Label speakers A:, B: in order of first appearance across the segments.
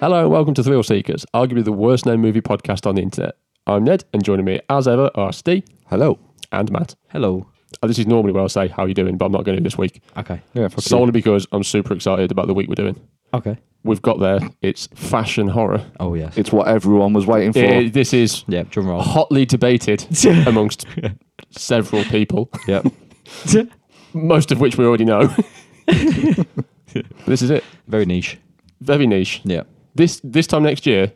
A: Hello and welcome to Thrill Seekers, arguably the worst known movie podcast on the internet. I'm Ned, and joining me as ever are Steve
B: Hello.
A: and Matt.
C: Hello.
A: Uh, this is normally where I say how you doing, but I'm not going to this week
C: Okay.
B: Yeah, fuck you.
A: solely because I'm super excited about the week we're doing.
C: Okay.
A: We've got there. It's fashion horror.
C: Oh yes.
B: It's what everyone was waiting for.
A: Uh, this is
C: yeah. Drum roll.
A: hotly debated amongst several people,
C: yep.
A: most of which we already know. this is it.
C: Very niche.
A: Very niche.
C: Yeah.
A: This this time next year,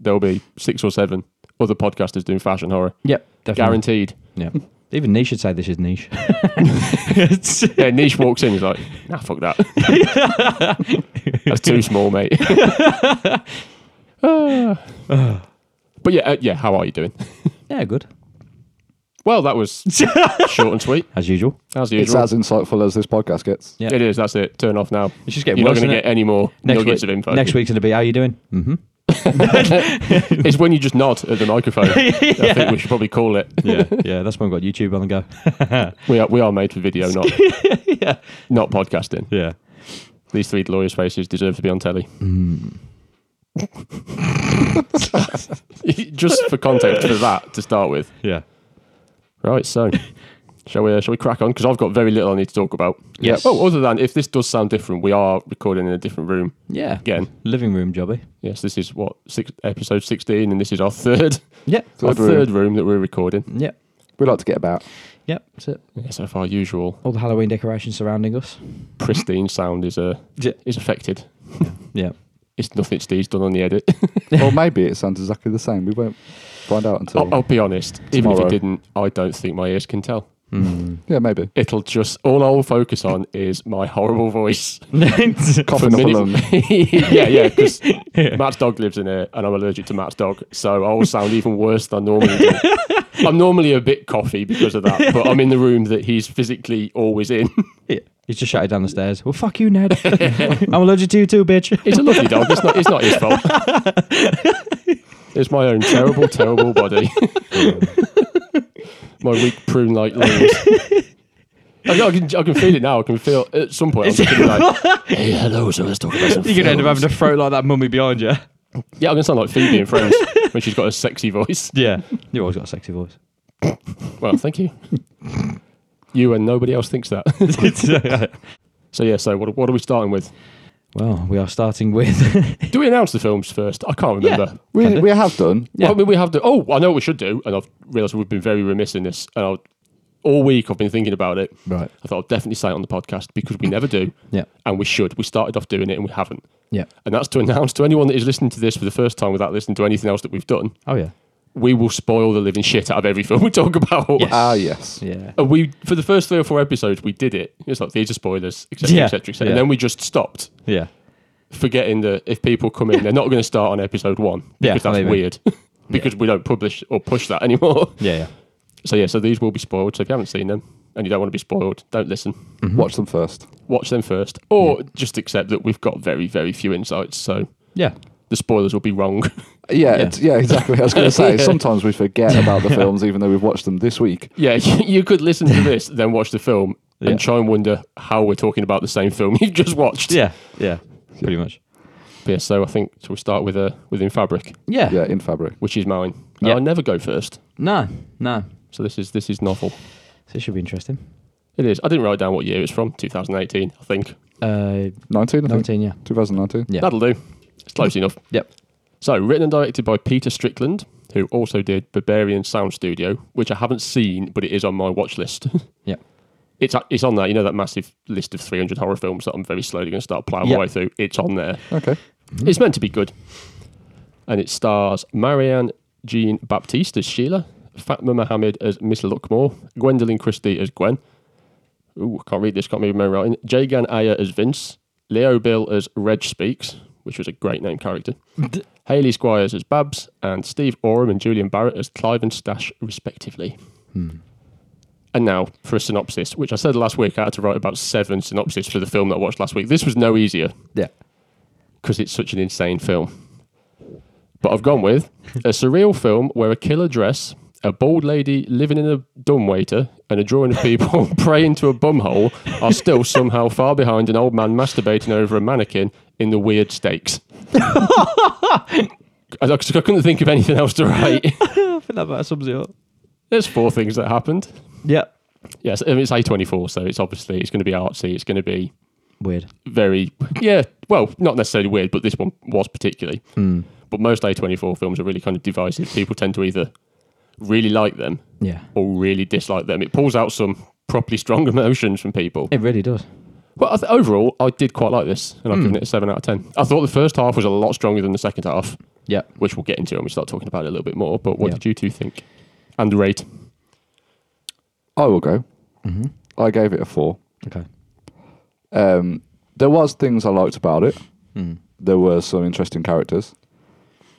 A: there'll be six or seven other podcasters doing fashion horror,
C: Yep. Definitely.
A: guaranteed.
C: Yeah. Even niche should say this is niche.
A: Yeah, niche walks in. He's like, nah, fuck that. That's too small, mate. Ah. but yeah, uh, yeah. How are you doing?
C: yeah. Good.
A: Well, that was short and sweet
C: As usual.
A: as
B: it's
A: usual.
B: as insightful as this podcast gets.
C: Yeah.
A: It is. That's it. Turn off now.
C: It's just getting
A: You're not
C: worse,
A: going to
C: isn't
A: get any more
C: Next
A: nuggets
C: week.
A: of info.
C: Next week's gonna be. How you doing? Mm-hmm.
A: it's when you just nod at the microphone. I think we should probably call it.
C: Yeah. yeah. That's when I've got YouTube on the go.
A: We are we are made for video, not not podcasting.
C: yeah.
A: These three glorious faces deserve to be on telly. Just for context for that to start with.
C: Yeah.
A: Right, so shall we uh, shall we crack on? Because I've got very little I need to talk about.
C: Yes.
A: Oh, other than if this does sound different, we are recording in a different room
C: Yeah.
A: again.
C: Living room jobby.
A: Yes, this is what six, episode sixteen, and this is our third
C: Yep.
A: our
B: Third room.
A: third room that we're recording.
C: Yep.
B: We like to get about.
C: Yep. That's it.
A: Yes, if our usual
C: All the Halloween decorations surrounding us.
A: pristine sound is uh,
C: Yeah.
A: is affected.
C: Yeah.
A: It's nothing Steve's done on the edit.
B: or maybe it sounds exactly the same. We won't find out until.
A: I'll, I'll be honest. Even if it
B: Tomorrow.
A: didn't, I don't think my ears can tell.
C: Mm.
B: Yeah, maybe.
A: It'll just all I'll focus on is my horrible voice.
B: Coughing up a lung.
A: yeah, yeah. Because Matt's dog lives in here, and I'm allergic to Matt's dog, so I will sound even worse than I normally do. I'm normally a bit coffee because of that, but I'm in the room that he's physically always in.
C: yeah. He's just shouted down the stairs. Well, fuck you, Ned. I'm allergic to you too, bitch.
A: It's a lovely dog. It's not. It's not his fault. It's my own terrible, terrible body. my weak prune-like limbs. I can, I can, I can feel it now. I can feel at some point. I'm just gonna be like, "Hey, hello. So let's talk about some."
C: You're gonna end up
A: films."
C: having a throat like that mummy behind you.
A: Yeah, I'm gonna sound like Phoebe in Friends when she's got a sexy voice.
C: Yeah. You always got a sexy voice.
A: Well, thank you. You and nobody else thinks that. So yeah. So what, what are we starting with?
C: well, we are starting with
A: Do we announce the films first? I can't remember.
C: Yeah.
B: We, we have done.
A: Well, I mean, we have to. Oh, I know what we should do, and I've realised we've been very remiss in this. And I'll, all week I've been thinking about it.
C: Right.
A: I thought I'll definitely say it on the podcast because we never do.
C: Yeah.
A: And we should. We started off doing it and we haven't.
C: Yeah.
A: And that's to announce to anyone that is listening to this for the first time without listening to anything else that we've done.
C: Oh yeah.
A: We will spoil the living shit out of every film we talk about.
B: Ah, yes.
C: Yeah.
A: And we for the first three or four episodes we did it. It's like these are spoilers, etc.,
C: Yeah.
A: etc., etc. And
C: Yeah.
A: then we just stopped,
C: Yeah.
A: forgetting that if people come in, they're not going to start on episode one
C: Yeah,
A: because that's
C: maybe.
A: weird. because we don't publish or push that anymore.
C: Yeah. Yeah.
A: So yeah, so these will be spoiled. So if you haven't seen them and you don't want to be spoiled, don't listen.
B: Watch them first.
A: Watch them first, or just accept that we've got very, very few insights. So
C: Yeah.
A: the spoilers will be wrong.
B: Yeah, yeah, yeah exactly. I was going to say, sometimes we forget about the films even though we've watched them this week.
A: yeah, you, you could listen to this, then watch the film,
C: Yeah.
A: and try and wonder how we're talking about the same film you've just watched.
C: Yeah. Yeah. Pretty much.
A: But yeah so I think so. We start with uh, within fabric,
C: Yeah.
B: Yeah, in fabric.
A: which is mine. Now
C: Yeah.
A: I never go first,
C: No. No.
A: so this is this is novel.
C: This should be interesting.
A: It is. I didn't write down what year it's from. 2018, I think.
C: Uh,
B: 19, I think.
C: 19. Yeah.
B: 2019.
C: Yeah. Mm-hmm.
A: That'll do. It's close enough.
C: Yep.
A: So, written and directed by Peter Strickland, who also did Barbarian Sound Studio, which I haven't seen, but it is on my watch list.
C: Yep.
A: it's it's on that you know that massive list of 300 horror films that I'm very slowly going to start plowing
C: Yep.
A: my way through. It's on there.
B: Okay.
A: It's meant to be good, and it stars Marianne Jean Baptiste as Sheila, Fatma Mohammed as Miss Luckmore, Gwendolyn Christie as Gwen. Ooh, I can't read this. Can't read my writing. Jagan Ayer as Vince, Leo Bill as Reg Speaks, which was a great name character. Haley Squires as Babs, and Steve Oram and Julian Barrett as Clive and Stash, respectively. And now for a synopsis, which I said last week I had to write about seven synopses for the film that I watched last week. This was no easier
C: Yeah.
A: because it's such an insane film. But I've gone with a surreal film where a killer dress, a bald lady living in a dumbwaiter, and a drawing of people praying to a bumhole are still somehow far behind an old man masturbating over a mannequin in the weird stakes. I, I couldn't think of anything else to write.
C: I think that about sums it up.
A: There's four things that happened.
C: Yeah.
A: Yes, I mean, it's A24, so it's obviously it's going to be artsy. It's going to be
C: Weird.
A: very yeah. Well, not necessarily weird, but this one was particularly. But most A24 films are really kind of divisive. People tend to either really like them
C: Yeah.
A: or really dislike them. It pulls out some properly strong emotions from people.
C: It really does.
A: Well, I th- overall, I did quite like this, and I've given it a seven out of ten. I thought the first half was a lot stronger than the second half,
C: Yeah.
A: which we'll get into when we start talking about it a little bit more. But what
C: Yeah.
A: did you two think? And rate?
B: I will go.
C: Mm-hmm.
B: I gave it a four.
C: Okay.
B: Um, there was things I liked about it.
C: Mm.
B: There were some interesting characters.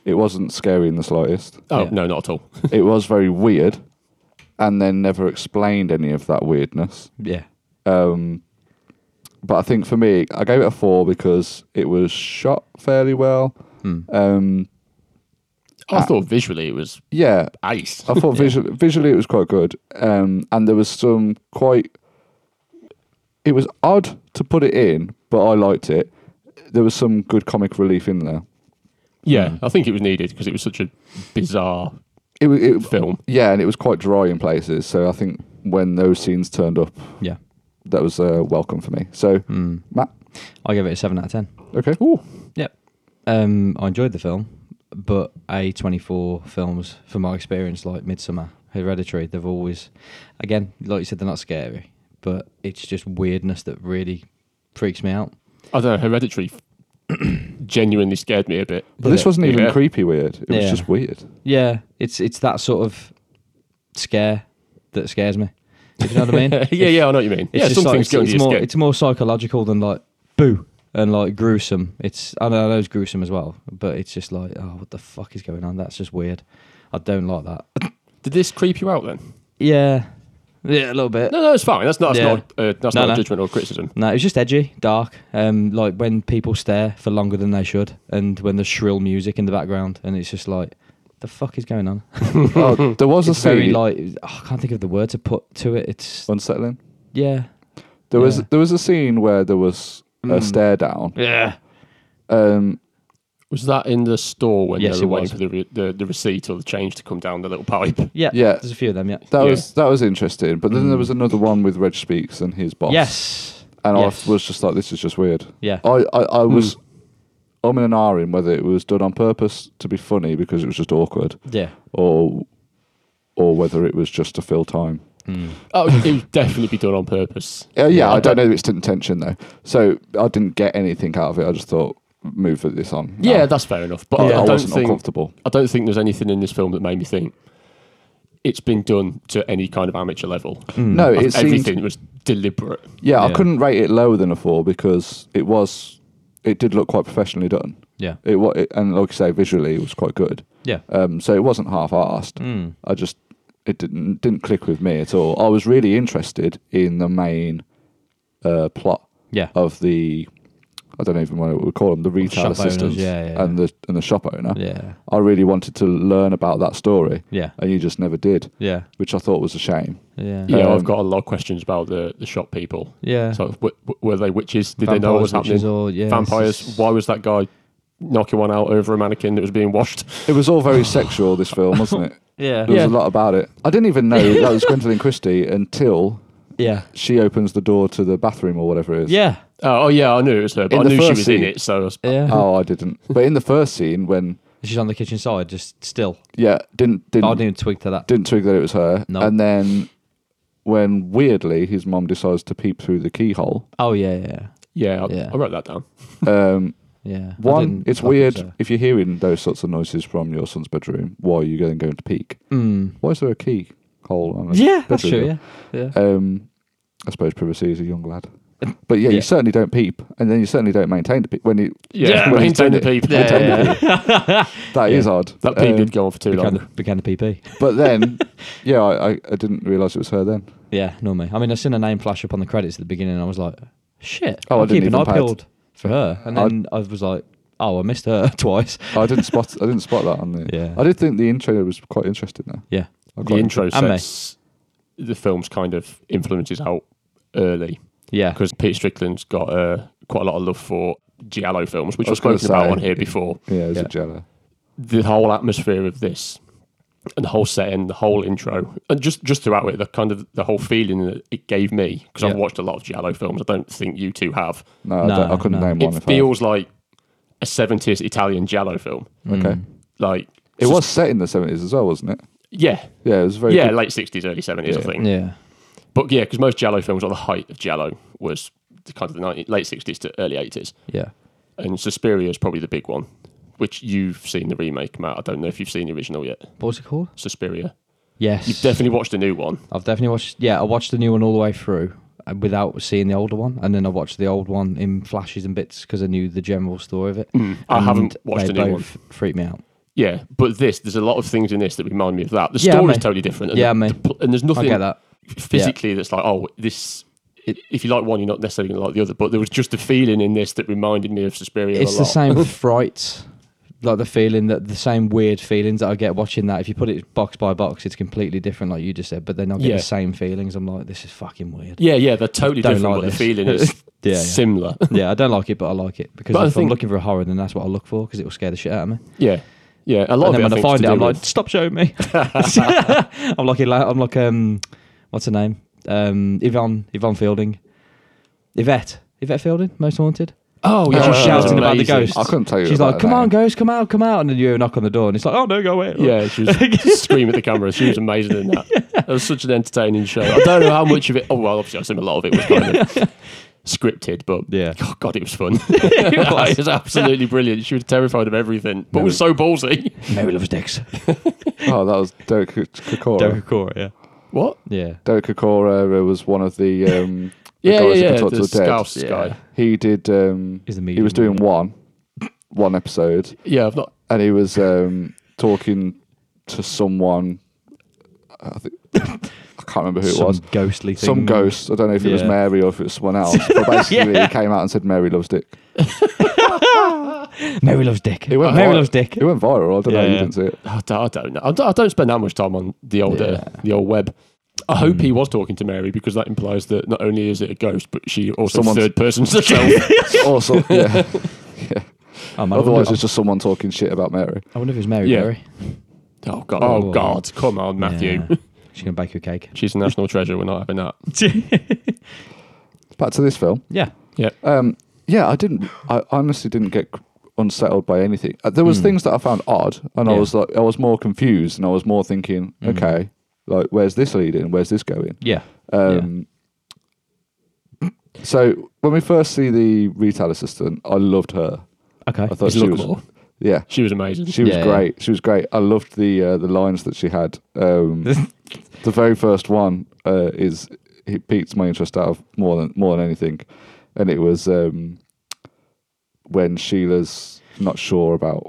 B: It wasn't scary in the slightest.
A: Oh
C: Yeah.
A: no, not at all.
B: it was very weird, and then never explained any of that weirdness.
C: Yeah.
B: Um, but I think for me, I gave it a four because it was shot fairly well.
C: Mm. Uh,
B: Um,
A: I thought visually it was
B: yeah,
A: ice.
B: I thought visually, visually it was quite good, um, and there was some quite. It was odd to put it in, but I liked it. There was some good comic relief in there.
A: Yeah, I think it was needed because it was such a bizarre
B: It, wa- it
A: film.
B: yeah, and it was quite dry in places. So I think when those scenes turned up,
C: Yeah.
B: that was uh, welcome for me. So Matt,
C: Mm. I'll give it a 7 out of 10.
B: okay,
C: Yep. Um, I enjoyed the film, but A24 films, from my experience, like Midsummer, Hereditary, they've always, again, like you said, they're not scary, but it's just weirdness that really freaks me out.
A: I don't know. Hereditary genuinely scared me a bit.
B: but this wasn't even
A: Yeah.
B: creepy weird. It was
C: Yeah.
B: just weird.
C: Yeah, it's it's that sort of scare that scares me. If you know what I mean?
A: yeah,
C: It's-
A: yeah, I know what you mean.
C: It's
A: yeah,
C: just
A: some
C: like,
A: things
C: it's,
A: go
C: it's
A: into your
C: more
A: skin.
C: it's more psychological than like boo and like gruesome. It's I know, I know it's gruesome as well, but it's just like oh, what the fuck is going on? That's just weird. I don't like that.
A: Did this creep you out then?
C: Yeah, yeah, a little bit.
A: No, no, it's fine. That's not that's
C: Yeah.
A: not uh, that's
C: No,
A: not
C: no.
A: a judgment or criticism.
C: No, it was just edgy, dark. Um, like when people stare for longer than they should, and when there's shrill music in the background, and it's just like, the fuck is going on?
B: oh, there was a
C: It's very
B: scene
C: like oh, I can't think of the word to put to it. It's
B: unsettling.
C: yeah,
B: There was
C: Yeah.
B: there was a scene where there was a stare down.
C: yeah,
B: Um,
A: Was that in the store when
C: Yes,
A: they were
C: it
A: waiting
C: was.
A: for the, re- the the receipt or the change to come down the little pipe?
C: yeah,
B: Yeah.
C: There's a few of them. Yeah.
B: that
A: Yeah.
B: was that was interesting. But then there was
C: Mm.
B: another one with Reg Speaks and his boss.
C: Yes.
B: and
C: Yes.
B: I was just like, this is just weird.
C: Yeah.
B: I I, I was. I'm in an R in whether it was done on purpose to be funny because it was just awkward,
C: Yeah.
B: or or whether it was just to fill time.
C: Mm.
A: Oh, it would definitely be done on purpose.
B: Uh, yeah, I don't know if it's intention though. So I didn't get anything out of it. I just thought move this on. now.
A: Yeah, that's fair enough. But
B: I,
A: I,
B: I
A: I don't
B: wasn't
A: think
B: uncomfortable.
A: I don't think there's anything in this film that made me think it's been done to any kind of amateur level.
C: Mm.
B: No, it
A: Everything
B: seemed
A: was deliberate.
B: Yeah, I
C: Yeah.
B: couldn't rate it lower than a four because it was, it did look quite professionally done.
C: Yeah.
B: It, wa it and like I say, visually it was quite good.
C: Yeah.
B: Um, so it wasn't half-assed.
C: Mm.
B: I just it didn't didn't click with me at all. I was really interested in the main uh, plot
C: Yeah.
B: of the, I don't even know what we call them, the retail
C: shop owners,
B: assistants
C: yeah, yeah,
B: and the and the shop owner.
C: Yeah.
B: I really wanted to learn about that story,
C: Yeah.
B: and you just never did,
C: Yeah.
B: which I thought was a shame.
C: Yeah.
A: Yeah,
B: Um,
A: I've got a lot of questions about the, the shop people.
C: Yeah.
A: So, w- w- were they witches? Did they know what was
C: Vampires, witches,
A: happening?
C: or- yeah, it's
A: Vampires.
C: just-
A: Why was that guy knocking one out over a mannequin that was being washed?
B: It was all very sexual. This film, wasn't it?
C: Yeah.
B: There
C: Yeah.
B: was a lot about it. I didn't even know that was Gwendolyn Christie until
C: Yeah.
B: she opens the door to the bathroom or whatever it is.
C: Yeah.
A: Oh, oh, yeah, I knew it was her, but
B: In
A: I
B: the
A: knew she
B: first
A: was
B: scene.
A: in it. So, I was-
B: Oh, I didn't. But in the first scene, when
C: She's on the kitchen side, just still.
B: yeah,
C: Oh,
B: didn't
C: I
B: didn't
C: didn't even twig to that.
B: didn't twig that it was her.
C: No.
B: And then when weirdly his mom decides to peep through the keyhole.
C: Oh yeah, yeah,
A: yeah, I,
C: Yeah.
A: I wrote that down.
B: Um,
C: yeah. I
B: one,
C: didn't
B: it's
C: fucking
B: weird
C: say.
B: if you're hearing those sorts of noises from your son's bedroom. Why are you then going to peek?
C: Mm.
B: Why is there a keyhole on? a
C: Yeah, that's
B: bedroom
C: true.
B: door?
C: Yeah, yeah.
B: Um, I suppose privacy is a young lad. But yeah,
C: Yeah.
B: you certainly don't peep, and then you certainly don't maintain the peep when you
A: Yeah,
C: Yeah.
B: When he's
A: maintain the
B: done it.
A: people.
C: Yeah, yeah, yeah.
B: That is
C: Yeah.
B: odd.
A: That pee
B: Um,
A: did go on for too
C: Began,
A: long.
C: the, began the PP.
B: But then, yeah, I, I, I didn't realise it was her then.
C: Yeah, normally. I mean, I seen her name flash up on the credits at the beginning, and I was like, "Shit!"
B: Oh, I
C: I'm
B: didn't
C: keeping
B: even
C: an eye
B: pay att-
C: peeled for her, and
B: I-
C: then I was like, "Oh, I missed her twice."
B: I didn't spot. I didn't spot that on the.
C: Yeah.
B: I did think the intro was quite interesting though.
C: Yeah,
B: I
A: The
B: quite-
A: intro
C: And me.
A: sets the film's kind of influences out early
C: yeah,
A: because Peter Strickland's got uh, quite a lot of love for giallo films, which we've
B: I was gonna
A: spoken about
B: say.
A: on here before.
B: Yeah, it was
C: Yeah.
B: a jello.
A: the whole atmosphere of this and the whole setting, the whole intro, and just just throughout it, the kind of the whole feeling that it gave me because I've
C: Yeah.
A: watched a lot of Giallo films. I don't think you two have.
B: No, I,
C: No,
B: don't, I couldn't
C: no.
B: name one.
A: it
B: if
A: feels like a seventies Italian Giallo film.
B: I, okay.
C: Hmm.
A: Like
B: It was set in the seventies as well, wasn't it?
A: yeah,
B: Yeah, it was very.
A: yeah,
B: good.
A: late sixties, early seventies, I
B: Yeah.
A: think.
C: Yeah.
A: But yeah, because most Giallo films, or the height of Giallo, was the kind of the 90, late sixties to early eighties,
C: Yeah.
A: and Suspiria is probably the big one, which you've seen the remake, Matt. I don't know if you've seen the original yet.
C: What was it called?
A: Suspiria.
C: Yes.
A: You've definitely watched the new one.
C: I've definitely watched. Yeah, I watched the new one all the way through uh, without seeing the older one, and then I watched the old one in flashes and bits because I knew the general story of it.
A: Mm. I
C: And
A: haven't watched the
C: they
A: new one.
C: both Freaked me out.
A: Yeah, but this, there's a lot of things in this that remind me of that. The
C: Yeah,
A: story's
C: mate.
A: totally different. And
C: Yeah,
A: the-
C: mate.
A: the pl- and there's
C: I
A: nothing
C: get that.
A: physically that's like, oh, this. if you like one, you're not necessarily going to like the other. But there was just a feeling in this that reminded me of Suspiria
C: It's
A: a
C: the
A: lot.
C: same fright, like the feeling that the same weird feelings that I get watching that. If you put it box by box, it's completely different, like you just said. But then I get
A: Yeah.
C: the same feelings. I'm like, this is fucking weird.
A: Yeah, yeah, they're totally
C: Don't
A: different,
C: like
A: but
C: this.
A: the feeling is
C: Yeah, yeah.
A: similar.
C: yeah, I don't like it, but I like it because
A: But I
C: if I'm
A: think-
C: looking for a horror, then that's what I look for because it will scare the shit out of me.
A: Yeah, yeah. A lot
C: and then
A: of
C: when
A: it,
C: I,
A: I, think, is to
C: find it,
A: do
C: I'm
A: with-
C: like, stop showing me. I'm like, Eli- I'm like, um, what's her name? Um, Yvonne, Yvonne Fielding, Yvette, Yvette Fielding, Most Haunted.
A: oh,
B: yeah,
A: yeah,
B: she's
A: she's
B: shouting
C: about the ghosts.
B: I couldn't tell you.
C: She's
B: about
C: like, come
B: that.
C: on, ghost, come out, come out, and then you knock on the door, and it's like, oh no, go away.
A: Yeah, she was screaming at the camera. She was amazing in that. It was such an entertaining show. I don't know how much of it. Oh well, obviously I assume a lot of it was kind of scripted, but
C: Yeah.
A: oh, God, it was fun. it was absolutely brilliant. She was terrified of everything, but was so ballsy.
C: Mary loves dicks.
B: Oh, that was Derek K- Kakora.
C: Derek
B: Derek,
C: Cora, yeah,
A: What?
C: yeah.
B: Kakora was one of the, um, the
A: Yeah, yeah,
B: guys
A: yeah.
B: who can talk
A: the
B: to the dead.
A: Scouse guy.
B: He did. Um,
C: He's the
B: he
C: medium
B: was doing one, one episode,
A: Yeah, I've not.
B: and he was um, talking to someone. I think I can't remember who it
C: Some
B: was.
C: ghostly thing.
B: Some ghost. I don't know if it was
C: Yeah.
B: Mary or if it was someone else. But basically, he came out and said Mary loves Dick.
C: Mary loves dick.
B: It went
C: Oh, Mary
B: viral.
C: loves dick.
B: It went viral. I don't know.
C: Yeah,
B: You
C: yeah.
B: didn't see it.
A: I don't, I don't know. I don't, I don't spend that much time on the old uh,
C: Yeah.
A: the old web. I hope he was talking to Mary because that implies that not only is it a ghost, but she also
B: Someone's-
A: third persons herself.
B: Also, yeah.
C: Oh, man, I
B: Otherwise,
C: wonder,
B: it's just someone talking shit about Mary.
C: I wonder if it was Mary
A: Yeah.
C: Berry.
A: oh God!
C: Oh,
A: Oh
C: well.
A: God! Come on, Matthew.
C: Yeah. She's gonna bake you a cake.
A: She's a national treasure. We're not having that.
B: Back to this film.
C: yeah.
B: Um, yeah, I didn't. I honestly didn't get unsettled by anything. Uh, There was things that I found odd, and
C: Hmm.
B: I
C: Yeah. Hmm.
B: was like, I was more confused, and I was more thinking, okay, like, where's this leading? Where's this going?
C: Yeah.
B: Um, So when we first see the retail assistant, I loved her.
C: Okay.
B: I thought
A: Is
B: she was.
A: Lookmore?
B: Yeah,
A: She was amazing.
B: she was
C: Yeah, yeah.
B: great. She was great. I loved the uh, the lines that she had. Um, the very first one uh, is it piqued my interest out of more than more than anything, and it was um, when Sheila's not sure about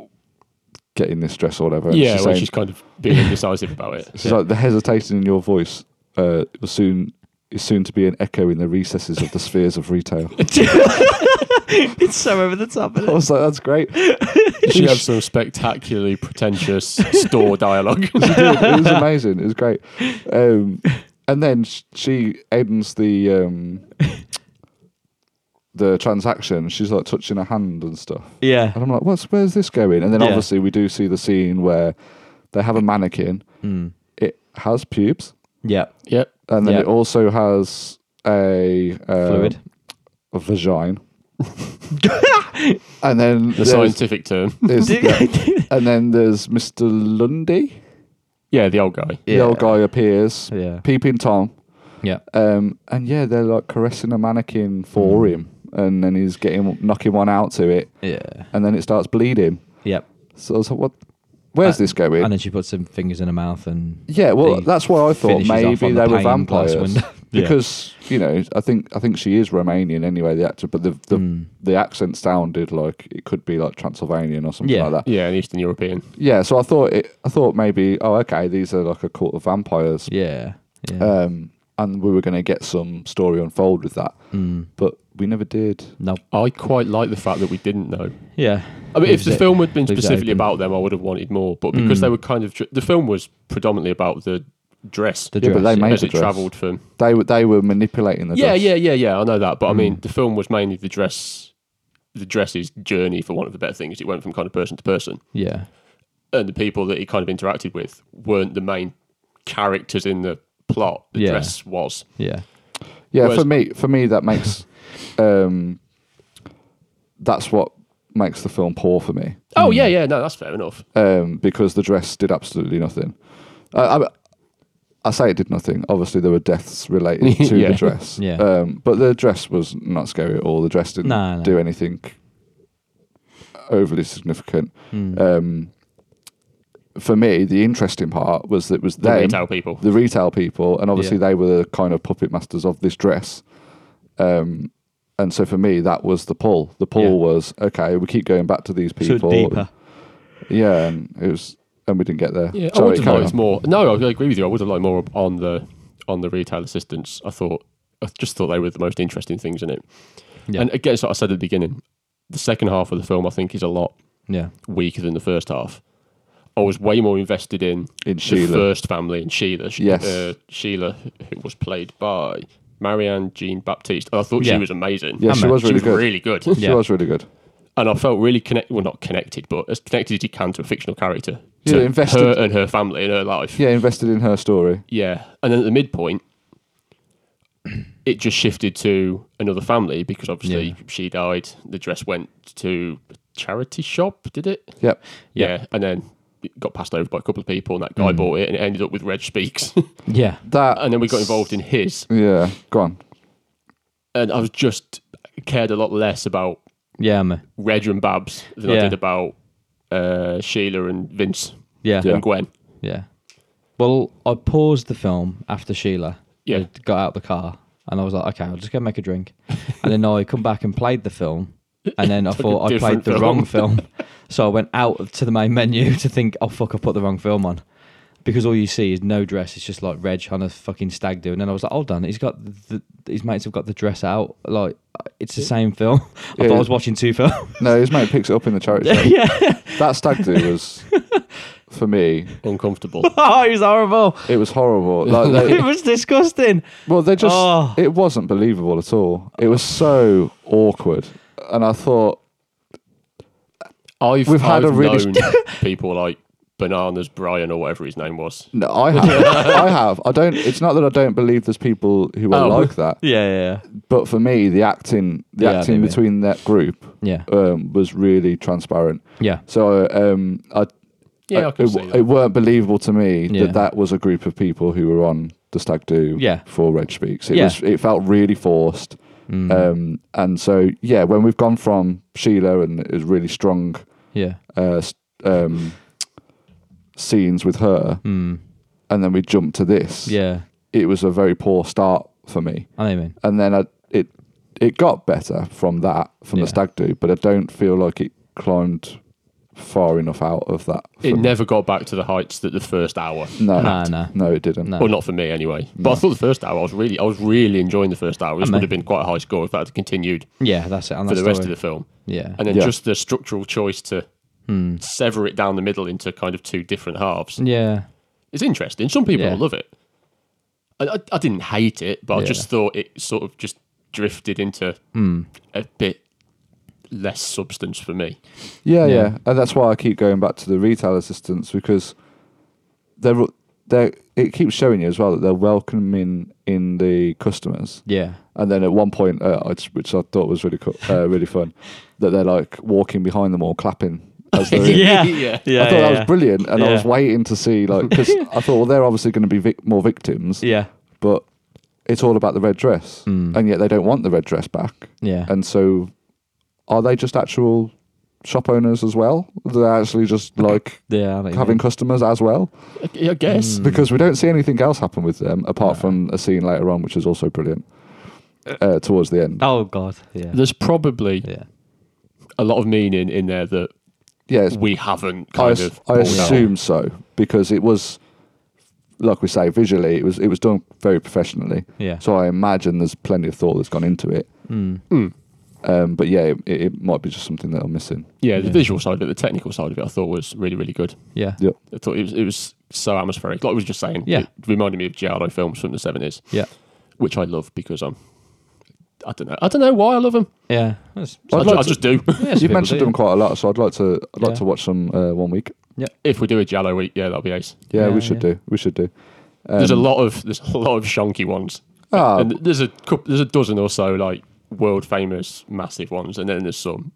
B: getting this dress or whatever. and
A: yeah,
B: she's,
A: well,
B: saying-
A: she's kind of being indecisive about it.
B: she's like the hesitation in your voice uh, will soon is soon to be an echo in the recesses of the spheres of retail.
C: it's so over the top.
B: I was like, that's great.
A: she had some spectacularly pretentious store dialogue.
B: She did. It was amazing. It was great. Um, and then sh- she ends the um, the transaction. She's like touching her hand and stuff.
C: Yeah.
B: And I'm like, what's where's this going? And then
C: Yeah.
B: obviously we do see the scene where they have a mannequin.
C: Mm.
B: It has pubes,
C: Yeah.
A: yep.
B: and then
C: Yeah.
B: it also has a uh,
C: Fluid.
B: a vagina. and then
A: The
B: there's-
A: scientific term.
B: there's- yeah. and then there's Mr. Lundy.
A: Yeah, the old guy.
B: The old guy appears,
C: Yeah.
B: peeping Tom,
C: Yeah.
B: Um, and yeah, they're like caressing a mannequin for
C: Mm.
B: him, and then he's getting knocking one out to it,
C: Yeah.
B: and then it starts bleeding.
C: Yep.
B: So I was like, "What? Where's
C: Uh,
B: this going?"
C: And then she puts some fingers in her mouth and
B: yeah, well,
C: he
B: that's why I thought
C: finishes off
B: maybe
C: on
B: they
C: the
B: were
C: pane glass
B: vampires
C: window. Yeah.
B: because you know I think I think she is Romanian anyway, the actor, but the the,
C: Mm. Hmm.
B: the accent sounded like it could be like Transylvanian or something
C: Yeah.
B: like that.
A: Yeah, an Eastern European.
B: Yeah, so I thought it, I thought maybe oh okay, these are like a cult of vampires,
C: yeah. Yeah.
B: um, and we were going to get some story unfold with that,
C: mm.
B: but we never did.
C: No.
A: I quite like the fact that we didn't know.
C: Yeah.
A: I mean,
C: Leaves
A: if the
C: it-
A: film had been
C: leaves it
A: specifically
C: open.
A: about them, I would have wanted more. But because
C: Mm.
A: they were kind of. The film was predominantly about the dress
C: The
B: Yeah, but
C: dress,
B: they made
A: as
B: the
A: it
B: dress.
A: travelled from.
B: They were they were manipulating the
A: Yeah,
B: dress.
A: Hmm. yeah, yeah, yeah. I know that. But I mean, the film was mainly the dress the dress's journey, for one of the better things. It went from kind of person to person,
C: Yeah.
A: and the people that he kind of interacted with weren't the main characters in the plot. The
C: Yeah.
A: dress was.
C: Yeah.
B: Yeah,
A: Whereas-
B: for me, for me, that makes um, that's what makes the film poor for me
A: Oh yeah, yeah. No, that's fair enough.
B: um, because the dress did absolutely nothing. I, I, I say it did nothing. Obviously, there were deaths related to
A: Yeah.
B: the dress,
C: Yeah.
B: um, but the dress was not scary at all. The dress didn't
C: No, no.
B: do anything overly significant.
C: Mm.
B: Um, for me, the interesting part was that it was
A: The
B: them
A: retail people.
B: the retail people, and obviously
C: Yeah.
B: they were the kind of puppet masters of this dress. Um, and so for me, that was the pull. The pull
C: Yeah.
B: was okay. We keep going back to these people. Yeah, and it was, and we didn't get there.
A: Yeah, I
B: Sorry,
A: would have
B: carry
A: liked
B: on.
A: more. No, I agree with you. I would have liked more on the on the retail assistants. I thought I just thought they were the most interesting things in it.
C: Yeah.
A: And again, it's what I said at the beginning. The second half of the film, I think, is a lot
C: Yeah.
A: weaker than the first half. I was way more invested in
B: in
A: the
B: Sheila.
A: first family and Sheila. She-
B: Yes.
A: uh, Sheila, who was played by Marianne Jean Baptiste. Oh, I thought
C: Yeah.
A: she was amazing.
B: Yeah, she
C: Hammer.
B: was
A: she
B: really
A: was
B: good.
A: really good.
B: She
C: Yeah.
B: was really good.
A: and I felt really connected. Well, not connected, but as connected as you can to a fictional character.
B: Yeah,
A: to
B: invested.
A: her and her family and her life.
B: Yeah, invested in her story.
A: Yeah, and then at the midpoint, it just shifted to another family because obviously
C: Yeah.
A: she died. The dress went to a charity shop, did it?
B: Yep.
A: Yeah, and then it got passed over by a couple of people, and that
B: Mm.
A: guy bought it, and it ended up with Reg Speaks.
C: Yeah.
B: That
A: and then we got involved in his,
B: Yeah, go on.
A: and I was just cared a lot less about
C: Yeah. Man.
A: Reg and Babs than I
C: Yeah.
A: did about uh, Sheila and Vince
C: Yeah.
B: Yeah.
A: and Gwen.
C: Yeah. Well, I paused the film after Sheila
A: Yeah.
C: had got out of the car and I was like, okay, I'll just go make a drink. And then I come back and played the film. And then I
A: a
C: thought I
A: different
C: played the
A: film.
C: wrong film. So I went out to the main menu to think, oh, fuck, I put the wrong film on. Because all you see is no dress. It's just like Reg on a fucking stag do. And then I was like, hold on, he's got the, his mates have got the dress out. Like, it's the same film. I thought I was watching two films.
B: No, his mate picks it up in the charity shop.
C: yeah.
B: That stag do was, for me,
A: Uncomfortable.
C: Oh, it was horrible.
B: it was horrible. Like, they-
C: It was disgusting.
B: Well, they just,
C: Oh.
B: it wasn't believable at all. It was so awkward. And I thought,
A: I've,
B: We've
A: I've
B: had a really-
A: known people like Bananas Brian or whatever his name was.
B: no, I have. I have. I don't, it's not that I don't believe there's people who are
A: Oh.
B: like that.
C: Yeah, yeah,
B: But for me, the acting, the
C: Yeah, I know what you
B: acting
C: mean.
B: between that group
C: yeah.
B: um, was really transparent.
C: Yeah.
B: So um, I,
A: Yeah, I,
B: I-
A: can
B: it,
A: see
B: w-
A: that.
B: it weren't believable to me
C: Yeah.
B: that that was a group of people who were on the stag do
C: Yeah.
B: for Reg Speaks. It
C: Yeah.
B: was, it felt really forced.
C: Mm.
B: Um, and so yeah, when we've gone from Sheila and it was really strong
C: yeah.
B: uh, s- um, scenes with her,
C: Mm.
B: and then we jump to this,
C: Yeah.
B: it was a very poor start for me.
C: I know what you mean.
B: And then I, it it got better from that from
C: Yeah.
B: the stag do, but I don't feel like it climbed far enough out of that. for
A: It
B: me.
A: never got back to the heights that the first hour.
B: no,
C: Nah, nah.
B: no, it didn't.
C: No.
A: uh, Well, not for me anyway. But I thought the first hour I was really, I was really enjoying the first hour. This
C: Amen.
A: would have been quite a high score if that had continued
C: Yeah, that's it. And
A: for
C: that's
A: the rest of the film.
C: yeah. Hmm.
A: And then
B: Yeah.
A: just the structural choice to sever it down the middle into kind of two different halves.
C: yeah.
A: It's interesting. Some people
C: Yeah.
A: will love it. I, I, I didn't hate it, but I
C: Yeah.
A: just thought it sort of just drifted into
C: Hmm.
A: a bit less substance for me.
B: Yeah,
C: Yeah.
B: yeah, and that's why I keep going back to the retail assistants because they're they it keeps showing you as well that they're welcoming in the customers,
C: Yeah. and
B: and then at one point, uh, I just- which I thought was really cool, uh, really fun, that they're like walking behind them all clapping. As they're in.
C: Yeah.
A: Yeah.
C: Yeah.
B: I thought
C: yeah,
B: that was brilliant, and I was
C: Yeah.
B: waiting to see like because I thought well they're obviously going to be vic- more victims,
C: Yeah. Mm.
B: but it's all about the red dress, and yet they don't want the red dress back.
C: Hmm. Yeah.
B: And so, are they just actual shop owners as well? They're actually just like
C: yeah. I know what you
B: having
C: mean.
B: customers as well,
A: I, I guess.
C: Mm.
B: because we don't see anything else happen with them apart from a scene later on, which is also brilliant uh, towards the end.
C: Oh God. Yeah.
A: There's probably
C: yeah.
A: a lot of meaning in there that
B: Yeah, it's,
A: we haven't
B: I,
A: kind
B: as-
A: of.
B: I
A: pulled out.
B: assume so because it was, like we say, visually it was it was done very professionally.
C: Yeah.
B: So I imagine there's plenty of thought that's gone into it.
C: Mm.
A: Hmm.
B: Um, but yeah, it, it might be just something that I'm missing.
A: Yeah, the
C: Yeah.
A: visual side of it, the technical side of it, I thought was really, really good.
C: Yeah.
B: Yeah.
A: I thought it was, it was so atmospheric. Like I was just saying,
C: Yeah.
A: it reminded me of Giallo films from the 70s,
C: Yeah.
A: which I love because I'm I don't know. I don't know why I love them.
C: Yeah. That's,
A: I,
B: I'd like
A: I
B: to-
A: just do.
C: yeah,
B: You've
C: people
B: mentioned
C: do.
B: them quite a lot, so I'd like to I'd like
C: Yeah.
B: to watch them uh, one week.
A: if we do a Jallo week, yeah, that'll be ace.
B: Yeah,
C: Yeah,
B: we should
C: yeah.
B: do. We should do.
A: there's a
B: Um,
A: lot of there's a lot of shonky ones.
B: ah,
A: and there's a couple, there's a dozen or so like world famous massive ones, and then there's some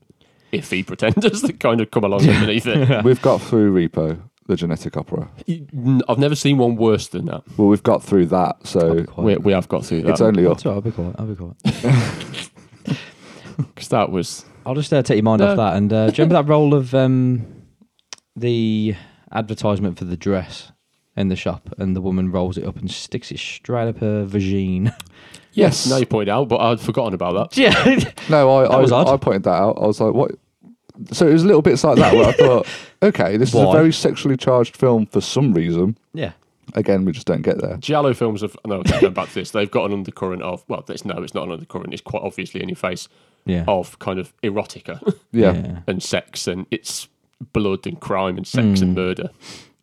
A: iffy pretenders that kind of come along underneath it.
B: we've got through Repo, the genetic opera.
A: N- I've never seen one worse than that.
B: Well, we've got through that,
C: I'll be
B: so
A: We,
C: quiet.
A: we have got through that
B: it's only up.
C: That's all right, I'll be quiet. I'll be quiet.
A: 'Cause that was
C: I'll just uh, take your mind
A: No.
C: off that. And uh, do you remember that role of um, the advertisement for the dress in the shop, and the woman rolls it up and sticks it straight up her vagine?
B: Yes.
A: now you point out, but I'd forgotten about that.
C: yeah,
B: No, I
C: That
B: I,
C: was odd.
B: I pointed that out. I was like, what? So it was little bits like that where I thought, okay, this is a
C: Why?
B: very sexually charged film for some reason.
C: yeah.
B: Again, we just don't get there.
A: Giallo films have no just going back to this. They've got an undercurrent of well, it's, no, it's not an undercurrent. It's quite obviously in your face
C: Yeah.
A: of kind of erotica
B: Oh, Yeah,
A: and sex, and it's blood and crime and sex and murder,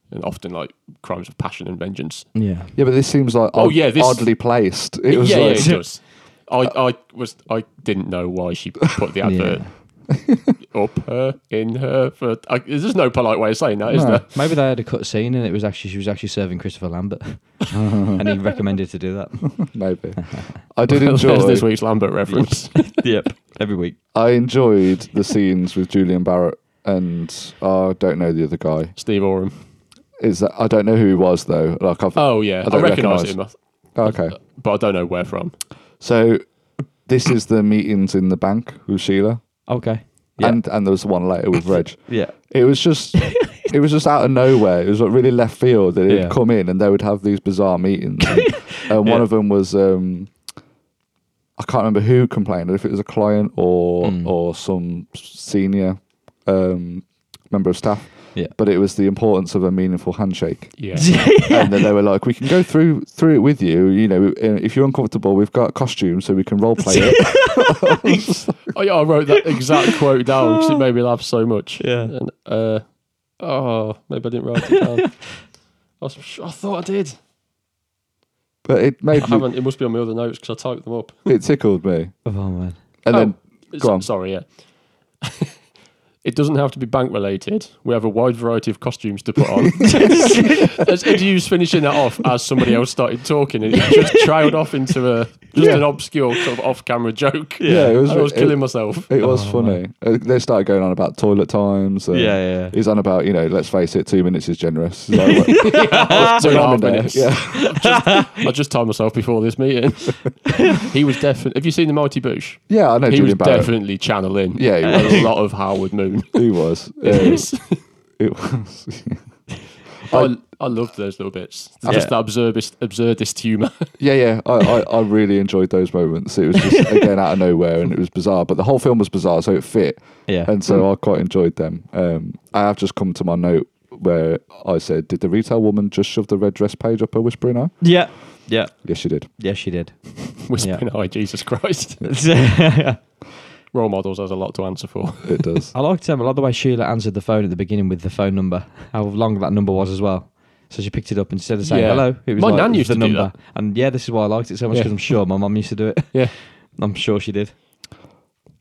A: and often like crimes of passion and vengeance.
C: Yeah.
B: yeah, but this seems like
A: Oh,
B: odd-
A: yeah, this-
B: oddly placed. It was
A: yeah,
B: like,
A: yeah, it does. I, I was I didn't know why she put the advert up her in her for. I, there's no polite way of saying that, is
B: No.
A: there?
C: Maybe they had a cut scene, and it was actually she was actually serving Christopher Lambert, and he recommended to do that.
B: maybe. I did enjoy.
A: There's this week's Lambert reference.
C: yep. Every week.
B: I enjoyed the scenes with Julian Barrett and uh, I don't know the other guy.
A: Steve Oram.
B: Is that I don't know who he was though. Like I've,
A: Oh yeah,
B: I
A: I,
B: don't
A: recognise
B: recognise.
A: him,
B: okay.
A: but I don't know where from.
B: So this is the meetings in the bank with Sheila,
C: Okay. Yeah.
B: and and there was one later with Reg.
C: yeah.
B: It was just it was just out of nowhere. It was like really left field that it would
C: Yeah.
B: come in and they would have these bizarre meetings. And, and one
A: Yeah.
B: of them was um, I can't remember who complained if it was a client or
C: Mm.
B: or some senior um, member of staff.
C: Yeah.
B: But it was the importance of a meaningful handshake.
A: Yeah,
B: And then they were like, "We can go through through it with you. You know, uh, if you're uncomfortable, we've got costumes, so we can role play it."
A: I, I wrote that exact quote down because it made me laugh so much.
C: Yeah.
A: And, uh, oh, maybe I didn't write it down. I, was, sure- I thought I did.
B: But it
A: I
B: made me,
A: haven't. It must be on my other notes because I typed them up.
B: it tickled me.
C: Oh man.
B: And
A: Oh,
B: then
A: it's-
B: go on.
A: Sorry, yeah. it doesn't have to be bank related. We have a wide variety of costumes to put on. as Eddie was finishing that off, as somebody else started talking, and it just trailed off into a just
B: Yeah.
A: an obscure sort of off-camera joke.
B: Yeah, it was-
A: I was
B: it-
A: killing myself.
B: It was
C: Oh,
B: funny. Uh, They started going on about toilet times. And
C: Yeah, yeah.
B: He's on about, you know, let's face it, two minutes is generous. It's like, what-
A: Two and a
B: going on in
A: half
B: there?
A: minutes.
B: Yeah.
A: I just timed myself before this meeting. he was definitely. Have you seen the Mighty Boosh?
B: yeah, I know
A: he
B: Julian
A: was
B: Barrett.
A: definitely channeling.
B: Yeah, he
A: a lot of Howard Moon.
B: He was. Yeah, it was. It was.
A: I, I love those little bits. They're Just the absurdist, absurdist humour.
B: yeah, yeah. I, I, I really enjoyed those moments. It was just, again, out of nowhere and it was bizarre. But the whole film was bizarre, so it fit.
C: Yeah.
B: And so I quite enjoyed them. Um, I have just come to my note where I said, Did the retail woman just shove the red dress page up her whispering eye?
C: yeah. Yeah.
B: Yes, she did.
C: Yeah. She did.
A: Whispering, "Hi, Jesus Christ!"
C: I
A: Role models has a lot to answer for.
B: It does.
C: liked um, I like the way Sheila answered the phone at the beginning with the phone number. How long that number was as well. So she picked it up instead of saying
A: Yeah.
C: hello. It was
A: My
C: like,
A: nan
C: it was
A: used
C: the
A: to do
C: number. And yeah, this is why I liked it so much
A: Yeah.
C: because I'm sure my mum used to do it.
A: Yeah,
C: I'm sure she did.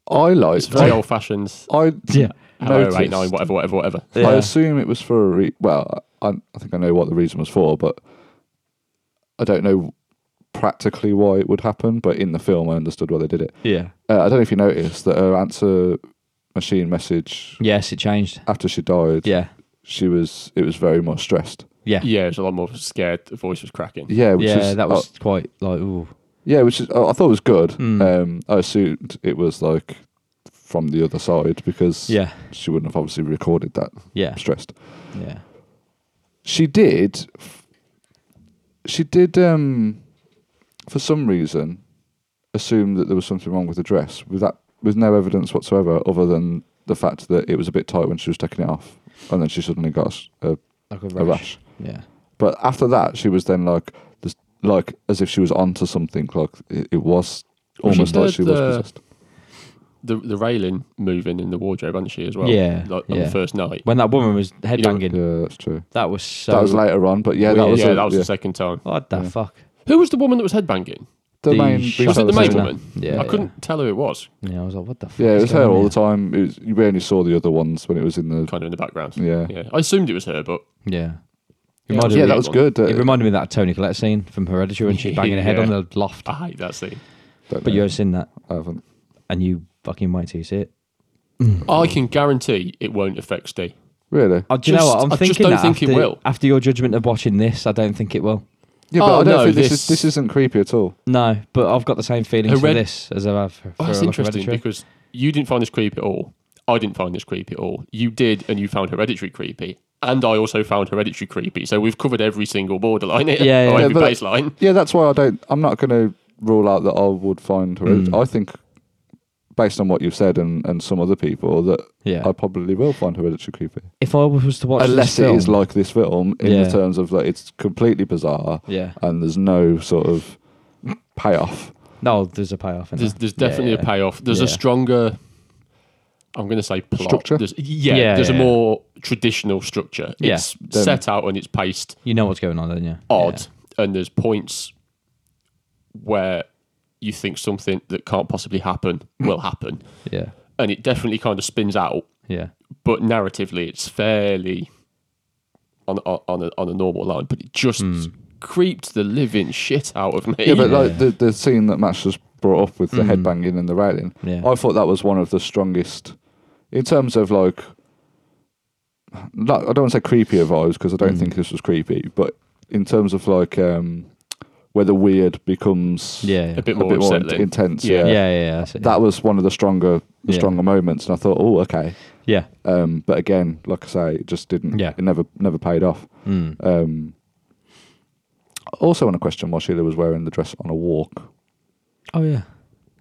B: I
A: it's
B: liked.
A: very
B: I,
A: old-fashioned.
B: I
C: Yeah.
A: Hello,
B: noticed-
A: eight nine, whatever, whatever, whatever.
B: I
C: Yeah.
B: assume it was for a re- well. I, I think I know what the reason was for, but I don't know practically why it would happen. But in the film, I understood why they did it.
C: Yeah.
B: Uh, I don't know if you noticed that her answer machine message
C: Yes, it changed.
B: after she died.
C: Yeah.
B: she was. It was very much stressed.
C: Yeah.
A: Yeah, it was a lot more scared. The voice was cracking.
B: Yeah, which
C: yeah,
B: is,
C: that was
B: uh,
C: quite like ooh.
B: yeah, which is. I I thought it was good.
C: Mm.
B: Um, I assumed it was like from the other side because
C: Yeah.
B: she wouldn't have obviously recorded that
C: Yeah.
B: stressed.
C: Yeah.
B: she did she did um for some reason assume that there was something wrong with the dress with that with no evidence whatsoever other than the fact that it was a bit tight when she was taking it off and then she suddenly got a s- a,
C: Like a
B: a rash
C: Yeah.
B: but after that she was then like this, like as if she was onto something like it, it was
A: Well, she
B: almost like
A: did,
B: she was
A: uh,
B: possessed
A: The the railing moving in the wardrobe, isn't she as well?
C: Yeah,
A: like on
C: yeah.
A: the first night.
C: When that woman was headbanging,
B: yeah that's true
C: that was so
B: that was later on but yeah
A: Weird.
B: that was
A: yeah,
B: a-
A: that was
B: yeah.
A: the second time.
C: What the
B: Yeah.
C: fuck?
A: Who was the woman that was headbanging?
B: the,
C: The
B: main.
C: shop-
A: Was it the
B: female
A: maid
B: singer.
A: woman?
C: Yeah,
A: I couldn't tell who it was,
C: Yeah, I was like, what the fuck?
B: Yeah, it
C: is
B: was
C: going
B: her
C: on
B: all the
C: here?
B: time. It was, you barely saw the other ones when it was in the.
A: kind of in the background.
B: Yeah,
A: Yeah, I assumed it was her, but
C: Yeah.
A: Yeah,
C: Reminded
B: yeah,
A: the
B: that
A: eight
B: was
A: one.
B: good. Uh,
C: It reminded me of that Tony Collette scene from Hereditary when she's banging her head
A: Yeah.
C: on the loft.
A: I hate that scene.
B: don't
C: But
B: know.
C: you have seen that,
B: I haven't.
C: and you fucking wait till you see it.
A: I can guarantee it won't affect Steve.
B: Really?
C: Oh, do you know
A: Just-
C: what? I'm
A: I just
C: thinking
A: don't
C: that
A: think it
C: after,
A: will.
C: after your judgment of watching this, I don't think it will.
B: Yeah, but
A: Oh,
B: I don't
A: no,
B: think this,
A: this-
B: is this isn't creepy at all.
C: No, but I've got the same feelings for
A: Hered-
C: this as I have for,
A: Oh,
C: for
A: that's
C: like
A: interesting
C: Hereditary.
A: because you didn't find this creepy at all. I didn't find this creepy at all. You did, and you found Hereditary creepy, and I also found Hereditary creepy. So we've covered every single borderline here,
C: Yeah, yeah.
A: or
B: Yeah,
A: every
B: but-
A: baseline.
B: Yeah, that's why I don't. I'm not going to rule out that I would find her. I think, based on what you've said and, and some other people, that
C: Yeah.
B: I probably will find Hereditary creepy.
C: if I was to watch
B: Unless
C: this film,
B: it is like this film in
C: Yeah.
B: the terms of like it's completely bizarre
C: yeah,
B: and there's no sort of payoff.
C: no, there's a payoff in
A: There's,
C: that.
A: there's definitely
C: yeah.
A: a payoff. There's
C: Yeah.
A: a stronger. I'm going to say plot.
B: Structure?
A: There's, yeah,
C: Yeah,
A: there's
C: yeah,
A: a
C: yeah.
A: more traditional structure.
C: Yeah.
A: It's set out and it's paced
C: You know what's going on, don't you?
A: odd, and there's points where you think something that can't possibly happen will happen,
C: Yeah,
A: and it definitely kind of spins out
C: yeah,
A: but narratively it's fairly on on on a, on a normal line but it just creeped the living shit out of me
B: Hmm. Yeah, Hmm. but
C: Yeah.
B: like the, the scene that Matt's just brought up with the head banging and the railing,
C: yeah,
B: I thought that was one of the strongest in terms of like. Not, I don't want to say creepier vibes because I
C: Mm.
B: don't think this was creepy, but in terms of like um, where the weird becomes
C: yeah, yeah.
A: a bit
B: a
A: more,
B: bit more
A: unsettling.
B: intense,
A: Yeah.
B: yeah.
C: yeah, yeah, yeah, that's it.
B: That was one of the stronger, the
C: Yeah.
B: stronger moments, and I thought, oh, okay.
C: yeah,
B: Um, but again, like I say, it just didn't.
C: Yeah.
B: It never never paid off.
C: Mm.
B: Um, I also, want to question why Sheila was wearing the dress on a walk.
C: oh yeah,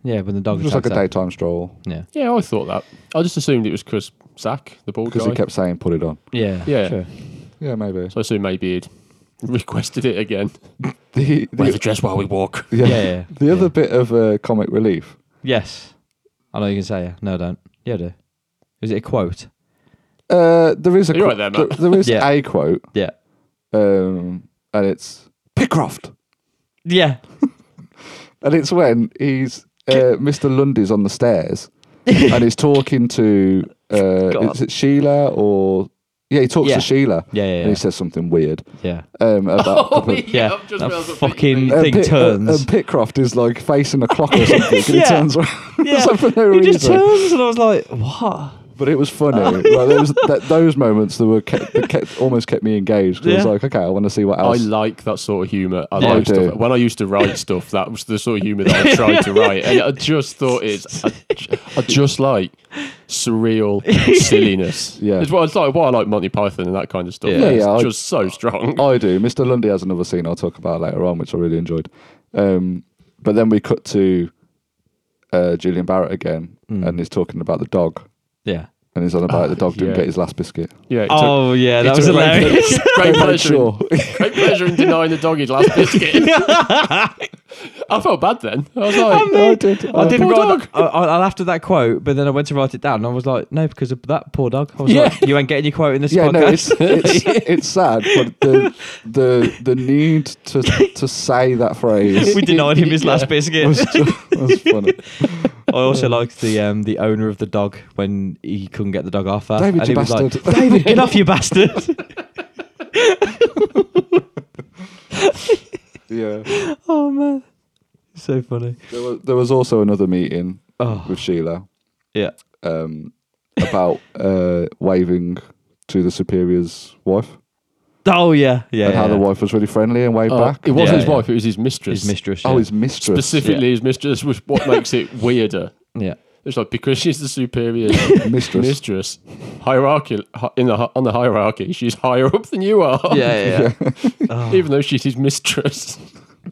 C: yeah. When Oh, the
B: It
C: dog
B: was like a
C: attacks her.
B: daytime stroll
C: Yeah,
A: yeah i thought that i just assumed it was chris sack the bald
B: because
A: guy
B: he kept saying, "Put it on."
C: yeah,
A: Yeah.
C: sure.
B: Yeah, maybe.
A: so i assume maybe he'd requested it again
B: The,
A: wear
B: the,
A: the dress while we walk
B: yeah.
C: Yeah, yeah,
B: The
C: yeah.
B: other bit of uh, comic relief.
C: Yes, I know you can say yeah. No, I don't. Yeah, I do. Is it a quote?
B: Uh, there is a
A: You're
B: qu-
A: right there, Matt.
B: there- there is
C: Yeah.
B: a quote,
C: Yeah,
B: um, and it's Pickcroft,
C: yeah.
B: and it's when he's uh, Mr. Lundy's on the stairs, and he's talking to uh,
C: God.
B: is it Sheila or yeah, he talks
C: Yeah.
B: to Sheila,
C: Yeah, yeah,
B: and
C: yeah.
B: he says something weird
C: yeah.
B: um, about.
A: oh yeah,
C: Yeah,
A: I've just
C: that
A: realised what
C: fucking
A: you mean.
B: And
C: thing
B: Pit-
C: turns.
B: and Pitcroft uh, is like facing a clock or something, and he
C: Yeah.
B: turns around. so for no
C: he
B: reason.
C: just turns, and I was like, "What?"
B: But it was funny.
C: Oh,
B: like, there was th- those moments that were kept, that kept almost kept me engaged. 'cause I was
C: Yeah.
B: like, okay, I want to see what
A: I
B: else.
A: like that sort of humour. I
C: Yeah.
A: like
B: I do.
A: stuff. When I used to write stuff, that was the sort of humour that I tried to write. And I just thought it's, I, ju- I just like surreal silliness.
B: Yeah.
A: It's what it's like, why I like Monty Python and that kind of stuff.
C: Yeah.
A: It's
B: Yeah, yeah, I- Oh,
A: just so strong.
B: I do. Mr. Lundy has another scene I'll talk about later on, which I really enjoyed. Um, but then we cut to uh, Julian Barrett again,
C: Hmm.
B: and he's talking about the dog,
C: Yeah.
B: and he's on
C: Ah,
B: about the dog didn't
A: yeah.
B: get his last biscuit.
A: yeah. it took-
C: Oh yeah,
A: it
C: that
A: took
C: was
A: great ple-
C: hilarious.
A: Great
B: Made
A: pleasure, in,
B: sure.
A: great pleasure in denying the dog his last biscuit. I felt bad then. I was like, "Oh,
B: I did.
C: I didn't
A: poor
C: write.
A: dog.
C: I, I I laughed at that quote, but then I went to write it down, and I was like, "No, because of that poor dog." I was
A: Yeah.
C: like, "You ain't getting your quote in this
B: yeah, no, it's
C: podcast."
B: it's, it's sad, but the the the need to to say that phrase
C: we denied him his
A: Yeah.
C: last biscuit.
B: was, was funny.
C: I also liked the um, the owner of the dog when he couldn't get the dog off her.
B: David,
C: Uh, and
B: you
C: he was like,
B: bastard.
C: David, get off, you bastard!
B: yeah.
C: oh man, so funny.
B: There was, there was also another meeting
C: Oh
B: with Sheila
C: yeah,
B: um, about uh, waving to the superior's wife
C: oh yeah, yeah.
B: and how
C: yeah.
B: the wife was really friendly and waved
A: Oh,
B: back.
A: it wasn't
C: Yeah,
A: his
C: yeah.
A: wife, it was his mistress.
C: his mistress.
B: oh,
C: yeah.
B: his mistress.
A: Specifically, his mistress, which what makes it weirder.
C: yeah.
A: It's like because she's the superior
B: mistress.
A: mistress, hierarchy hi- in the hi- on the hierarchy, she's higher up than you are.
C: yeah, yeah.
A: even though she's his mistress,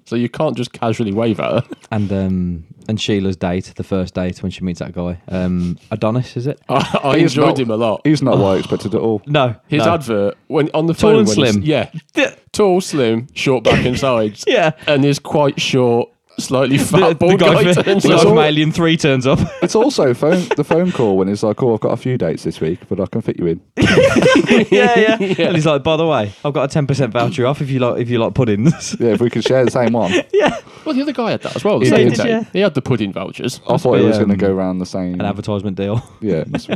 A: so you can't just casually wave at her.
C: and um, and Sheila's date, the first date when she meets that guy, um, Adonis, is it?
A: I, I
B: He's
A: enjoyed
B: not-
A: him a lot.
B: He's not what I expected at all.
C: No,
A: His
C: no.
A: advert when on the
C: Tall
A: phone
C: and
A: when he's-
C: slim.
A: yeah,
C: Yeah.
A: tall, slim, short back and sides,
C: Yeah.
A: and his quite short slightly
C: the,
A: fat
C: the
A: bald guy,
C: guy, for-
A: turns
C: the guy
A: up.
C: from Alien Three turns up.
B: It's also phone, the phone call when it's like, oh, I've got a few dates this week, but I can fit you in.
C: yeah, yeah,
A: Yeah.
C: And he's like, by the way, I've got a ten percent voucher off if you like if you like puddings.
B: Yeah, if we could share the same one.
C: yeah,
A: Well, the other guy had that as well. the
B: Yeah, he
A: second
C: did,
A: day.
C: yeah.
A: He had the pudding vouchers.
B: I thought it
C: be,
B: was going to
C: um,
B: go around the same.
C: an advertisement deal.
B: Yeah, it must be.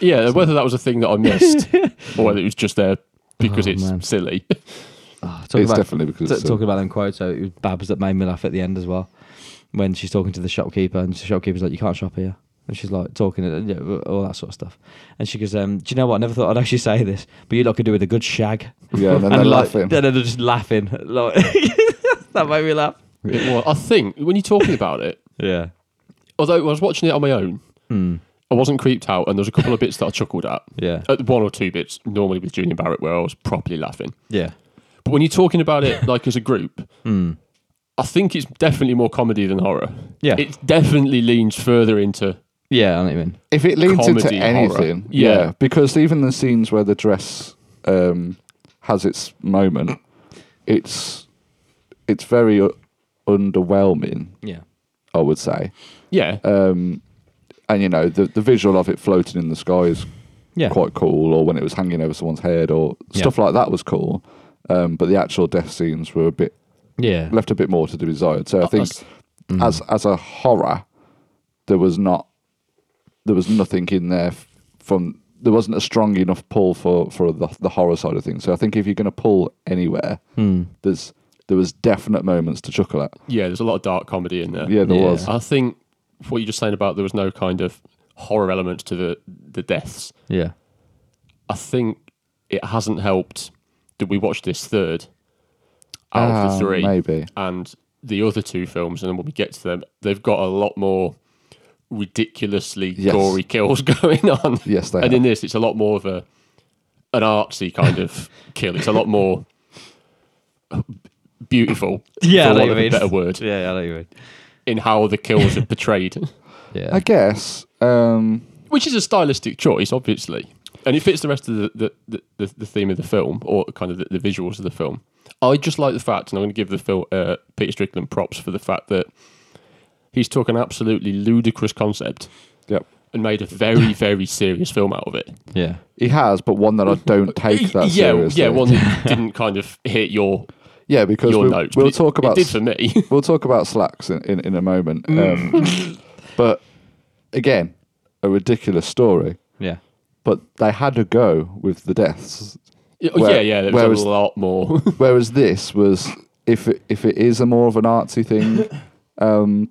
A: Yeah, whether that was a thing that I missed or whether it was just there because
C: Oh,
A: it's
C: man.
A: silly.
C: Oh, talking
B: it's
C: about-
B: definitely because
C: t-
B: it's, uh,
C: talking about them quotes, so it was Babs that made me laugh at the end as well. When she's talking to the shopkeeper, and the shopkeeper's like, "You can't shop here," and she's like talking and you know, all that sort of stuff. And she goes, um, "Do you know what? I never thought I'd actually say this, but you lot could do with a good shag."
B: yeah, and then they're
C: like,
B: laughing.
C: Then they're just laughing. Like, that made me laugh.
A: It was. I think when you're talking about it,
C: Yeah.
A: although I was watching it on my own,
C: Mm.
A: I wasn't creeped out, and there was a couple of bits that I chuckled at.
C: Yeah.
B: Uh,
A: At one or two bits, normally with Junior Barrett, where I was properly laughing.
C: Yeah. Hmm.
A: But when you're talking about it like as a group, I think it's definitely more comedy than horror.
C: Yeah.
A: It definitely leans further into.
C: Yeah. I know what you mean.
B: if it leans into
A: comedy horror.
B: anything,
A: Yeah.
B: yeah. because even the scenes where the dress um, has its moment, it's it's very u- underwhelming,
C: Yeah.
B: I would say.
A: Yeah.
B: Um, and you know, the the visual of it floating in the sky is
C: Yeah.
B: quite cool, or when it was hanging over someone's head, or
C: Yeah.
B: stuff like that was cool. Um, but the actual death scenes were a bit
C: Yeah.
B: left a bit more to be desired. So I
A: Uh,
B: think
A: that's-
B: as as a horror, there was not there was nothing in there f- from there wasn't a strong enough pull for for the, the horror side of things. So I think if you're going to pull anywhere,
C: Hmm.
B: there's there was definite moments to chuckle at.
A: yeah, there's a lot of dark comedy in there.
B: Yeah, there
C: Yeah.
B: was.
A: I think what you're just saying about there was no kind of horror elements to the, the deaths.
C: Yeah.
A: I think it hasn't helped that we watched this third out of
B: Ah,
A: the three.
B: maybe.
A: And the other two films, and then when we get to them, they've got a lot more ridiculously
B: Yes.
A: gory kills going on.
B: Yes, they
A: And
B: have.
A: in this, it's a lot more of a an artsy kind of kill. It's a lot more beautiful,
C: Yeah. I
A: for
C: know
A: want
C: what
A: of
C: you mean.
A: a better word,
C: Yeah. I know what you mean.
A: in how the kills are portrayed.
C: Yeah.
B: I guess. Um,
A: which is a stylistic choice, obviously, and it fits the rest of the the, the, the, the theme of the film or kind of the, the visuals of the film. I just like the fact, and I'm going to give the film uh, Peter Strickland props for the fact that he's took an absolutely ludicrous concept
B: yep.
A: and made a very very serious film out of it.
C: yeah.
B: He has, but one that I don't take that
A: yeah,
B: seriously.
A: yeah, one that didn't kind of hit your
B: yeah, because
A: your
B: we'll,
A: notes. but
B: we'll
A: it-
B: talk
A: it
B: about
A: did for me.
B: we'll talk about slacks in, in, in a moment. Um, but again, a ridiculous story.
C: Yeah.
B: But they had a go with the deaths.
A: yeah,
B: Where-
A: yeah, there
B: whereas-
A: was a lot more.
B: Whereas this was, if it, if it is a more of an artsy thing, um,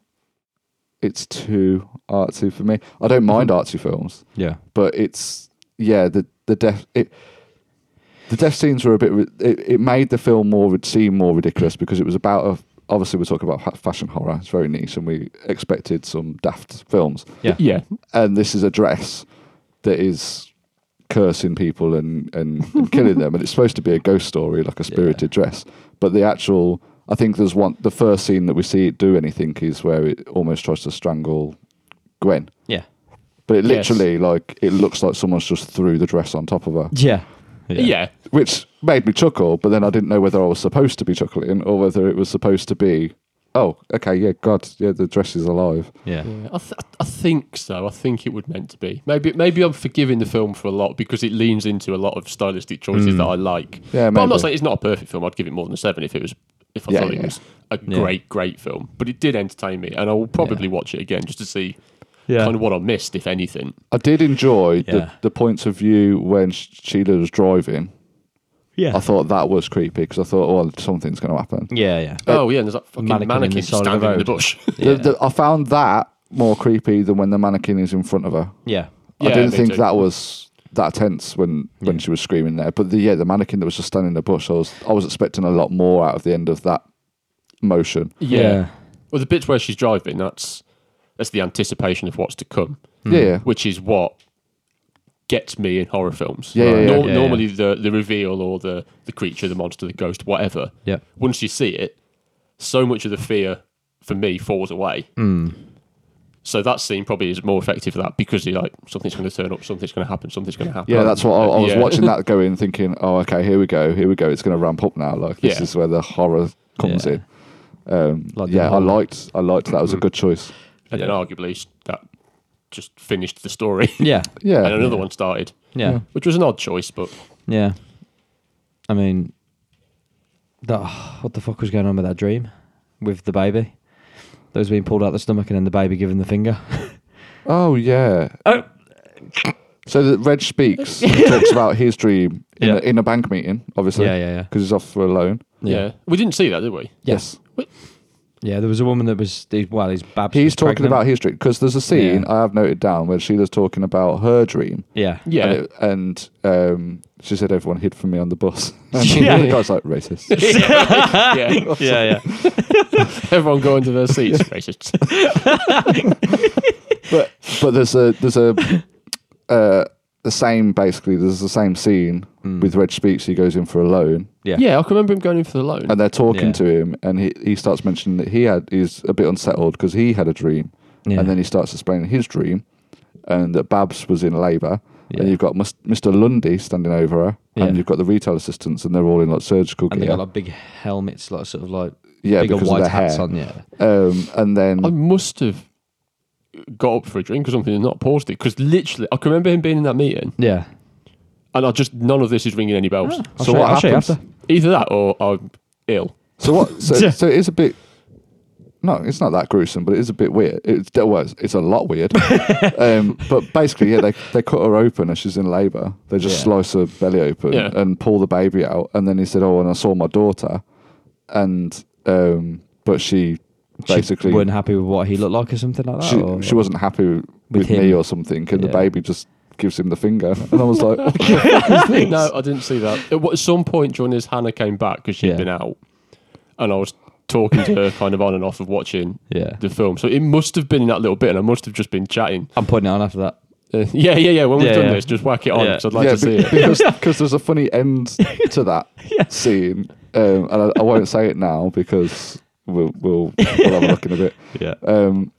B: it's too artsy for me. I don't mind artsy films,
C: Yeah.
B: but it's yeah the the death it. The death scenes were a bit. ri- It, it made the film more seem more ridiculous because it was about a. Obviously, we're talking about fa- fashion horror. It's very niche, and we expected some daft films.
C: Yeah.
A: yeah,
B: and this is a dress that is cursing people and, and, and killing them and it's supposed to be a ghost story like a spirited dress but the actual i think there's one the first scene that we see it do anything is where it almost tries to strangle gwen
C: Yeah.
B: but it
A: Yes.
B: literally like it looks like someone's just threw the dress on top of her
C: Yeah.
A: yeah,
B: which made me chuckle but then i didn't know whether i was supposed to be chuckling or whether it was supposed to be oh okay yeah god yeah the dress is alive
C: Yeah.
A: Yeah, I, th- I think so. I think it would meant to be. Maybe maybe I'm forgiving the film for a lot because it leans into a lot of stylistic choices
C: Hmm.
A: that I like.
B: Yeah,
A: but I'm not
B: maybe.
A: saying it's not a perfect film. I'd give it more than a seven if it was if I
B: Yeah,
A: thought it
B: yeah.
A: was a
C: Yeah.
A: great great film. But it did entertain me, and I will probably watch it again just to see
C: Yeah.
A: kind of what I missed, if anything.
B: I did enjoy
C: Yeah.
B: the, the points of view when Sh- Sheila was driving.
C: Yeah.
B: I thought that was creepy because I thought, well, something's going to happen.
C: yeah. Yeah.
A: oh yeah, and there's that fucking
C: Uh, Mannequin
A: mannequin,
C: in the side of
A: standing
C: the
A: in the
C: road.
A: bush.
B: The- the- I found that more creepy than when the mannequin is in front of her.
C: Yeah.
A: Yeah,
B: I didn't
A: me
B: think
A: too.
B: that was that tense when, when she was screaming there. But the, yeah, the mannequin that was just standing in the bush, I was I was expecting a lot more out of the end of that motion.
A: yeah. Well, the bits where she's driving, that's that's the anticipation of what's to come.
B: Yeah, yeah,
A: which is what gets me in horror films.
B: Yeah, yeah, yeah.
A: Nor-
C: Yeah,
A: normally the the reveal or the the creature, the monster, the ghost, whatever.
C: Yeah.
A: Once you see it, so much of the fear for me falls away.
C: Hmm.
A: So that scene probably is more effective for that because you're like something's going to turn up, something's going to happen, something's going to happen.
B: yeah. That's what I, I was
A: Yeah.
B: watching that go in, thinking, oh, okay, here we go, here we go. It's going to ramp up now. Like this
A: Yeah.
B: is where the horror comes
C: Yeah.
B: in. Um,
C: Like the
B: yeah, I
C: whole-
B: liked. I liked that was
A: Hmm.
B: a good choice.
A: And then arguably that just finished the story.
C: Yeah.
B: Yeah,
A: and another one started,
C: Yeah.
A: which was an odd choice, but
C: Yeah. I mean, that, what the fuck was going on with that dream with the baby? Those being pulled out the stomach and then the baby giving the finger.
B: Oh yeah.
C: Oh.
B: So that Reg speaks talks about his dream in,
C: Yeah.
B: a, in a bank meeting, obviously.
C: Yeah, yeah, yeah.
B: Because he's off for a loan.
A: yeah. we didn't see that, did we?
C: Yeah.
B: Yes.
C: Yeah, there was a woman that was, well, his babs.
B: He's
C: was
B: talking
C: pregnant.
B: about his dream because there's a scene
C: Yeah.
B: I have noted down where Sheila's talking about her dream.
C: Yeah.
A: Yeah,
B: And, it- and, um, she said everyone hid from me on the bus. And
C: Yeah.
B: the guy's like racist.
A: yeah.
C: Yeah, yeah.
A: Everyone going to their seats. Racist.
B: but but there's a there's a uh, the same basically there's the same scene
C: Mm.
B: with Reg speaks. He goes in for a loan,
C: Yeah.
A: Yeah, I can remember him going in for the loan.
B: and they're talking
C: Yeah.
B: to him, and he, he starts mentioning that he had he's a bit unsettled because he had a dream,
C: Yeah.
B: and then he starts explaining his dream, and that Babs was in labour,
C: Yeah.
B: and you've got Mus- Mr. Lundy standing over her,
C: Yeah.
B: and you've got the retail assistants, and they're all in like surgical
C: And they
B: gear,
C: got like big helmets, like sort of like
B: yeah,
C: bigger
B: because
C: white
B: of their
C: hats
B: hair,
C: on. Yeah.
B: um, and then
A: I must have got up for a drink or something and not paused it because literally, I can remember him being in that meeting,
C: Yeah.
A: and I just none of this is ringing any bells.
C: Ah, I'll
B: so
C: show you-
B: what
C: I'll show you
B: happens?
C: after.
A: Either that or I'm ill.
B: So what? So,
C: Yeah.
B: so it is a bit. No, it's not that gruesome, but it is a bit weird. It's well, it's, it's a lot weird. um, but basically, yeah, they they cut her open as she's in labour. They just
C: Yeah.
B: slice her belly open
A: Yeah.
B: and pull the baby out. And then he said, "Oh, and I saw my daughter," and um, but she
C: She
B: basically she
C: weren't happy with what he looked like or something like that.
B: she,
C: or-
B: wasn't happy with,
C: him.
B: me or something, and the
C: Yeah.
B: baby just gives him the finger, and I was like, "What the fuck is
A: no, I didn't see that. At, what- at some point during this, Hannah came back because she had
C: Yeah.
A: been out, and I was talking to her kind of on and off of watching
C: Yeah.
A: the film. So it must have been in that little bit, and I must have just been chatting.
C: I'm putting it on after that.
A: Uh, yeah, yeah, yeah. When we've
C: Yeah,
A: done
C: yeah.
A: this, just whack it on
C: Yeah.
A: 'cause I'd like to see
B: be-
A: it.
B: because because there's a funny end to that scene, um, and I, I won't say it now because we'll we'll, we'll have a look in a bit.
C: Yeah.
B: Um,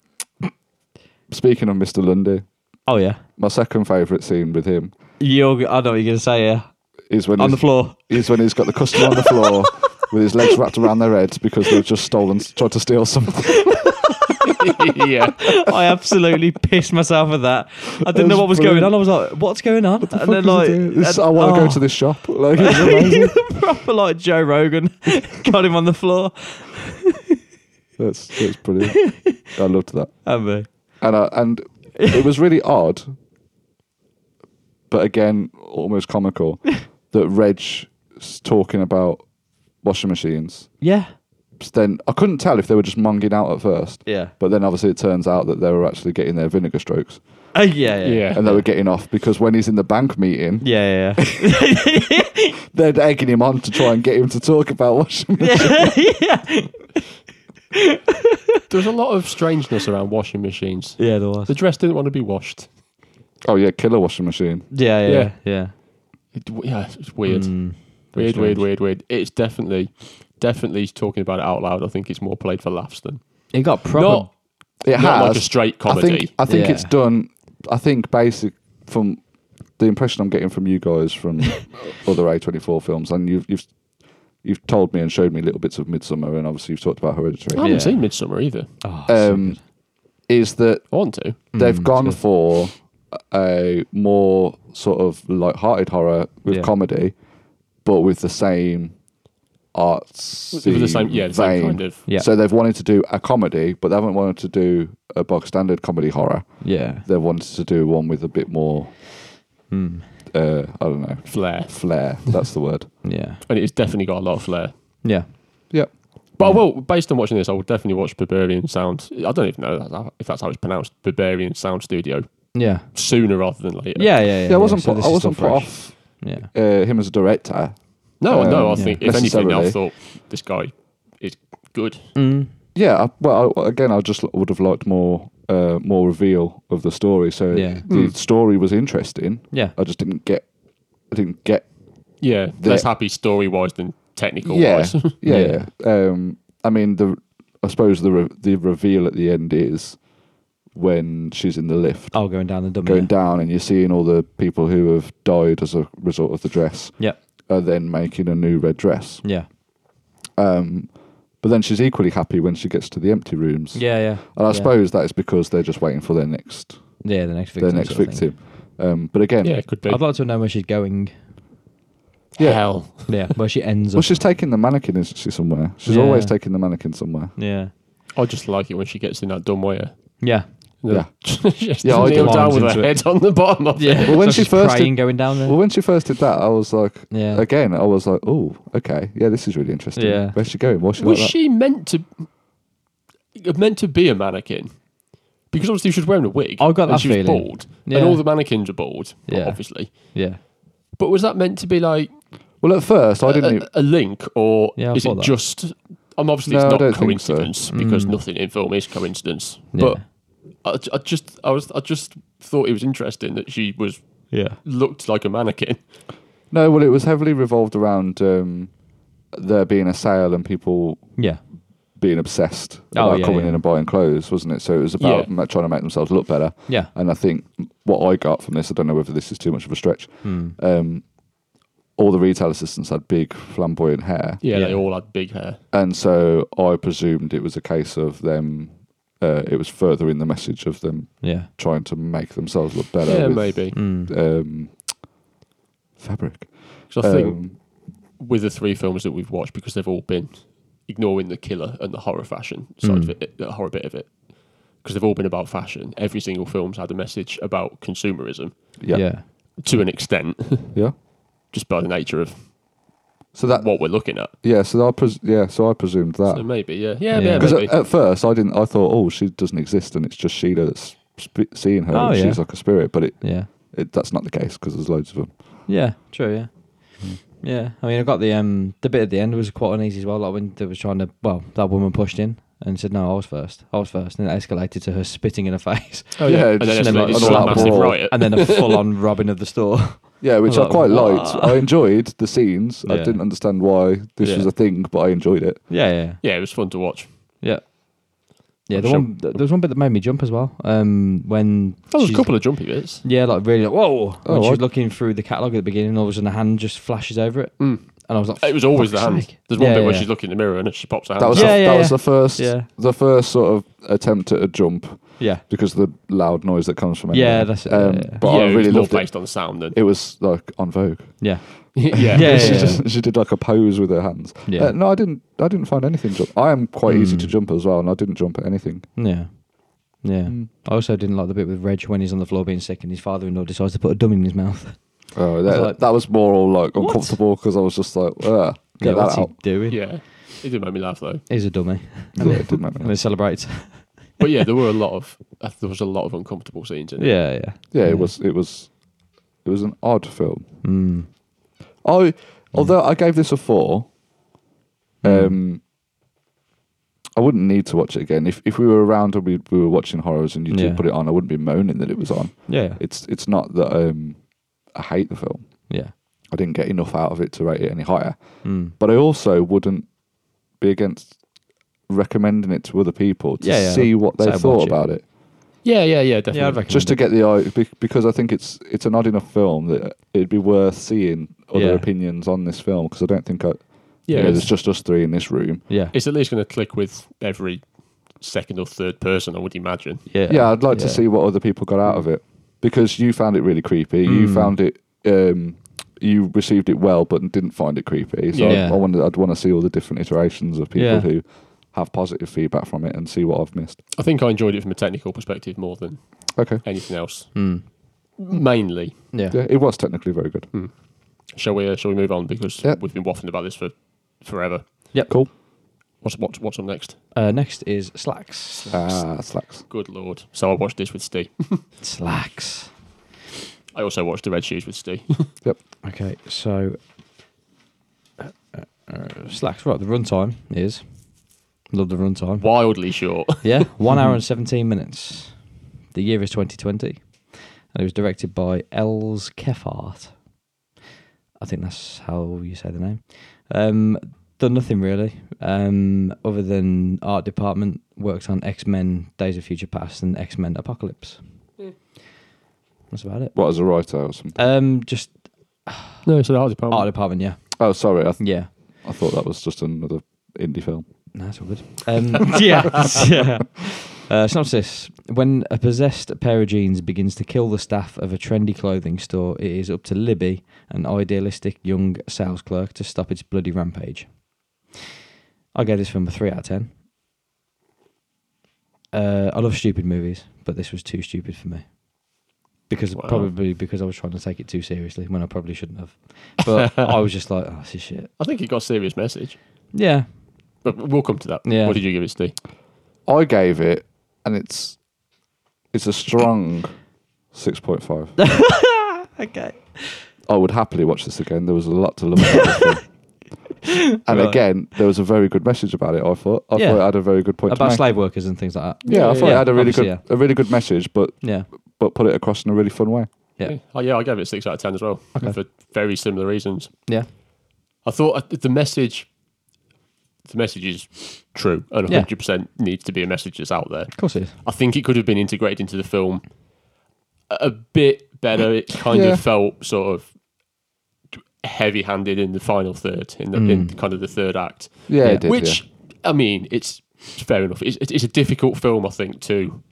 B: speaking of Mr. Lundy,
C: Oh, yeah.
B: my second favourite scene with him
C: You're, g- I know what you're going to say, yeah.
B: is when
C: On the
B: he's-
C: floor.
B: is when he's got the customer on the floor with his legs wrapped around their heads because they've just stolen, tried to steal something.
A: yeah,
C: I absolutely pissed myself at that. I
B: That
C: didn't know
B: was
C: what was
B: brilliant.
C: going on. I was like, what's going on? and
B: Fuck is
C: then,
B: he
C: like,
B: doing? This-
C: and-
B: I want to
C: oh.
B: go to this shop. Like, it's amazing.
C: proper like Joe Rogan got him on the floor.
B: that's that's brilliant. I loved that.
C: Have they?
B: and I, and it was really odd, but again almost comical that Reg's talking about washing machines.
C: Yeah.
B: Then I couldn't tell if they were just monging out at first,
C: Yeah.
B: but then obviously it turns out that they were actually getting their vinegar strokes
C: Uh, yeah, yeah.
A: yeah.
B: and they were getting off because when he's in the bank meeting,
C: Yeah, yeah,
B: they're egging him on to try and get him to talk about washing. machines.
C: yeah. yeah.
A: There's a lot of strangeness around washing machines.
C: Yeah, there was.
A: The dress didn't want to be washed.
B: Oh yeah, killer washing machine.
C: Yeah, yeah,
A: Yeah.
C: yeah. yeah.
A: It, w- yeah, it's weird.
C: Mm, very
A: weird, weird,
C: strange.
A: weird, weird. It's definitely, definitely talking about it out loud. I think it's more played for laughs than
C: It got proper.
A: not,
B: It
A: not
B: has
A: like a straight
B: I
A: comedy.
B: think I think
C: Yeah.
B: it's done. I think basic from the impression I'm getting from you guys from other A24 films, and you've you've you've told me and showed me little bits of Midsummer, and obviously you've talked about
A: I
B: Hereditary.
A: haven't
C: Yeah.
A: seen Midsummer either.
C: Oh, so
B: um,
C: good.
B: Is that
A: I want to.
B: they've
C: Mm,
B: gone
C: it's
B: for a more sort of light-hearted horror with
C: Yeah.
B: comedy, but with the same arts,
A: It was the same, yeah, the same kind of.
C: Yeah.
B: So they've wanted to do a comedy, but they haven't wanted to do a bog standard comedy horror.
C: yeah.
B: they wanted to do one with a bit more
C: Mm,
B: uh, I don't know
A: flair,
B: flair. That's the word.
C: yeah.
A: and it's definitely got a lot of flair.
C: Yeah.
B: Yeah,
A: But
B: Mm.
A: I will, based on watching this, I will definitely watch Barbarian Sound. I don't even know that- if that's how it's pronounced, Barbarian Sound Studio,
C: Yeah.
A: sooner rather than later.
C: Yeah, yeah, yeah.
B: yeah. I wasn't.
C: so
B: put,
C: this
B: I
C: is
B: wasn't
C: still
B: put
C: fresh.
B: off
C: Yeah.
B: uh, him as a director.
A: No, no, I
B: Um,
A: think,
B: yeah.
A: if anything, I
B: Necessarily.
A: thought this guy is good.
C: Mm,
B: Yeah. I, well, I, again, I just would have liked more, uh, more reveal of the story. So
C: Yeah.
B: the story was interesting.
C: yeah.
B: I just didn't get. I didn't get.
A: Yeah,
B: The-
A: less happy story wise than technical
B: Yeah,
A: wise.
B: yeah, yeah. Um, I mean, the I suppose the re- the reveal at the end is when she's in the lift
C: Oh, going down the dummy.
B: going down, and you're seeing all the people who have died as a result of the dress.
C: Yeah.
B: are then making a new red dress.
C: Yeah.
B: Um, But then she's equally happy when she gets to the empty rooms.
C: Yeah, yeah.
B: And I
C: yeah.
B: suppose that is because they're just waiting for their next
C: Yeah, the next victim.
B: their next
C: sort of thing.
B: victim. Um, but again,
A: Yeah, it could be.
C: I'd like to know where she's going.
B: Yeah.
A: Hell.
C: Yeah, where she ends
B: well,
C: up.
B: she's taking the mannequin, isn't she? Somewhere. She's
C: Yeah.
B: always taking the mannequin somewhere.
C: Yeah.
A: I just like it when she gets in that dumb waiter.
C: Yeah.
B: Yeah.
A: just
B: Yeah, I
A: kneel
C: do.
A: down with her
C: Into it.
A: head on the bottom of it.
B: Well, when
C: So
B: she
C: she's
B: first
C: crying
B: did-
C: going down there.
B: Well, when she first did that, I was like,
C: yeah.
B: again, I was like, oh, okay, yeah, this is really interesting.
C: Yeah.
B: Where's she going? What's she
A: Was
B: like that?
A: she meant to meant to be a mannequin? Because obviously she was wearing a wig.
C: I got
A: and
C: that
A: she was
C: feeling.
A: bald.
C: Yeah.
A: And all the mannequins are bald,
C: Yeah.
A: obviously.
C: Yeah.
A: But was that meant to be like
B: Well, at first,
C: Uh,
B: I didn't. e-
A: a,
B: even,
A: a link or
C: e- Yeah, I
A: is it
C: thought that.
A: just I'm obviously
B: No, I
A: it's not
B: don't think so.
A: coincidence because
C: Mm.
A: nothing in film is coincidence.
C: Yeah.
A: But I, I just I was I just thought it was interesting that she was
C: Yeah.
A: looked like a mannequin.
B: no, well, it was heavily revolved around um, there being a sale and people
C: Yeah.
B: being obsessed
C: Oh,
B: about
C: yeah,
B: coming
C: yeah.
B: in and buying clothes, wasn't it? So it was about
A: Yeah.
B: ma- trying to make themselves look better.
C: Yeah.
B: And I think what I got from this, I don't know whether this is too much of a stretch.
C: Hmm.
B: Um, all the retail assistants had big flamboyant hair,
A: Yeah,
C: Yeah.
A: they all had big hair.
B: and so I presumed it was a case of them. Uh, it was furthering the message of them
C: Yeah.
B: trying to make themselves look better.
A: yeah,
B: with,
A: maybe.
C: Mm.
B: Um, fabric.
A: 'Cause I think
B: Um,
A: with the three films that we've watched, because they've all been ignoring the killer and the horror fashion side
B: Hmm.
A: of
C: Mm.
A: it, the horror bit of it, because they've all been about fashion. Every single film's had a message about consumerism
B: yeah. yeah.
C: Yeah.
A: to an extent, just by the nature of
B: So that.
A: what we're looking at.
B: Yeah. So I. Pres- yeah. So I presumed that. uh,
A: So maybe, yeah, yeah,
C: Yeah.
A: yeah.
B: Because
A: maybe.
B: at, at first I didn't. I thought, oh, she doesn't exist, and it's just Sheila that's sp- seeing her.
C: Oh,
B: and
C: yeah.
B: She's like a spirit, but it,
C: Yeah.
B: it that's not the case because there's loads of them.
C: Yeah, true. Yeah,
A: Mm-hmm.
C: yeah. I mean, I got the um the bit at the end was quite uneasy as well. Like when they was trying to, well, that woman pushed in and said, "No, I was first. I was first. and it escalated to her spitting in her face,
A: Oh,
B: yeah,
A: and
B: just
A: then
C: an
A: it's
C: all-out
A: like a massive
B: brawl.
A: riot.
C: and then a full on robbing of the store.
B: Yeah, which
C: was
B: I
C: like,
B: quite
C: "Wha-"
B: liked. I enjoyed the scenes. I
C: Yeah.
B: didn't understand why this
C: Yeah.
B: was a thing, but I enjoyed it.
C: Yeah, yeah,
A: yeah, it was fun to watch. Oh,
C: yeah. Yeah,
A: I'm
C: the
A: sure-
C: one th- there was one bit that made me jump as well. Um, when
A: There was a
C: she's-
A: couple of jumpy bits.
C: yeah, like really, like, whoa!
B: Oh,
C: when
B: I-
C: she's looking through the catalog at the beginning, all of a sudden a hand just flashes over it,
A: Mm.
C: and I was like,
A: It was always the
C: "Fuck's
A: hand.
C: sake."
A: There's one
C: Yeah,
A: bit where
C: yeah.
A: she's looking in the mirror and she pops out.
B: That was
C: Yeah,
B: the,
C: yeah,
B: that
C: yeah.
B: was the first
C: Yeah.
B: the first sort of attempt at a jump
C: yeah,
B: because of the loud noise that comes from it.
C: Yeah, that's it, yeah,
B: Um,
C: yeah.
B: But
A: yeah,
B: I
A: it
B: really
A: was more
B: loved it.
A: based on sound than
B: It was like on Vogue.
C: yeah,
A: yeah,
C: Yeah,
B: she
C: yeah.
B: just she did like a pose with her hands.
C: Yeah.
B: Uh, no, I didn't. I didn't find anything. Jump. I am quite easy to jump as well, and I didn't jump at anything.
C: Yeah. Yeah.
B: Mm.
C: I also didn't like the bit with Reg when he's on the floor being sick and his father in law decides to put a dummy in his mouth.
B: Oh, that,
C: like-
B: that was more all like
C: What?
B: uncomfortable because I was just like, Ugh,
C: yeah,
B: get
C: what's
B: that out.
C: he doing?
A: yeah. It did make me laugh though.
C: He's a dummy.
B: Yeah, it didn't make me
C: And he celebrates.
A: But yeah, there were a lot of there was a lot of uncomfortable scenes in it.
C: yeah, yeah.
B: yeah, it was it was it was an odd film.
C: Mm.
B: I although I gave this a four,
C: Hmm.
B: um, I wouldn't need to watch it again. If if we were around and we, we were watching horrors and you
C: Yeah.
B: did put it on, I wouldn't be moaning that it was on.
C: Yeah.
B: It's it's not that um, I hate the film.
C: Yeah.
B: I didn't get enough out of it to rate it any higher.
C: Mm.
B: But I also wouldn't be against recommending it to other people to
C: Yeah, yeah.
B: see what they
C: So watch
B: thought
C: it.
B: about it.
A: yeah, yeah, yeah,
C: Yeah, I'd
A: definitely.
C: recommend
B: just to
C: it.
B: get the eye be- because I think it's it's an odd enough film that it'd be worth seeing other
C: Yeah.
B: opinions on this film because I don't think I
A: Yeah,
B: you know,
A: it's,
B: there's just us three in this room.
C: Yeah.
A: it's at least going to click with every second or third person, I would imagine.
C: Yeah.
B: Yeah, I'd like to
C: Yeah.
B: see what other people got out of it because you found it really creepy. You
C: Mm.
B: found it um, you received it well but didn't find it creepy. So
C: Yeah.
B: I, I wanted, I'd want to see all the different iterations of people
C: Yeah.
B: who have positive feedback from it and see what I've missed.
A: I think I enjoyed it from a technical perspective more than
B: Okay.
A: anything else.
C: Mm.
A: Mainly,
C: Yeah.
B: Yeah, it was technically very good.
A: shall we? Uh, shall we move on because
B: Yeah.
A: we've been waffling about this for forever.
B: Cool.
A: What's what's what's up next?
C: Uh, next is Slacks.
B: Ah, slacks.
A: Good lord! So I watched this with Steve.
C: Slacks.
A: I also watched the Red Shoes with Steve.
C: Okay, so uh, uh, Slacks, right, the runtime is. Love the runtime.
A: Wildly short.
C: Yeah, one hour and 17 minutes. The year is 2020. And it was directed by Els Kefart. I think that's how you say the name. Um, done nothing really, um, other than art department, worked on X Men Days of Future Past and X Men Apocalypse. That's about it.
B: What as a writer or something?
C: Um, just
A: no, so the hard
C: art
A: department.
C: department, yeah.
B: Oh, sorry, I, th-
C: Yeah.
B: I thought that was just another indie film.
C: No, it's all good. Um, yeah. yeah. Uh, synopsis. When a possessed pair of jeans begins to kill the staff of a trendy clothing store, it is up to Libby, an idealistic young sales clerk, to stop its bloody rampage. I gave this film a 3 out of 10. Uh, I love stupid movies, but this was too stupid for me. Because
A: Wow.
C: probably because I was trying to take it too seriously when I probably shouldn't have. But I was just like, oh, this is shit.
A: I think it got a serious message,
C: Yeah,
A: but we'll come to that.
C: Yeah.
A: What did you give it, Steve?
B: I gave it, and it's it's a strong six point five.
C: Okay.
B: I would happily watch this again. There was a lot to love about this film. And
C: Right.
B: again, there was a very good message about it. I thought. I
C: Yeah.
B: thought it had a very good point. to
C: About
B: make.
C: slave workers and things like that.
B: Yeah, I thought
C: Yeah,
B: it had a really good,
C: obviously,
B: a really good message, but
C: Yeah.
B: but put it across in a really fun way.
C: Yeah.
A: Oh yeah, I gave it six out of ten as well for very similar reasons.
C: Yeah.
A: I thought I- the message, the message is true and
C: Yeah.
A: 100 percent needs to be a message that's out there.
C: Of course it is.
A: I think it could have been integrated into the film a a bit better. It kind
B: Yeah.
A: of felt sort of heavy-handed in the final third, in, the, in
C: Mm.
A: kind of the third act.
B: Yeah,
C: Yeah.
B: it did.
A: Which I mean, it's it's fair enough. It's, it's a difficult film, I think, to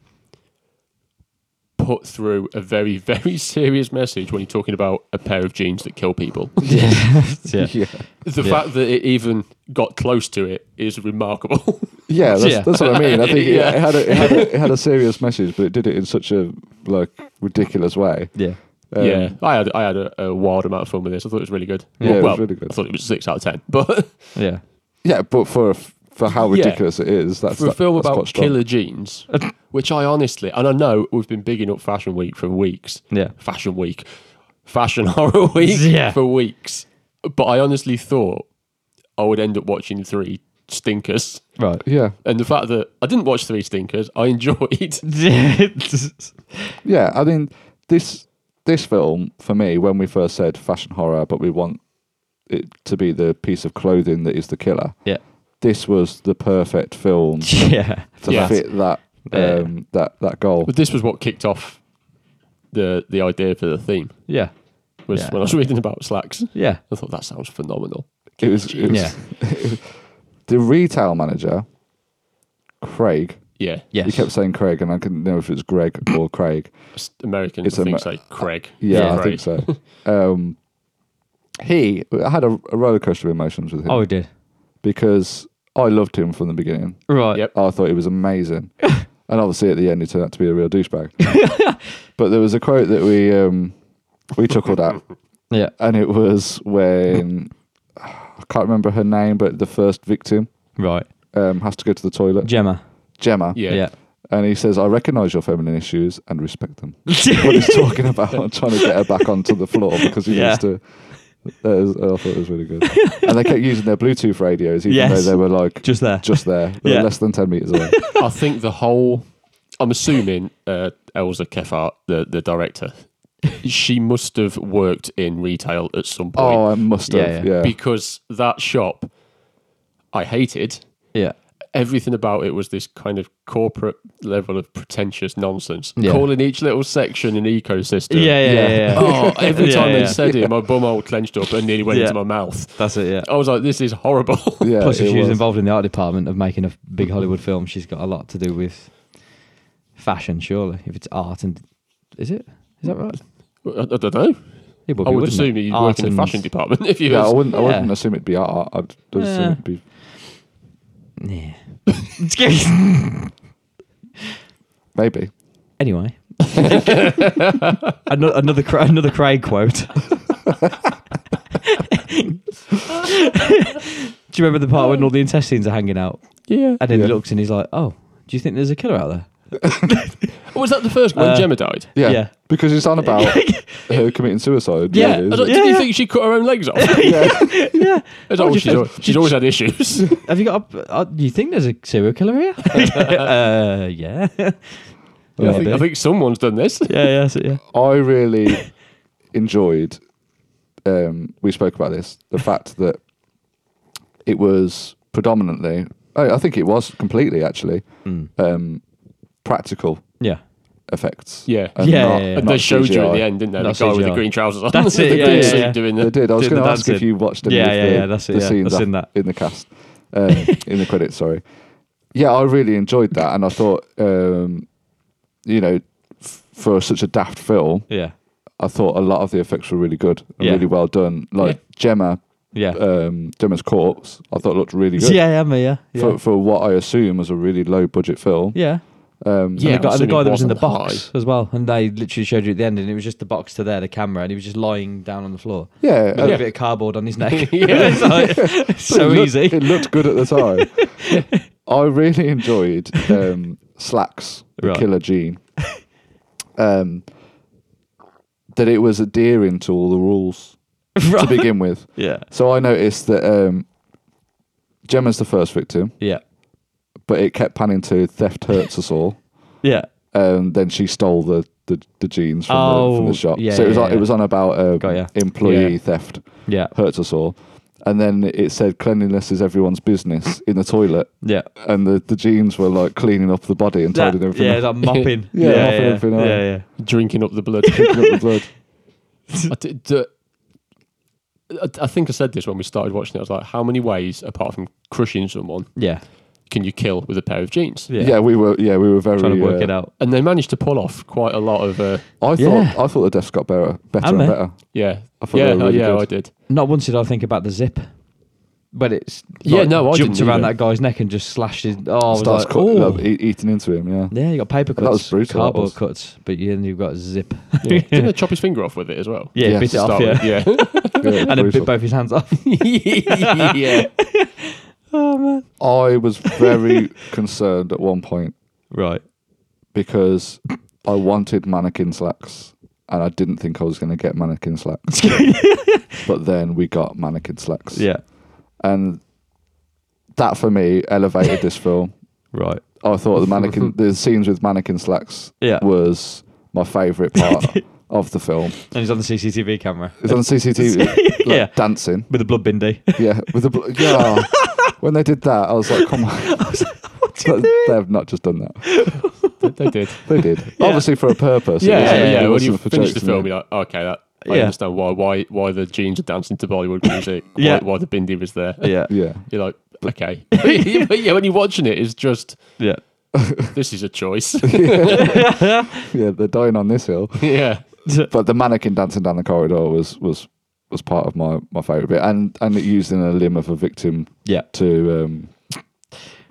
A: put through a very very serious message when you're talking about a pair of jeans that kill people.
C: Yeah.
B: yeah.
C: yeah.
B: yeah,
A: The
C: Yeah.
A: fact that it even got close to it is remarkable.
B: Yeah, that's,
C: Yeah.
B: that's what I mean. I think it-
A: Yeah.
B: it, had a, it had a, it had a serious message, but it did it in such a like ridiculous way.
C: Yeah.
B: Um,
A: yeah, I had I had a, a wild amount of fun with this. I thought it was really good.
B: Yeah, it was
A: well,
B: really good.
A: I thought it was six out of ten, but
C: Yeah.
B: yeah, but for for how
A: Yeah.
B: ridiculous it is, that's
A: for a
B: that-
A: film
B: that's
A: about
B: quite strong.
A: killer jeans, which I honestly, and I know we've been bigging up Fashion Week for weeks,
C: Yeah.
A: Fashion Week, Fashion Horror Week
C: Yeah.
A: for weeks, but I honestly thought I would end up watching three stinkers,
C: Right.
B: Yeah,
A: and the fact that I didn't watch three stinkers, I enjoyed.
B: yeah. I mean, this this film for me, when we first said fashion horror, but we want it to be the piece of clothing that is the killer.
C: yeah.
B: This was the perfect film
C: Yeah.
B: to
A: Yeah.
B: fit that
C: Yeah.
B: um, that that goal.
A: But this was what kicked off the the idea for the theme.
C: Yeah.
A: Was
C: Yeah.
A: when I was reading about slacks,
C: Yeah.
A: I thought that sounds phenomenal.
B: It was, it was
C: Yeah.
B: the retail manager, Craig.
A: Yeah,
C: Yes.
B: He kept saying Craig, and I couldn't know if it was Greg or Craig.
A: S- Americans,
B: It's
A: I think,
B: Amer-
A: say Craig.
B: Yeah, I
A: Craig.
B: think so. um, he I had a, a roller coaster of emotions with him
C: Oh, we did.
B: because I loved him from the beginning.
C: Right.
A: Yep.
B: I thought he was amazing, and obviously at the end he turned out to be a real douchebag. but there was a quote that we um, we chuckled at,
C: Yeah.
B: and it was when I can't remember her name, but the first victim
C: Right.
B: um, has to go to the toilet,
C: Gemma.
B: Gemma,
A: Yeah.
C: Yeah.
B: and he says, "I recognise your feminine issues and respect them." what he's talking about and trying to get her back onto the floor because he
C: Yeah.
B: used to. That is, I thought it was really good. and they kept using their Bluetooth radios, even
C: Yes.
B: though they were like just,
C: Just there.
B: there, they were
C: Yeah.
B: less than ten meters away.
A: I think the whole. I'm assuming uh, Elza Kefart, the the director, she must have worked in retail at some point
B: oh, I must have.
C: Yeah,
B: Yeah,
A: because that shop, I hated
C: yeah.
A: everything about it. Was this kind of corporate level of pretentious nonsense,
C: Yeah.
A: calling each little section an ecosystem.
C: Yeah. Yeah. Yeah.
A: Oh, every
C: Yeah,
A: time they
C: yeah.
A: said it, my bum hole clenched up and nearly went
C: Yeah.
A: into my mouth.
C: That's it. Yeah.
A: I was like, this is horrible.
B: yeah.
C: Plus, if
B: it
C: she was
B: was.
C: involved in the art department of making a big Hollywood film, she's got a lot to do with fashion, surely. If it's art and is it? Is that right?
A: I, I don't know.
C: It
A: I
C: be,
A: would
C: wouldn't
A: assume
C: it?
A: you'd
C: Art
A: work in
C: and-
A: the fashion department if you
B: Yeah, I
A: was-
B: wouldn't. I
C: Yeah.
B: wouldn't assume it'd be art. I'd I'd assume
C: Yeah.
B: it'd be.
C: Yeah.
B: Maybe.
C: anyway, another another, Cra- another Craig quote. Do you remember the part when all the intestines are hanging out?
A: yeah.
C: And then
B: Yeah.
C: he looks and he's like, "Oh, do you think there's a killer out there?"
A: Was that the first one
C: Uh,
A: Gemma died?
B: Yeah,
C: Yeah.
B: because it's on about her committing suicide.
C: Yeah,
B: really,
A: I
B: isn't
A: don't,
B: it?
A: did you
C: yeah.
A: think she cut her own legs off?
C: yeah.
A: It's
C: Oh,
A: all-
C: you
A: she's,
C: said-
A: al- she's always had issues.
C: Have you got? A, uh, do you think there's a serial killer here? uh, yeah. Yeah.
A: I, think,
C: maybe.
A: I think someone's done this.
C: yeah. Yeah. So, yeah.
B: I really enjoyed. Um, we spoke about this. The fact that it was predominantly, oh, I, I think it was completely actually,
C: Mm.
B: um, practical
C: Yeah.
B: effects.
A: Yeah.
B: And
C: Yeah,
B: not-
C: yeah, yeah.
A: And
B: not
A: they showed you at
B: CGI.
A: the end, didn't they? The
C: Not
A: guy with the
C: CGI.
A: green trousers on.
C: That's it,
A: They
C: yeah,
A: did
C: yeah,
A: see him
C: yeah.
A: doing
B: They
A: the,
B: did. I was
C: Did the
B: going to ask
C: dancing.
B: if you watched any
C: Yeah,
B: of
C: yeah,
B: the,
C: yeah, that's it,
B: the
C: yeah,
B: scenes
C: I've
B: af-
C: seen that.
B: in the cast. um, in the credits. Sorry. Yeah, I really enjoyed that, and I thought, um, you know, f- for such a daft film,
C: Yeah.
B: I thought a lot of the effects were really good, and
C: Yeah.
B: really well done. Like Gemma,
C: Yeah.
B: um, Gemma's corpse, I thought looked really good
C: yeah, yeah, mate, yeah. Yeah.
B: for for what I assume was a really low budget film.
C: yeah.
B: Um,
A: Yeah,
C: and the guy,
A: I'm
C: the guy
A: assuming
C: that was in the
A: it wasn't
C: box as well, and they literally showed you at the end, and it was just the box to there, the camera, and he was just lying down on the floor
B: yeah,
C: with
B: and
C: a bit of cardboard on his neck.
A: Yeah.
C: It's like- it's
B: But it
C: so
B: looked-
C: easy.
B: It looked good at the time. I really enjoyed um, Slacks, the
C: Right.
B: killer gene. Um, that it was adhering to all the rules to begin with.
C: Yeah,
B: So I noticed that um, Gemma's the first victim,
C: yeah,
B: but it kept panning to theft hurts us all.
C: yeah.
B: And Um, then she stole the, the, the jeans from, the, from
C: Oh,
B: the shop.
C: yeah,
B: so it was
C: yeah,
B: on,
C: yeah.
B: it was on about
C: Got
B: um,
C: ya.
B: employee
A: Yeah.
B: theft
C: Yeah,
B: hurts us all. And then it said cleanliness is everyone's business in the toilet,
C: yeah.
B: and the, the jeans were like cleaning up the body and tidying
C: That-
B: everything
C: yeah,
B: up.
C: that mopping.
B: Yeah,
C: yeah,
B: mopping everything
C: yeah,
B: up.
C: yeah, yeah.
A: Drinking up the blood.
B: Picking up the blood.
A: I, did, uh, I- I think I said this when we started watching it. I was like, how many ways, apart from crushing someone,
C: yeah.
A: can you kill with a pair of jeans?
B: Yeah. we were yeah we were very.
C: Trying to work
B: uh,
C: it out.
A: And they managed to pull off quite a lot of, uh,
B: I thought
C: Yeah.
B: I thought the deaths got better, better
C: Amen.
B: and better.
A: yeah.
B: I thought
A: Yeah,
B: they
A: uh,
B: were really
A: yeah,
B: good.
A: I did.
C: Not once did I think about the zip. But it's
A: Yeah,
C: like,
A: no, I
C: jumped
A: didn't
C: around
A: either.
C: that guy's neck and just slashed his. Oh, I was
B: Starts
C: like,
B: cutting
C: "Oh."
B: up, e- eating into him. Yeah,
C: Yeah, you got paper
B: That
C: cuts,
B: was brutal, that
C: cardboard
B: was.
C: cuts, but you, then you've got zip.
A: Yeah. Didn't they chop his finger off with it as well?
C: Yeah,
B: Yeah,
C: bit it
A: To
C: off,
A: start
C: yeah.
A: with, yeah.
B: Yeah, it was
C: and then bit
B: brutal.
C: both his hands off.
A: yeah.
C: oh man!
B: I was very concerned at one point
C: Right.
B: because I wanted mannequin slacks, and I didn't think I was going to get mannequin slacks. but then we got mannequin slacks.
C: Yeah.
B: and that for me elevated this film.
C: Right.
B: I thought the mannequin, the scenes with mannequin slacks
C: Yeah.
B: was my favourite part of the film.
C: And he's on the CCTV camera
B: It's on CCTV, like,
C: Yeah.
B: dancing,
C: with a blood bindi.
B: yeah, with the bl- yeah. when they did that, I was like, come on, But they've not just done that.
A: They- they did.
B: They did, obviously for a purpose. It
A: Yeah, yeah,
B: wasn't-
A: yeah.
B: it
A: When
B: wasn't
A: you
B: for
A: finish the
B: jokes and
A: film,
B: that.
A: you're like, okay, that I
C: Yeah.
A: understand why why why the jeans are dancing to Bollywood music. why,
C: Yeah.
A: why the bindi was there.
C: Yeah.
B: yeah.
A: You're like, okay. but yeah, when you're watching it, it's just
C: Yeah.
A: this is a choice.
B: yeah, they're dying on this hill.
A: yeah.
B: But the mannequin dancing down the corridor was was was part of my my favourite bit, and and it using a limb of a victim
C: Yeah.
B: to um,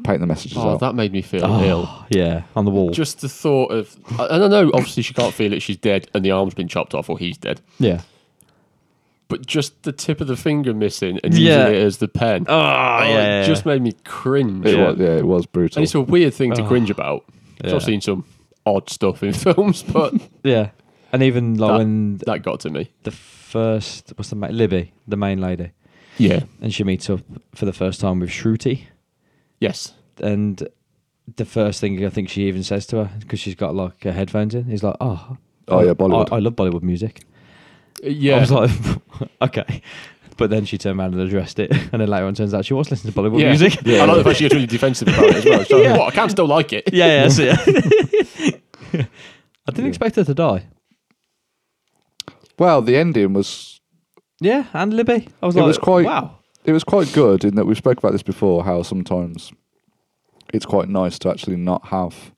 B: paint the messages
A: Oh,
B: out.
A: that made me feel ill.
C: Oh, yeah. On the wall.
A: Just the thought of, and I know obviously she can't feel it. She's dead, and the arm's been chopped off, or he's dead.
C: yeah.
A: But just the tip of the finger missing and
C: Yeah.
A: using it as the pen.
C: Oh,
A: it
C: yeah.
A: just made me cringe.
B: It
C: Yeah.
B: was, yeah, it was brutal.
A: And it's a weird thing to cringe about. 'cause
C: Oh. Yeah.
A: I've seen some odd stuff in films, but
C: yeah. And even like
A: That-
C: when
A: that got to me.
C: the first what's the ma- Libby, the main lady,
A: Yeah.
C: and she meets up for the first time with Shruti,
A: Yes.
C: and the first thing I think she even says to her because she's got like her headphones in, is like, "Oh,
B: Oh, yeah,
C: I-
B: Bollywood.
C: I, I love Bollywood music."
A: Yeah.
C: I was like, okay. But then she turned around and addressed it, and then later on turns out she was listening to Bollywood
A: yeah.
C: music.
A: I like the fact she gets really defensive about it as well. She's like,
C: Yeah.
A: what? I can still like it.
C: Yeah, yeah, so, yeah. I didn't
B: Yeah.
C: expect her to die.
B: well, the ending was
C: Yeah, and Libby. I was
B: It
C: like,
B: was quite-
C: wow.
B: it was quite good in that we spoke about this before. How sometimes it's quite nice to actually not have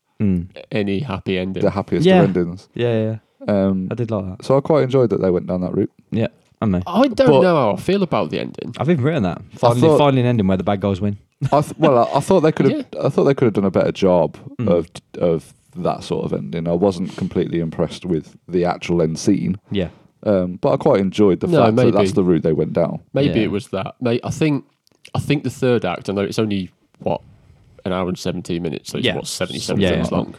A: Any happy ending.
B: the happiest
C: Yeah.
B: of endings.
C: Yeah, yeah, yeah.
B: Um,
C: I did like that.
B: so I quite enjoyed that they went down that route.
C: Yeah, I know.
A: I don't
B: But-
A: know how I feel about the ending.
C: I've even written that. Finally,
B: thought-
C: finally an ending where the bad guys win.
B: I th- well, I, I thought they could have. I thought they could have done a better job
A: Hmm.
B: of of that sort of ending. I wasn't completely impressed with the actual end scene,
C: Yeah.
B: um, but I quite enjoyed the
A: No,
B: fact
A: maybe.
B: that that's the route they went down.
A: Maybe
C: Yeah.
A: it was that. Mate, I think I think the third act, I know it's only what, an hour and seventeen minutes, so it's
C: Yeah.
A: what, seventy seven
C: Yeah,
A: minutes
C: yeah.
A: long.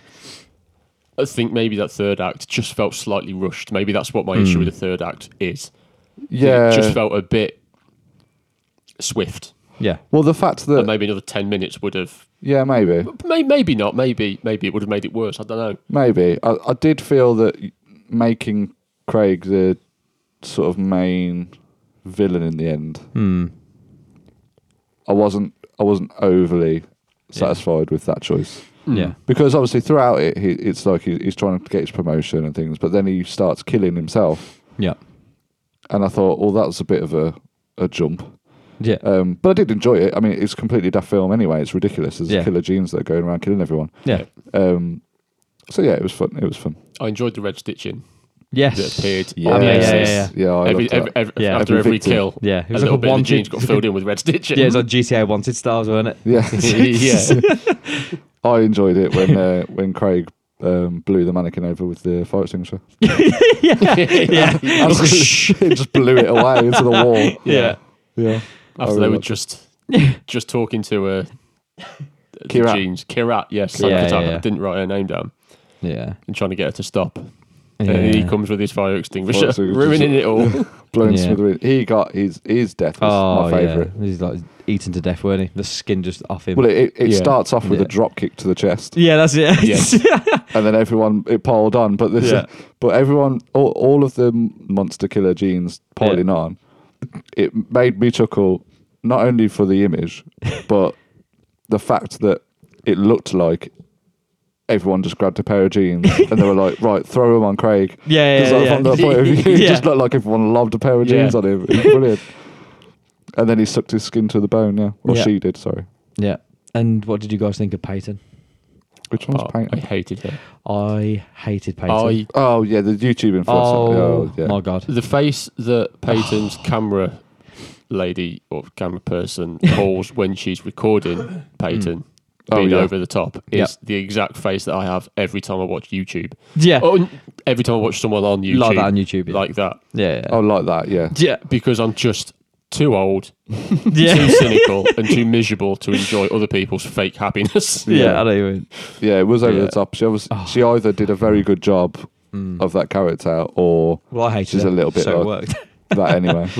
A: I think maybe that third act just felt slightly rushed. Maybe that's what my
C: Hmm.
A: issue with the third act is.
B: Yeah.
A: It just felt a bit swift.
C: Yeah.
B: well, the fact
A: And
B: that
A: maybe another ten minutes would have
B: yeah, maybe.
A: Maybe, maybe not. Maybe maybe it would have made it worse. I don't know.
B: Maybe I, I did feel that making Craig the sort of main villain in the end. I wasn't. I wasn't overly satisfied with that choice
C: Mm.
A: Hmm.
C: Yeah.
B: because obviously throughout it, he, it's like he, he's trying to get his promotion and things, but then he starts killing himself,
C: Yeah.
B: and I thought, well, that was a bit of a a jump.
C: Yeah.
B: Um, but I did enjoy it. I mean, it's a completely daft film anyway. It's ridiculous. There's
C: Yeah.
B: killer genes that are going around killing everyone.
C: yeah.
B: Um, so yeah, it was fun. It was fun.
A: I enjoyed the red stitching
C: Yes.
A: that appeared.
C: Yeah.
A: on the
C: Yeah, yeah,
A: exits.
C: yeah,
B: yeah. I
A: Every,
B: loved
A: every,
B: that.
A: every,
C: Yeah.
A: after
B: Every
A: every,
B: victim.
A: kill,
C: Yeah, it
A: a little
C: was like a
A: bit of the
C: wanted-
A: genes got filled in with red stitching.
C: Yeah, it's like GTA Wanted stars, wasn't it?
B: yeah,
A: yeah.
B: I enjoyed it when uh, when Craig um, blew the mannequin over with the fire extinguisher.
C: yeah.
B: Absolutely. it just blew it away into the wall.
A: Yeah.
B: Yeah.
A: After
B: I
A: they
B: really
A: were
B: liked
A: just just talking to uh, the
B: Kirat.
A: Jeans. Kirat, yes.
C: Yeah,
A: Yeah,
C: yeah, yeah.
A: I didn't write her name down
C: Yeah.
A: and trying to get her to stop. And then he
C: yeah.
A: comes with his fire extinguisher,
B: Fire extinguisher.
A: ruining it all.
B: Blown
C: Yeah.
B: smithereens. He got his his death was
C: Oh,
B: my favourite.
C: yeah. He's like eaten to death, weren't he? The skin just off him.
B: Well, it, it, it
A: Yeah.
B: starts off with
C: Yeah.
B: a drop kick to the chest,
C: yeah, that's it.
A: Yes.
B: and then everyone it piled on. But this,
C: Yeah.
B: but everyone, all, all of the monster killer genes piling on. It made me chuckle, not only for the image, but the fact that it looked like everyone just grabbed a pair of jeans and they were like, right, throw them on Craig.
C: Yeah,
B: Because
C: yeah,
B: like,
C: yeah.
B: from that point of view, it
C: Yeah.
B: just looked like everyone loved a pair of jeans
A: Yeah.
B: on him. It was brilliant. and then he sucked his skin to the bone, yeah. Or
C: Yeah.
B: she did, sorry.
C: yeah. And what did you guys think of Peyton?
B: Which one's
A: Oh, I
B: painted?
A: hated her.
C: I hated Peyton.
A: I
B: Oh, yeah, the YouTube influencer.
C: oh,
B: Oh, yeah.
C: my god.
A: the face that Peyton's camera lady or camera person pulls when she's
C: Mm.
A: recording Peyton
B: Oh,
A: being
B: yeah.
A: over the top is
C: Yep.
A: the exact face that I have every time I watch YouTube.
C: Yeah.
A: Or n- every time I watch someone on Oh, YouTube.
C: Like that on YouTube, yeah.
A: Like that.
C: Yeah. Yeah.
B: Oh, like that, yeah.
C: yeah.
A: Because I'm just too old, too
C: Yeah.
A: cynical, and too miserable to enjoy other people's fake happiness.
C: yeah. I don't even.
B: Yeah, it was over
C: Yeah. Oh. Mm.
B: the top. She, was, she either did a very good job of that character or
C: Well, I hated
B: She's
C: her,
B: a little bit
C: So it
B: like-
C: worked.
B: that anyway.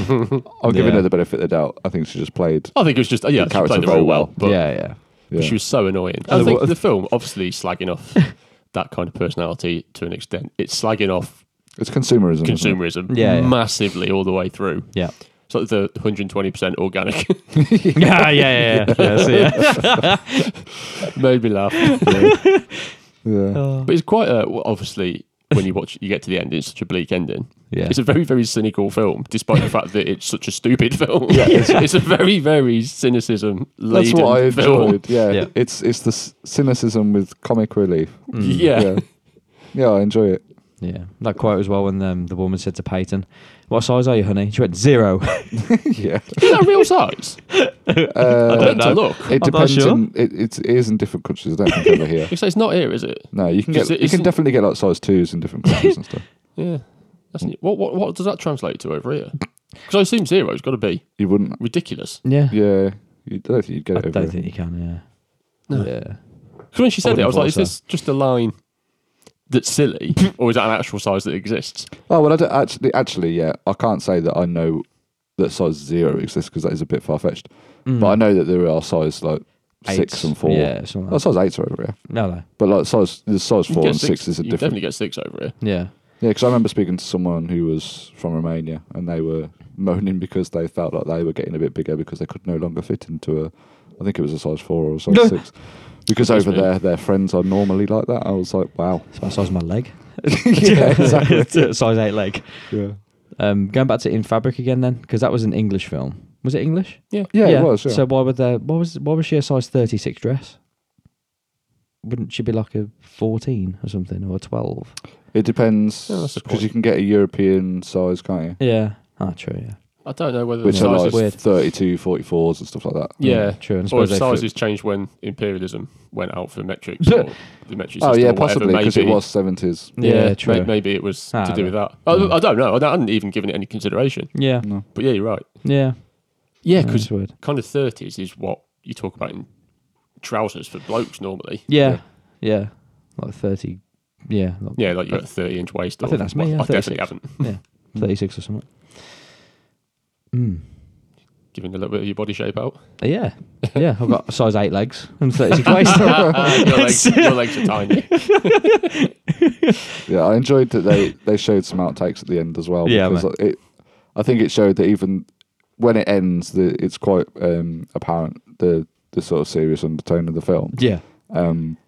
B: I'm
C: Yeah.
B: giving her the benefit of the doubt. I think she just played.
A: I think it was just, yeah,
B: The
A: she
B: character
A: played it
B: very
A: all well.
B: well.
A: But
C: yeah. Yeah.
B: Yeah.
A: She was so annoying.
C: And
A: I
C: the
A: think
C: wa-
A: the film, obviously, slagging off that kind of personality to an extent. It's slagging off
B: it's consumerism. isn't it?
A: consumerism
C: Yeah, yeah.
A: massively all the way through.
C: Yeah.
A: It's like the 120% organic.
C: yeah, yeah, yeah, yeah. yeah, so, yeah.
A: Made me laugh.
B: Yeah.
C: Oh.
A: But it's quite, uh, well, obviously, when you watch, you get to the end, it's such a bleak ending.
C: Yeah.
A: It's a very, very cynical film, despite the fact that it's such a stupid film. It's, it's a very, very cynicism
B: That's
A: laden
B: what I
A: film.
B: enjoyed. Yeah.
C: Yeah.
B: It's it's the c- cynicism with comic relief.
A: Yeah.
B: Yeah. Yeah, I enjoy it.
C: Yeah, that quote as well when um, the woman said to Peyton, "What size are you, honey?" She went zero.
B: yeah.
A: Is that real size?
B: Uh,
A: I meant to look.
B: It
C: I'm not
B: depends.
C: sure.
B: In, it, it's, it is in different countries. I don't think over here.
A: Because it's not here, is it?
B: No, you can
A: Is
B: get.
A: it-
B: you can
A: isn't-
B: definitely get like size twos in different countries and stuff.
A: Yeah. That's new. What, what, what does that translate to over here? Because I assume zero's got to be
B: You wouldn't.
A: ridiculous.
C: Yeah,
B: Yeah. You, I don't think you'd get
C: I
B: it over.
C: don't
B: here.
C: think you can. Yeah,
A: No.
C: yeah.
A: Because when she said it, I was
B: wouldn't
A: like, is
B: have
A: this just a line that's silly, or is that an actual size that exists?
B: Oh well, I don't, actually, actually, yeah, I can't say that I know that size zero exists because that is a bit far fetched. But I
A: Hmm.
B: know that there are size like
C: Eights,
B: six and four.
C: Mm. Yeah, something like
B: Oh,
C: that.
B: size eights are over here,
C: No, no.
B: but like size, the size
A: You can
B: four
A: get
B: and six, is a
A: you
B: different.
A: definitely get six over here.
C: Yeah,
B: Yeah, because I remember speaking to someone who was from Romania, and they were moaning because they felt like they were getting a bit bigger because they could no longer fit into a, I think it was a size four or a size
C: No.
B: six, because
A: That's
B: over
A: weird.
B: there their friends are normally like that. I was like, wow.
C: it's about the size of my leg.
B: yeah, exactly.
C: It's a size eight leg.
B: yeah.
C: Um, going back to In Fabric again, then, because that was an English film. Was it English?
B: yeah, it was. Yeah.
C: So why would there? Why was? Why was she a size thirty-six dress? Wouldn't she be like a fourteen or something or a twelve?
B: it depends
A: Yeah, that's a
B: because you
A: point.
B: can get a European size, can't you?
C: Yeah. Ah, true. Yeah.
A: I don't know whether
B: Which
A: the
B: are
A: sizes,
B: like
C: Weird.
B: 32, 44s and stuff like that.
A: yeah,
C: True. And I
A: or
C: suppose
A: if
C: they
A: sizes changed when imperialism went out for metrics or the metric system.
B: oh
A: or
B: yeah,
A: whatever,
B: possibly because it
A: maybe.
B: was 70s.
C: fit- Yeah, true.
A: may- Maybe it was
C: Ah,
A: to do
C: no.
A: with that. I,
B: Hmm.
A: I don't know. I, don't- I hadn't even given it any consideration.
C: Yeah.
B: No.
A: But yeah, you're right.
C: Yeah.
A: Yeah,
C: Yeah,
A: because
C: it's weird.
A: kind of thirties is what you talk about in trousers for blokes normally.
C: Yeah, yeah, like thirty. Yeah, like
A: Yeah, like you got a thirty-inch waist.
C: I
A: or-
C: think that's me,
A: well,
C: yeah,
A: I definitely
C: 36.
A: haven't
B: Hmm.
C: thirty-six or something. Mm.
A: given a little bit of your body shape out.
C: Uh, Yeah, yeah. I've got size eight legs and thirty-six waist.
A: your, legs, your legs are tiny.
B: Yeah, I enjoyed that they, they showed some outtakes at the end as well.
C: Yeah,
B: because it, I think it showed that even when it ends, the, it's quite um, apparent the the sort of serious undertone of the film.
C: yeah,
B: Um,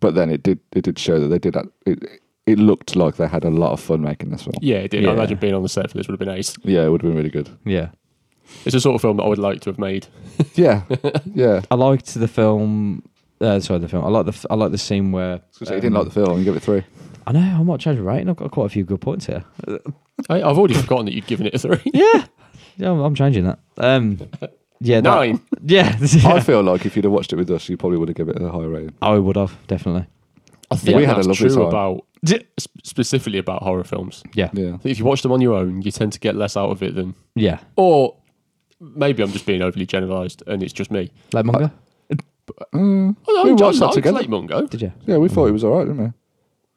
B: but then it did it did show that they did act- it. It looked like they had a lot of fun making this film.
A: Yeah, it did.
C: Yeah.
A: I imagine being on the set for this would have been ace.
B: Yeah, it would have been really good.
C: yeah.
A: It's the sort of film that I would like to have made.
B: Yeah, yeah.
C: I liked the film. Uh, sorry, the film. I like the f- I like the scene where um,
B: So you didn't like the film. You gave it three.
C: I know I might change the rating. I've got quite a few good points here.
A: I, I've already forgotten that you'd given it a three.
C: Yeah, yeah, I'm, I'm changing that. Um, yeah, that-
A: Nine.
C: yeah,
B: I
C: yeah.
B: feel like if you'd have watched it with us, you probably would have given it a higher rating.
C: I would have definitely.
A: I think
B: We had a
A: that's
B: lovely
A: true
B: time.
A: about sp- specifically about horror films.
C: Yeah, yeah,
B: Yeah,
A: I think if you watch them on your own, you tend to get less out of it than, or maybe I'm just being overly generalised and it's just me.
C: like manga.
A: I know,
B: We
A: I
B: watched that
A: liked
B: together.
A: Late Mungo.
C: Did you?
B: yeah. We thought it was all right, didn't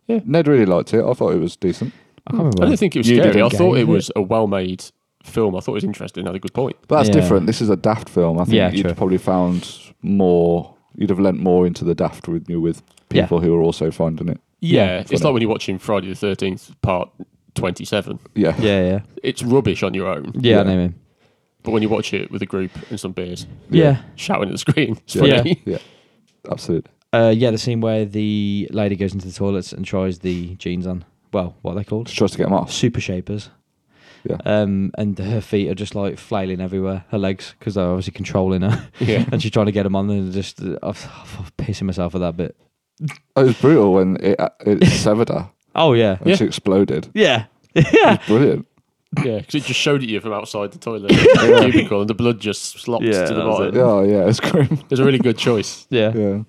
B: we?
A: Yeah.
B: Ned really liked it. I thought it was decent.
C: I can't remember.
A: I didn't think it was
B: You
A: scary. I
C: didn't
A: thought
C: get
A: it
C: it.
A: was a well-made film. I thought it was interesting. Had a good point.
B: But that's
C: Yeah.
B: different. This is a Daft film. I think
C: Yeah,
B: you'd
C: true.
B: probably found more. You'd have lent more into the Daft with you with
C: Yeah.
B: people who are also finding it.
A: Yeah, it's
B: funny.
A: like when you're watching Friday the Thirteenth Part Twenty-Seven.
B: Yeah,
C: yeah, yeah,
A: It's rubbish on your own,
C: yeah.
B: Yeah.
C: I know him.
A: but when you watch it with a group and some beers,
C: Yeah.
A: shouting at the screen, it's
B: Yeah.
A: funny.
B: yeah. Absolutely.
C: Uh, yeah, the scene where the lady goes into the toilets and tries the jeans on. Well, what are they called?
B: Just tries to get them off.
C: Super shapers.
B: Yeah.
C: Um, and her feet are just like flailing everywhere. Her legs, because they're obviously controlling her,
A: Yeah.
C: and she's trying to get them on. And just, uh, I'm I'm pissing myself at that bit.
B: It was brutal when it, uh, it severed her
C: Oh yeah,
B: and she exploded.
C: yeah, yeah.
B: Brilliant.
A: Yeah, because it just showed it you from outside the toilet the cubicle, and the blood just slopped
C: Yeah,
A: to the
C: that was
A: bottom.
B: Yeah,
A: It
B: oh, yeah, it's grim.
A: was a really good choice.
C: Yeah.
B: Yeah.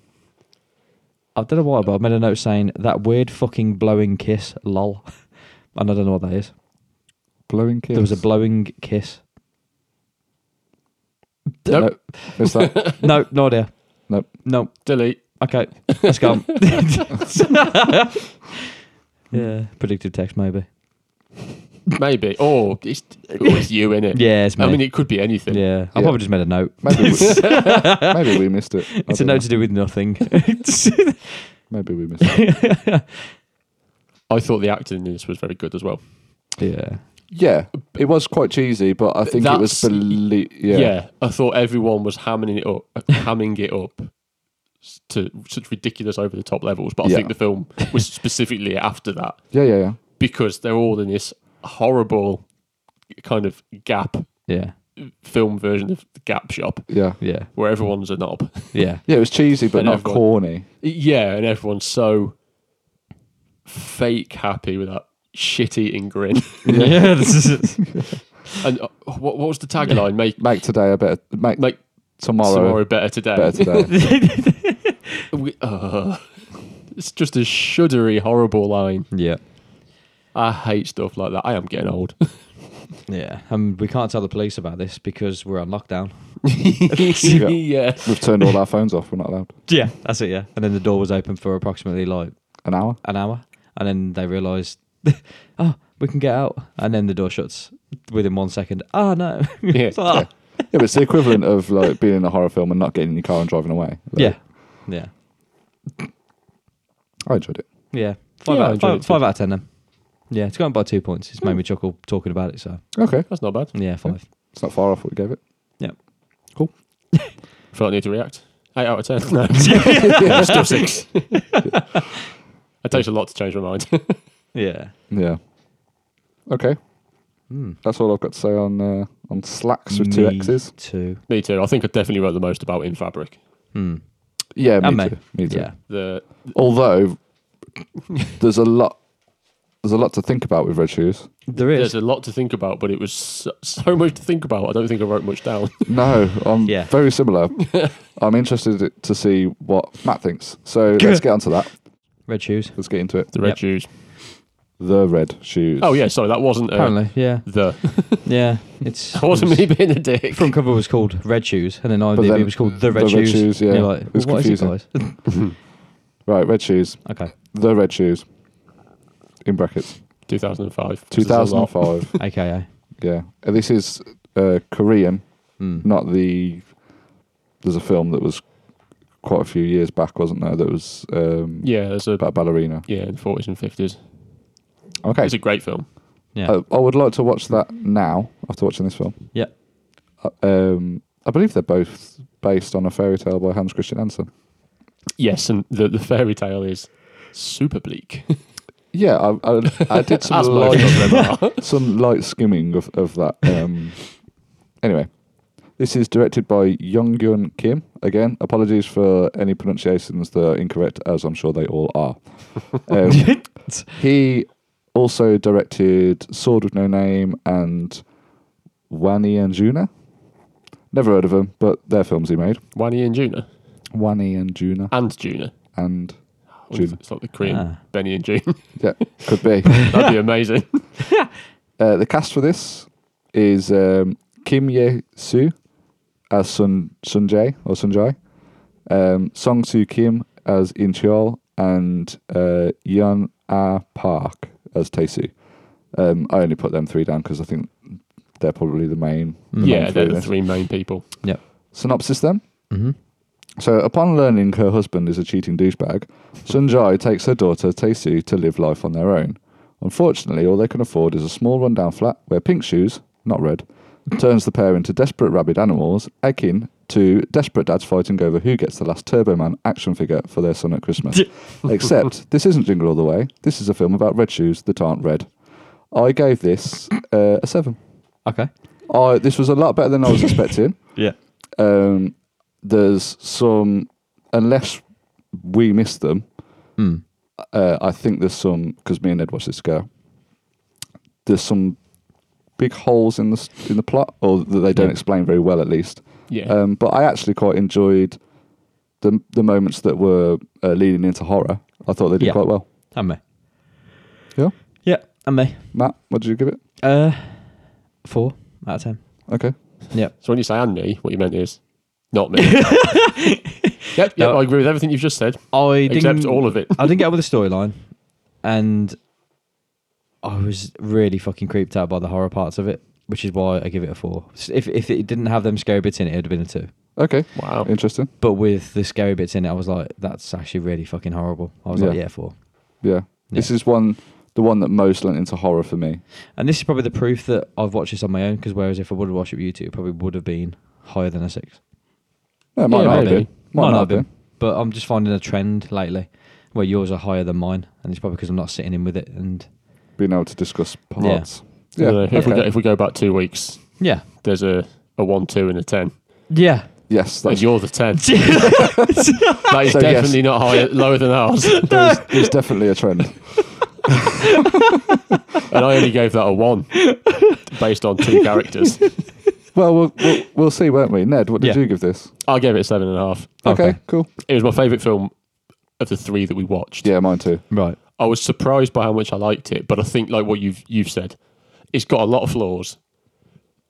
C: I don't know why, but I made a note saying that weird fucking blowing kiss, lol. And I don't know what that is.
B: Blowing kids.
C: There was a blowing kiss.
A: Nope,
B: Is that?
C: No, no idea.
B: Nope.
C: No.
A: delete.
C: Okay, let's go. on. yeah, predictive text maybe.
A: Maybe. Or it's, oh, it's you in it.
C: Yeah, it's me.
A: I mean, it could be anything.
C: yeah, I
B: Yeah.
C: probably just made a note.
B: Maybe we, maybe we missed it. I
C: It's a
B: don't know.
C: note to do with nothing.
B: Maybe we missed it.
A: I thought the acting in this was very good as well.
C: yeah,
B: Yeah, it was quite cheesy, but I think it was.
A: That's-
B: Belie- yeah.
A: I thought everyone was hamming it up, hamming it up s- to such ridiculous over the top levels. But I
B: Yeah.
A: think the film was specifically after that
B: yeah, yeah, yeah.
A: because they're all in this horrible kind of gap
C: yeah,
A: film version of the Gap Shop
B: Yeah,
C: yeah,
A: where everyone's a knob.
C: yeah,
B: Yeah, it was cheesy, but
A: And
B: not
A: everyone-
B: corny.
A: Yeah, and everyone's so fake happy with that shit eating grin.
C: yeah. yeah this is
A: and uh, what, what was the tagline? Make
B: Make today a better. Make,
A: make
B: tomorrow,
A: tomorrow better today.
B: better today.
A: We- uh, it's just a shuddery, horrible line.
C: yeah,
A: I hate stuff like that. I am getting old.
C: yeah. And we can't tell the police about this because we're on lockdown.
A: yeah.
B: We've turned all our phones off. We're not allowed.
C: Yeah, that's it. Yeah, and then the door was open for approximately like
B: An hour.
C: an hour, and then they realised, oh, we can get out, and then the door shuts within one second. Oh no!
A: Yeah.
C: It's like, "Ah."
B: Yeah, but it's the equivalent of like being in a horror film and not getting in your car and driving away. Like,
C: yeah, yeah,
B: I enjoyed it.
C: yeah. Five,
A: Yeah, I
C: out,
A: enjoyed it
C: five,
A: too.
C: five out of ten then. Hmm. Yeah, it's gone by two points. It's made me chuckle talking about it. So
B: Okay,
A: That's not bad.
C: yeah, five.
B: it's not far off what we gave it.
A: Felt I need to react. Eight out of ten. No. Yeah, Still six. it takes a lot to change my mind.
C: Yeah.
B: Yeah. Okay,
C: Hmm.
B: that's all I've got to say on uh, on slacks with two
C: Me
B: X's.
C: Two.
A: me too. I think I definitely wrote the most about in fabric.
C: Hmm.
B: Yeah,
C: And
B: me
C: me.
B: too. Me too.
C: Yeah.
A: The
B: Although there's a lot, there's a lot to think about with red shoes.
C: There
A: there's
C: is.
A: a lot to think about, but it was so, so much to think about. I don't think I wrote much down.
B: No, I'm
C: Yeah.
B: very similar. I'm interested to see what Matt thinks. So let's get onto that.
C: Red shoes.
B: Let's get into it.
A: The red
C: Yep.
A: shoes.
B: The red shoes.
A: Oh yeah, sorry, that wasn't uh,
C: Apparently, yeah,
A: the.
C: yeah. It's
A: That wasn't me being a dick.
C: Front cover was called Red Shoes, and then IMDb
B: then
C: was called The Red
B: The Red
C: Shoes.
B: Shoes, yeah.
C: And you're like,
B: It was
C: what is it,
B: confusing.
C: guys?
B: right, red shoes.
C: okay,
B: The red shoes. In brackets,
A: 2005. This is a lot.
B: 2005.
C: AKA.
B: yeah, And this is uh, Korean,
C: Hmm.
B: not the. There's a film that was quite a few years back, wasn't there? That was um,
A: Yeah, there's a
B: about ballerina.
A: yeah in the 40s and 50s.
B: Okay, Uh,
A: It's a great film.
C: Yeah.
B: I, I would like to watch that now after watching this film.
C: Yeah.
B: Uh, Um, I believe they're both based on a fairy tale by Hans Christian Andersen.
A: Yes, and the, the fairy tale is super bleak.
B: Yeah, I, I, I did some
A: As most of
B: light,
A: them are.
B: some light skimming of, of that um, Anyway, this is directed by Young Gun Kim. Again, apologies for any pronunciations that are incorrect, as I'm sure they all are. Um, he also directed Sword with No Name and Wani and Juna. Never heard of them, but they're films he made.
A: Wani and Juna.
B: Wani and Juna
A: And Juna.
B: and Juna.
A: It's like the Korean
C: Oh, Ah.
A: Benny and June.
B: Yeah, could be.
A: That'd be amazing.
B: Uh, the cast for this is um, Kim Ye Soo as Sun Sunjae or Sunjai, um, Song Soo Kim as In Cheol, and uh, Yeon Ah Park as Taesu. Um, I only put them three down because I think they're probably the main.
C: Mm.
A: yeah, they're the
B: Three.
A: three main people.
B: Synopsis then.
C: Mm-hmm.
B: So, upon learning her husband is a cheating douchebag, Sunjai takes her daughter Taesu to live life on their own. Unfortunately, all they can afford is a small rundown flat where pink shoes, not red, turns the pair into desperate rabid animals, akin to desperate dads fighting over who gets the last Turbo Man action figure for their son at Christmas. Except, this isn't Jingle All the Way. This is a film about red shoes that aren't red. I gave this uh, a seven.
C: Okay.
B: I, Oh, this was a lot better than I was expecting
C: Yeah.
B: um, there's some unless we miss them
C: Mm.
B: uh, i think there's some because me and ed watched this go there's some big holes in the s- in the plot or that they don't
A: Yeah.
B: explain very well at least
A: Yeah.
B: um, but i actually quite enjoyed the the moments that were uh, leading into horror i thought they did
C: Yeah.
B: quite well
C: And me.
B: Yeah?
C: Yeah, and me.
B: matt what did you give it
C: Uh, four out of ten.
B: okay
A: so when you say and me, what you meant is not me. yep, yep,
C: No.
A: I agree with everything you've just said,
C: I
A: except
C: didn't,
A: all of it.
C: I didn't get on with the storyline, and I was really fucking creeped out by the horror parts of it, which is why I give it a four. S- If if it didn't have them scary bits in it, it would have been a two.
B: okay
A: Wow.
B: interesting
C: But with the scary bits in it, I was like, that's actually really fucking horrible. I was like,
B: Yeah.
C: yeah, four.
B: yeah. this is one the one that most lent into horror for me
C: And this is probably the proof that I've watched this on my own. Because whereas if I would have watched it with you two, it probably would have been higher than a six.
B: yeah, it might
A: Yeah,
B: not have
A: maybe.
B: been might not have been
C: But I'm just finding a trend lately where yours are higher than mine, and it's probably because I'm not sitting in with it. And
B: being able to discuss parts.
A: I don't know, if, we
B: okay.
A: go, if we go back two weeks,
C: yeah,
A: there's a, a one, two, and a ten.
C: yeah.
B: Yes,
A: And
B: that's,
A: you're the ten. That is
B: So, yes.
A: definitely not higher, lower than ours.
B: there's, there's definitely a trend.
A: And I only gave that a one based on two characters.
B: Well, we'll we'll, we'll see, won't we? Ned, what did
C: Yeah.
B: you give this?
A: I gave it a seven and a half.
B: Okay,
C: Okay.
B: cool.
A: It was my favourite film of the three that we watched.
B: Yeah, mine too.
C: Right.
A: I was surprised by how much I liked it, but I think like what you've you've said, it's got a lot of flaws,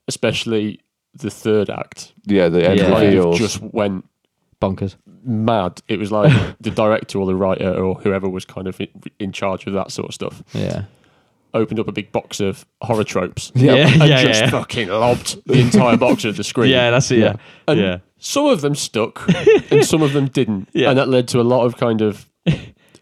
A: especially the third act.
B: Yeah, the end
C: Yeah.
A: Like, it
B: reveals.
A: just went
C: Bonkers.
A: mad. It was like the director or the writer or whoever was kind of in, in charge of that sort of stuff
C: Yeah.
A: opened up a big box of horror tropes
B: Yeah.
A: and just fucking lobbed the entire box of the screen.
C: that's it.
B: yeah.
A: And
C: Yeah.
A: some of them stuck and some of them didn't.
C: Yeah.
A: And that led to a lot of kind of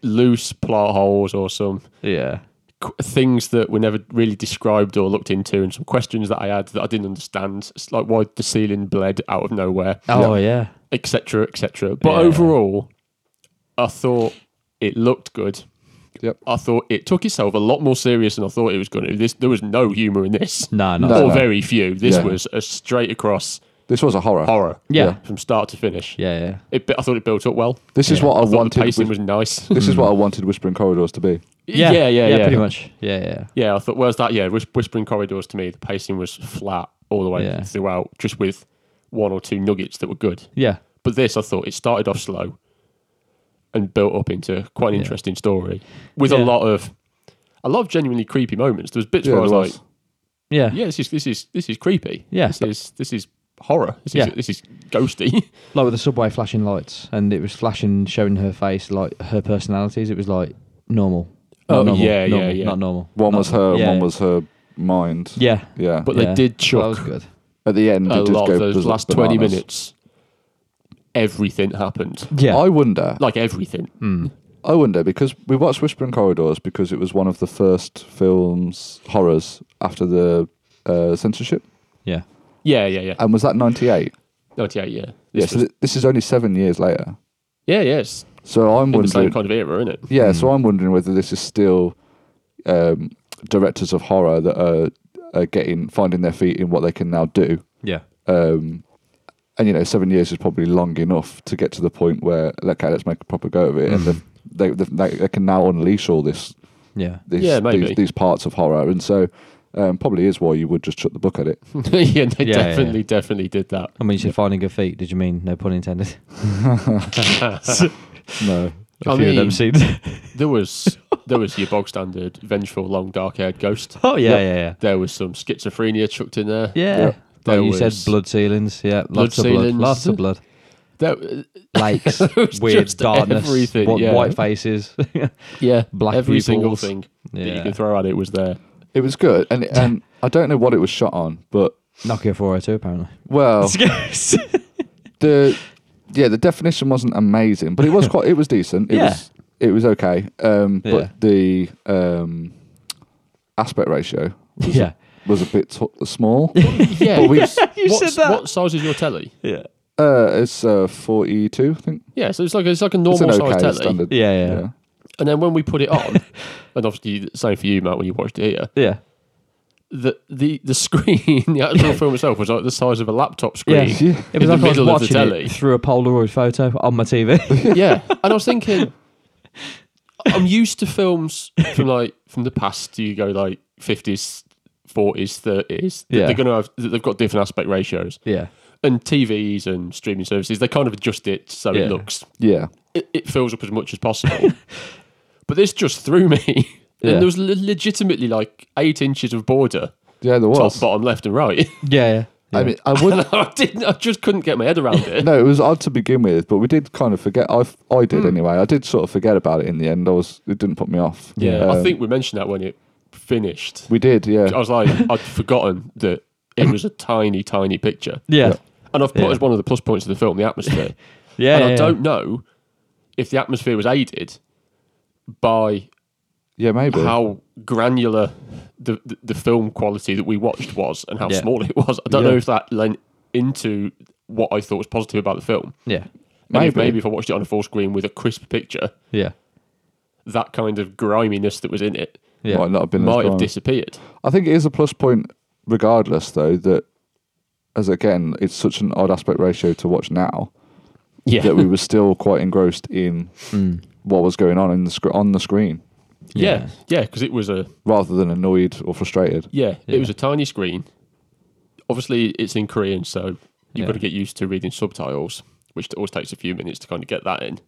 A: loose plot holes or some
C: Yeah.
A: qu- things that were never really described or looked into and some questions that I had that I didn't understand. It's like why the ceiling bled out of nowhere,
C: Oh yeah.
A: etc., etc. But
C: Yeah.
A: overall, I thought it looked good.
B: Yep.
A: I thought it took itself a lot more serious than I thought it was going to. This there was no humor in this,
C: No, no.
B: No.
A: or very few. This
B: Yeah.
A: was a straight across
B: This was a horror.
A: horror.
C: Yeah.
A: from start to finish.
C: Yeah, yeah.
A: It, bu- I thought it built up well.
B: This is
C: Yeah.
B: what I,
A: I thought the
B: wanted.
A: pacing
B: Whi-
A: was nice.
B: this is what I wanted Whispering Corridors to be.
A: yeah, yeah, yeah,
C: Pretty much. Yeah, yeah.
A: Yeah, I thought, where's that? Yeah, Whis- Whispering Corridors to me, the pacing was flat all the way
C: Yeah.
A: throughout, just with one or two nuggets that were good.
C: Yeah.
A: But this, I thought, it started off slow and built up into quite an
C: Yeah.
A: interesting story with a
C: Yeah.
A: lot of a lot of genuinely creepy moments. There was bits
B: Yeah,
A: where I was
B: there
A: like,
B: was.
C: Yeah.
A: "Yeah, this is this is this is creepy.
C: Yeah.
A: this is this is horror. This
C: Yeah.
A: is this is ghosty."
C: Like with the subway flashing lights, and it was flashing, showing her face, like her personalities. It was like normal. Not
A: Oh,
C: normal,
A: yeah, yeah,
C: normal,
A: yeah.
C: Not normal.
B: One was her,
C: yeah.
B: one was her mind.
C: Yeah.
B: Yeah.
A: but
C: Yeah.
A: they did
C: Well, that
A: chuck
C: was good.
B: At the end,
A: a
B: it did
A: lot
B: go
A: of those
B: baz-
A: last twenty
B: bananas.
A: minutes. Everything happened,
C: Yeah.
B: I wonder.
A: like everything.
C: Mm.
B: I wonder because we watched Whispering Corridors because it was one of the first films horrors after the uh, censorship.
C: Yeah.
A: Yeah, yeah, yeah.
B: And was that ninety eight?
A: Ninety-eight. Yeah, This
B: Yeah. So
A: was-
B: th- this is only seven years later.
A: yeah, yeah. It's
B: So I'm
A: in the same Hmm.
B: wondering.
A: kind of era, isn't it?
B: Yeah, so I'm wondering whether this is still um, directors of horror that are, are getting finding their feet in what they can now do,
C: Yeah.
B: Um, and you know, seven years is probably long enough to get to the point where okay, let's make a proper go of it,
A: Hmm.
B: and
C: Mhm.
B: they, they, they they can now unleash all this,
C: Yeah.
B: this
A: Yeah, maybe.
B: these, these parts of horror, and so um, probably is why you would just shut the book at it.
A: yeah, they
C: Yeah, yeah,
A: definitely,
C: yeah.
A: definitely did that.
C: I mean, you said finding a feet. Did you mean no pun intended?
A: I
C: A
B: No,
C: few of
A: mean-
C: them scenes.
A: There was there was your bog standard vengeful, long, dark-haired ghost.
C: oh yeah,
B: Yep.
C: yeah, yeah.
A: There was some schizophrenia chucked in there.
C: Yeah.
B: Yeah.
A: There
C: Like you said
A: was-
C: blood ceilings. Yeah. Lots of blood.
A: ceilings.
C: Lots of blood.
A: There-
C: Lakes.
A: was
C: weird
A: just
C: darkness.
A: everything,
C: wh-
A: yeah.
C: White faces. yeah.
A: yeah,
C: Black
A: every single
C: pupils.
A: thing that you could throw at it was there.
B: it was good, and and I don't know what it was shot on, but
C: Nokia 402 apparently. Oh.
B: well, the yeah the definition wasn't amazing but it was quite it was decent it
C: Yeah.
B: was it was okay um
C: Yeah.
B: but the um aspect ratio
C: yeah.
B: was a bit t- small
A: Yeah,
B: But we-
C: you
A: What's-
C: said that.
A: What size is your telly?
C: Yeah.
B: uh it's uh 42 i think
A: Yeah, so it's like it's like a
B: it's
A: normal
B: an
A: size
B: okay
A: telly.
B: standard
C: Yeah, yeah.
A: And then when we put it on, and obviously same for you, Matt, when you watched it here,
C: Yeah.
A: the the, the screen, the actual film itself was like the size of a laptop
C: Yeah.
A: screen.
C: It
A: the
C: was like I was
A: middle of the
C: watching
A: telly.
C: it through a Polaroid photo on my TV.
A: yeah. And I was thinking, I'm used to films from like from the past. You go like 50s, 40s, 30s. that
C: Yeah.
A: They're gonna have that they've got different aspect ratios,
C: yeah.
A: and TVs and streaming services they kind of adjust it so
C: Yeah.
A: it looks
B: yeah
A: it, it fills up as much as possible. but this just threw me.
C: Yeah.
A: And there was le- legitimately like eight inches of border,
B: yeah there was
A: top, bottom, left, and right.
C: Yeah. yeah.
B: i mean i would
A: and I didn't. I just couldn't get my head around it.
B: no it was odd to begin with but we did kind of forget i f- i
A: Hmm.
B: did anyway i did sort of forget about it in the end i was it didn't put me off
C: Yeah.
A: I
B: Um,
A: think we mentioned that when it finished.
B: we did yeah
A: I was like, I'd forgotten that it was a tiny, tiny picture.
C: Yeah.
B: Yeah.
A: And I've put
C: Yeah.
A: as one of the plus points of the film the atmosphere.
C: Yeah.
A: and I
C: yeah,
A: don't know if the atmosphere was aided by
B: yeah maybe
A: how granular the, the the film quality that we watched was and how
C: Yeah.
A: small it was. I don't know
B: Yeah.
A: if that lent into what I thought was positive about the film.
C: Yeah.
A: And if
B: Maybe.
A: maybe if I watched it on a full screen with a crisp picture,
C: Yeah.
A: that kind of griminess that was in it
C: Yeah.
B: might not have been as
A: might have
B: strong.
A: disappeared.
B: I think it is a plus point, regardless, though, that as again, it's such an odd aspect ratio to watch now
A: Yeah.
B: that we were still quite engrossed in
C: Mm.
B: what was going on in the sc- on the screen
A: yeah. Yeah, because it was a
B: rather than annoyed or frustrated.
A: Yeah,
C: Yeah.
A: it was a tiny screen. Obviously, it's in Korean, so you've
C: Yeah.
A: got to get used to reading subtitles, which always takes a few minutes to kind of get that in.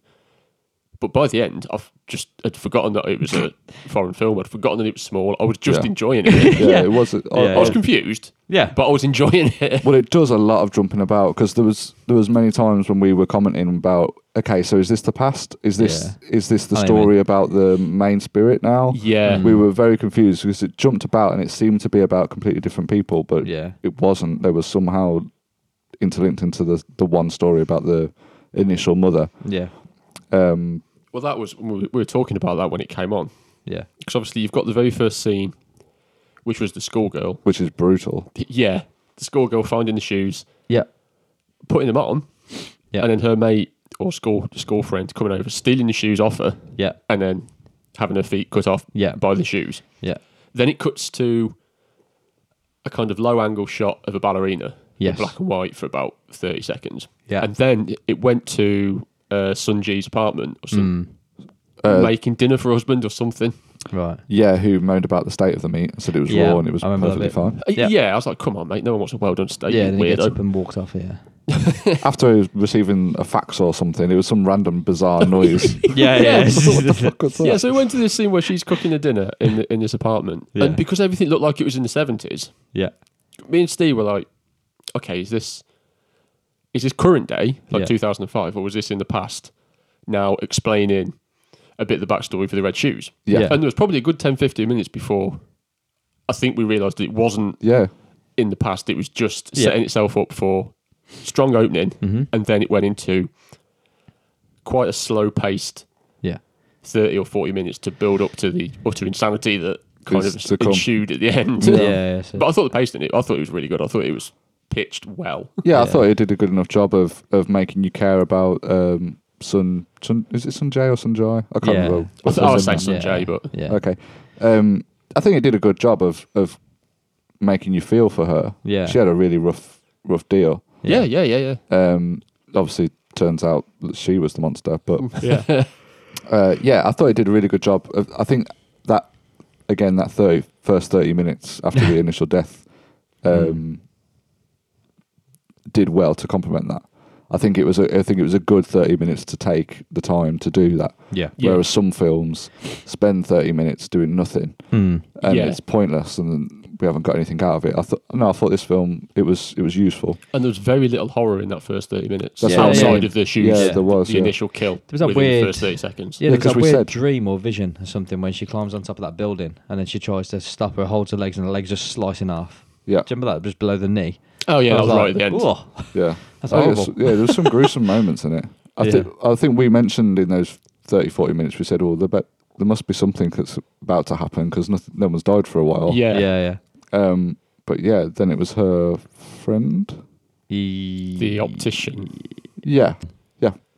A: But by the end, I've just had forgotten that it was a foreign film. I'd forgotten that it was small. I was just
B: Yeah.
A: enjoying it.
B: Yeah,
C: Yeah.
B: it was. I,
C: Yeah,
A: I was
B: I-
A: confused,
C: Yeah.
A: but I was enjoying it.
B: well, it does a lot of jumping about because there was there was many times when we were commenting about okay, so is this the past? Is this is this the
C: I know what you
B: story about the main spirit now?
A: yeah,
B: We were very confused because it jumped about and it seemed to be about completely different people, but
C: Yeah.
B: it wasn't. There was somehow interlinked into the the one story about the initial mother.
C: Yeah.
B: Um,
A: Well, that was we were talking about that when it came on
C: Yeah.
A: because obviously you've got the very first scene, which was the schoolgirl.
B: which is brutal.
A: Yeah, the schoolgirl finding the shoes,
C: Yeah.
A: putting them on,
C: Yeah.
A: and then her mate or school school friend coming over, stealing the shoes off her,
C: Yeah.
A: and then having her feet cut off
C: Yeah.
A: by the shoes.
C: Yeah.
A: Then it cuts to a kind of low angle shot of a ballerina in
C: Yes.
A: black and white for about 30 seconds.
C: Yeah.
A: And then it went to uh, Sunji's apartment or some,
C: Mm. Uh,
A: making dinner for her husband or something.
C: Right.
B: Yeah, who moaned about the state of the meat and said it was
C: Yeah,
B: raw and it was
C: I remember that
B: perfectly fine.
A: Uh,
C: Yeah.
A: Yeah. I was like, come on, mate. No one wants a well done steak,
C: Yeah.
A: you
C: Then he gets up
A: weirdo.
C: and walks off. Yeah.
B: After he was receiving a fax or something, it was some random bizarre noise.
C: Yeah.
B: what the fuck was that?
A: Yeah, so it went to this scene where she's cooking a dinner in the, in this apartment,
C: Yeah.
A: and because everything looked like it was in the seventies,
C: yeah.
A: me and Steve were like, okay, is this is this current day, like
C: Yeah.
A: 2005, or was this in the past? Now explaining a bit the backstory for the red shoes.
B: Yeah.
C: Yeah.
A: And there was probably a good 10, 15 minutes before I think we realised it wasn't
B: yeah.
A: in the past. It was just
C: Yeah.
A: setting itself up for strong opening,
C: Mm-hmm.
A: and then it went into quite a slow paced
C: Yeah.
A: 30 or 40 minutes to build up to the utter insanity that kind
B: Is
A: of
B: to come.
A: ensued at the end. Um,
C: Yeah. yeah, so-
A: But I thought the pacing, it, I thought it was really good. I thought it was pitched well.
B: Yeah, I
C: Yeah.
B: thought it did a good enough job of of making you care about um, Sun. Sun is it Sunjay or Sunjay? I can't
C: Yeah.
B: remember.
A: I, th- I would say
B: Sunjay.
A: Sanjay,
C: Yeah.
A: but
C: yeah.
B: Okay. Um, I think it did a good job of of making you feel for her.
C: Yeah.
B: She had a really rough rough deal.
A: Yeah, yeah, yeah, yeah.
B: Um, obviously, turns out that she was the monster, but
A: Yeah.
B: uh, yeah, I thought he did a really good job. of- I think that again, that 30, first thirty minutes after the initial death,
A: Hmm.
B: um, did well to complement that. I think it was a, I think it was a good thirty minutes to take the time to do that.
C: Yeah.
A: Yeah.
B: Whereas some films spend thirty minutes doing nothing
A: Hmm.
C: Mm.
B: and
A: Yeah.
B: it's pointless, and we haven't got anything out of it. I thought no, I thought this film it was it was useful.
A: and there was very little horror in that first 30 minutes
B: That's
C: what I
A: outside
C: mean.
A: of the shoes.
B: Yeah,
C: Yeah.
B: there was
A: the
B: yeah.
A: initial kill
C: was that
A: within
C: weird-
A: the first 30 seconds.
C: Yeah, there's
B: because
C: that
B: we
C: weird
B: said-
C: dream or vision or something when she climbs on top of that building and then she tries to stop her, holds her legs, and the legs just slice in half.
B: Yeah,
C: Do you remember that? Just below the knee.
A: Oh, yeah,
C: I
A: that was
C: like,
A: right at the end.
C: "Whoa."
B: yeah.
C: That's
B: Oh,
C: horrible.
B: yes. yeah, there's some gruesome moments in it. I,
C: Yeah.
B: think I think we mentioned in those 30, 40 minutes, we said, oh, there, be- there must be something that's about to happen because no one's died for a while.
A: Yeah.
C: Yeah, yeah.
B: Um, but yeah, then it was her friend.
C: He-
A: The optician.
B: Yeah,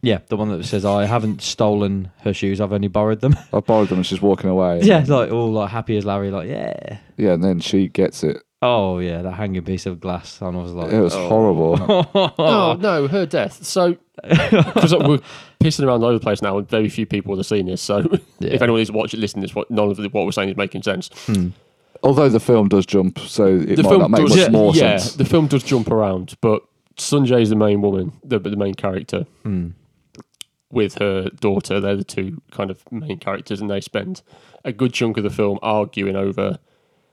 C: Yeah, the one that says, "I haven't stolen her shoes. I've only borrowed them."
B: I borrowed them and she's walking away.
C: yeah, like all like happy as Larry, like yeah.
B: Yeah, and then she gets it.
C: Oh yeah, that hanging piece of glass. And I was like,
B: it was horrible.
A: Oh, no, her death. So, because uh, we're pissing around all over the place now, and very few people would have seen this. So,
C: Yeah.
A: if anyone is watching, listening to this, what, none of the- what we're saying is making sense.
C: Hmm,
B: Although the film does jump, so it
A: the
B: might
A: film
B: not make
A: does,
B: much
A: yeah,
B: more
A: yeah,
B: sense.
A: the film does jump around, but Sunjay's the main woman, the, the main character,
C: Hmm.
A: with her daughter. They're the two kind of main characters, and they spend a good chunk of the film arguing over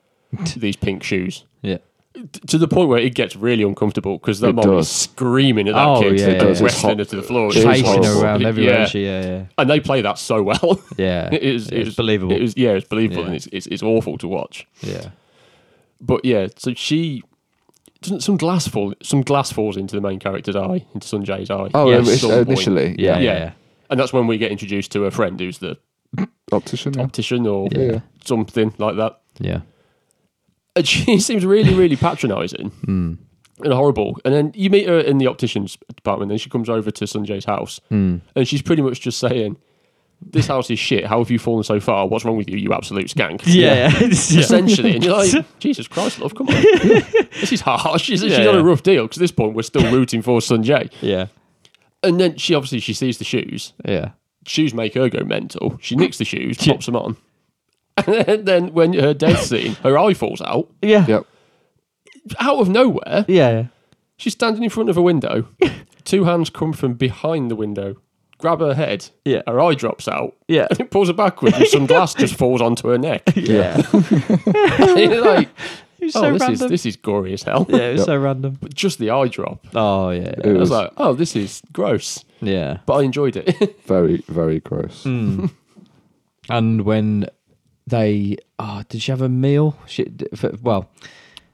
A: these pink shoes.
C: Yeah.
A: T- To the point where it gets really uncomfortable because that
B: It
A: mom
B: does.
A: is screaming at that
C: Oh,
A: kid
C: yeah,
A: and
C: yeah,
B: yeah.
A: wrestling her
B: It's
A: to the floor.
B: It is
C: chasing her
B: horrible.
C: around everywhere.
A: Yeah.
C: She, yeah,
A: And they play that so well.
C: yeah, yeah.
A: it is, it
C: it's
A: was-
C: believable.
A: It was, yeah, it's believable,
C: Yeah.
A: and it's, it's it's awful to watch.
C: yeah,
A: But yeah, so she doesn't some glass fall some glass falls into the main character's eye, into Sunjay's eye.
B: Oh,
C: Yeah,
A: at
B: it-
A: some point.
B: initially,
C: yeah, yeah,
B: yeah.
A: Yeah. And that's when we get introduced to a friend who's the
B: Optician. yeah.
A: optician or
C: Yeah.
B: Yeah.
A: something like that.
C: yeah.
A: And she seems really, really patronising
C: Mm.
A: and horrible. And then you meet her in the optician's department, and she comes over to Sunjay's house
C: Mm.
A: and she's pretty much just saying, This house is shit. How have you fallen so far? What's wrong with you, you absolute skank?
C: Yeah, yeah.
A: essentially. And you're like, Jesus Christ, love, come on. this is harsh. She's, she's
C: Yeah,
A: on
C: yeah.
A: a rough deal because at this point we're still rooting for Sunjay.
C: yeah,
A: And then she obviously she sees the shoes.
C: yeah.
A: Shoes make her go mental. She nicks the shoes, pops them on. And then when her death scene, her eye falls out.
C: Yeah.
B: Yep.
A: Out of nowhere,
C: Yeah.
A: she's standing in front of a window. Two hands come from behind the window, grab her head.
C: Yeah.
A: Her eye drops out.
C: Yeah.
A: And it pulls her backwards and some glass just falls onto her neck.
C: Yeah.
A: You're like,
C: It was
A: oh,
C: so
A: this
C: random.
A: is this is gory as hell.
C: yeah, it was
B: Yep.
C: so random.
A: But just the eye drop.
C: Oh yeah.
B: It
A: I was
B: was
A: like, oh, this is gross,
C: Yeah.
A: but I enjoyed it.
B: very, very gross.
C: And when they, oh, did she have a meal? She, d- f- well,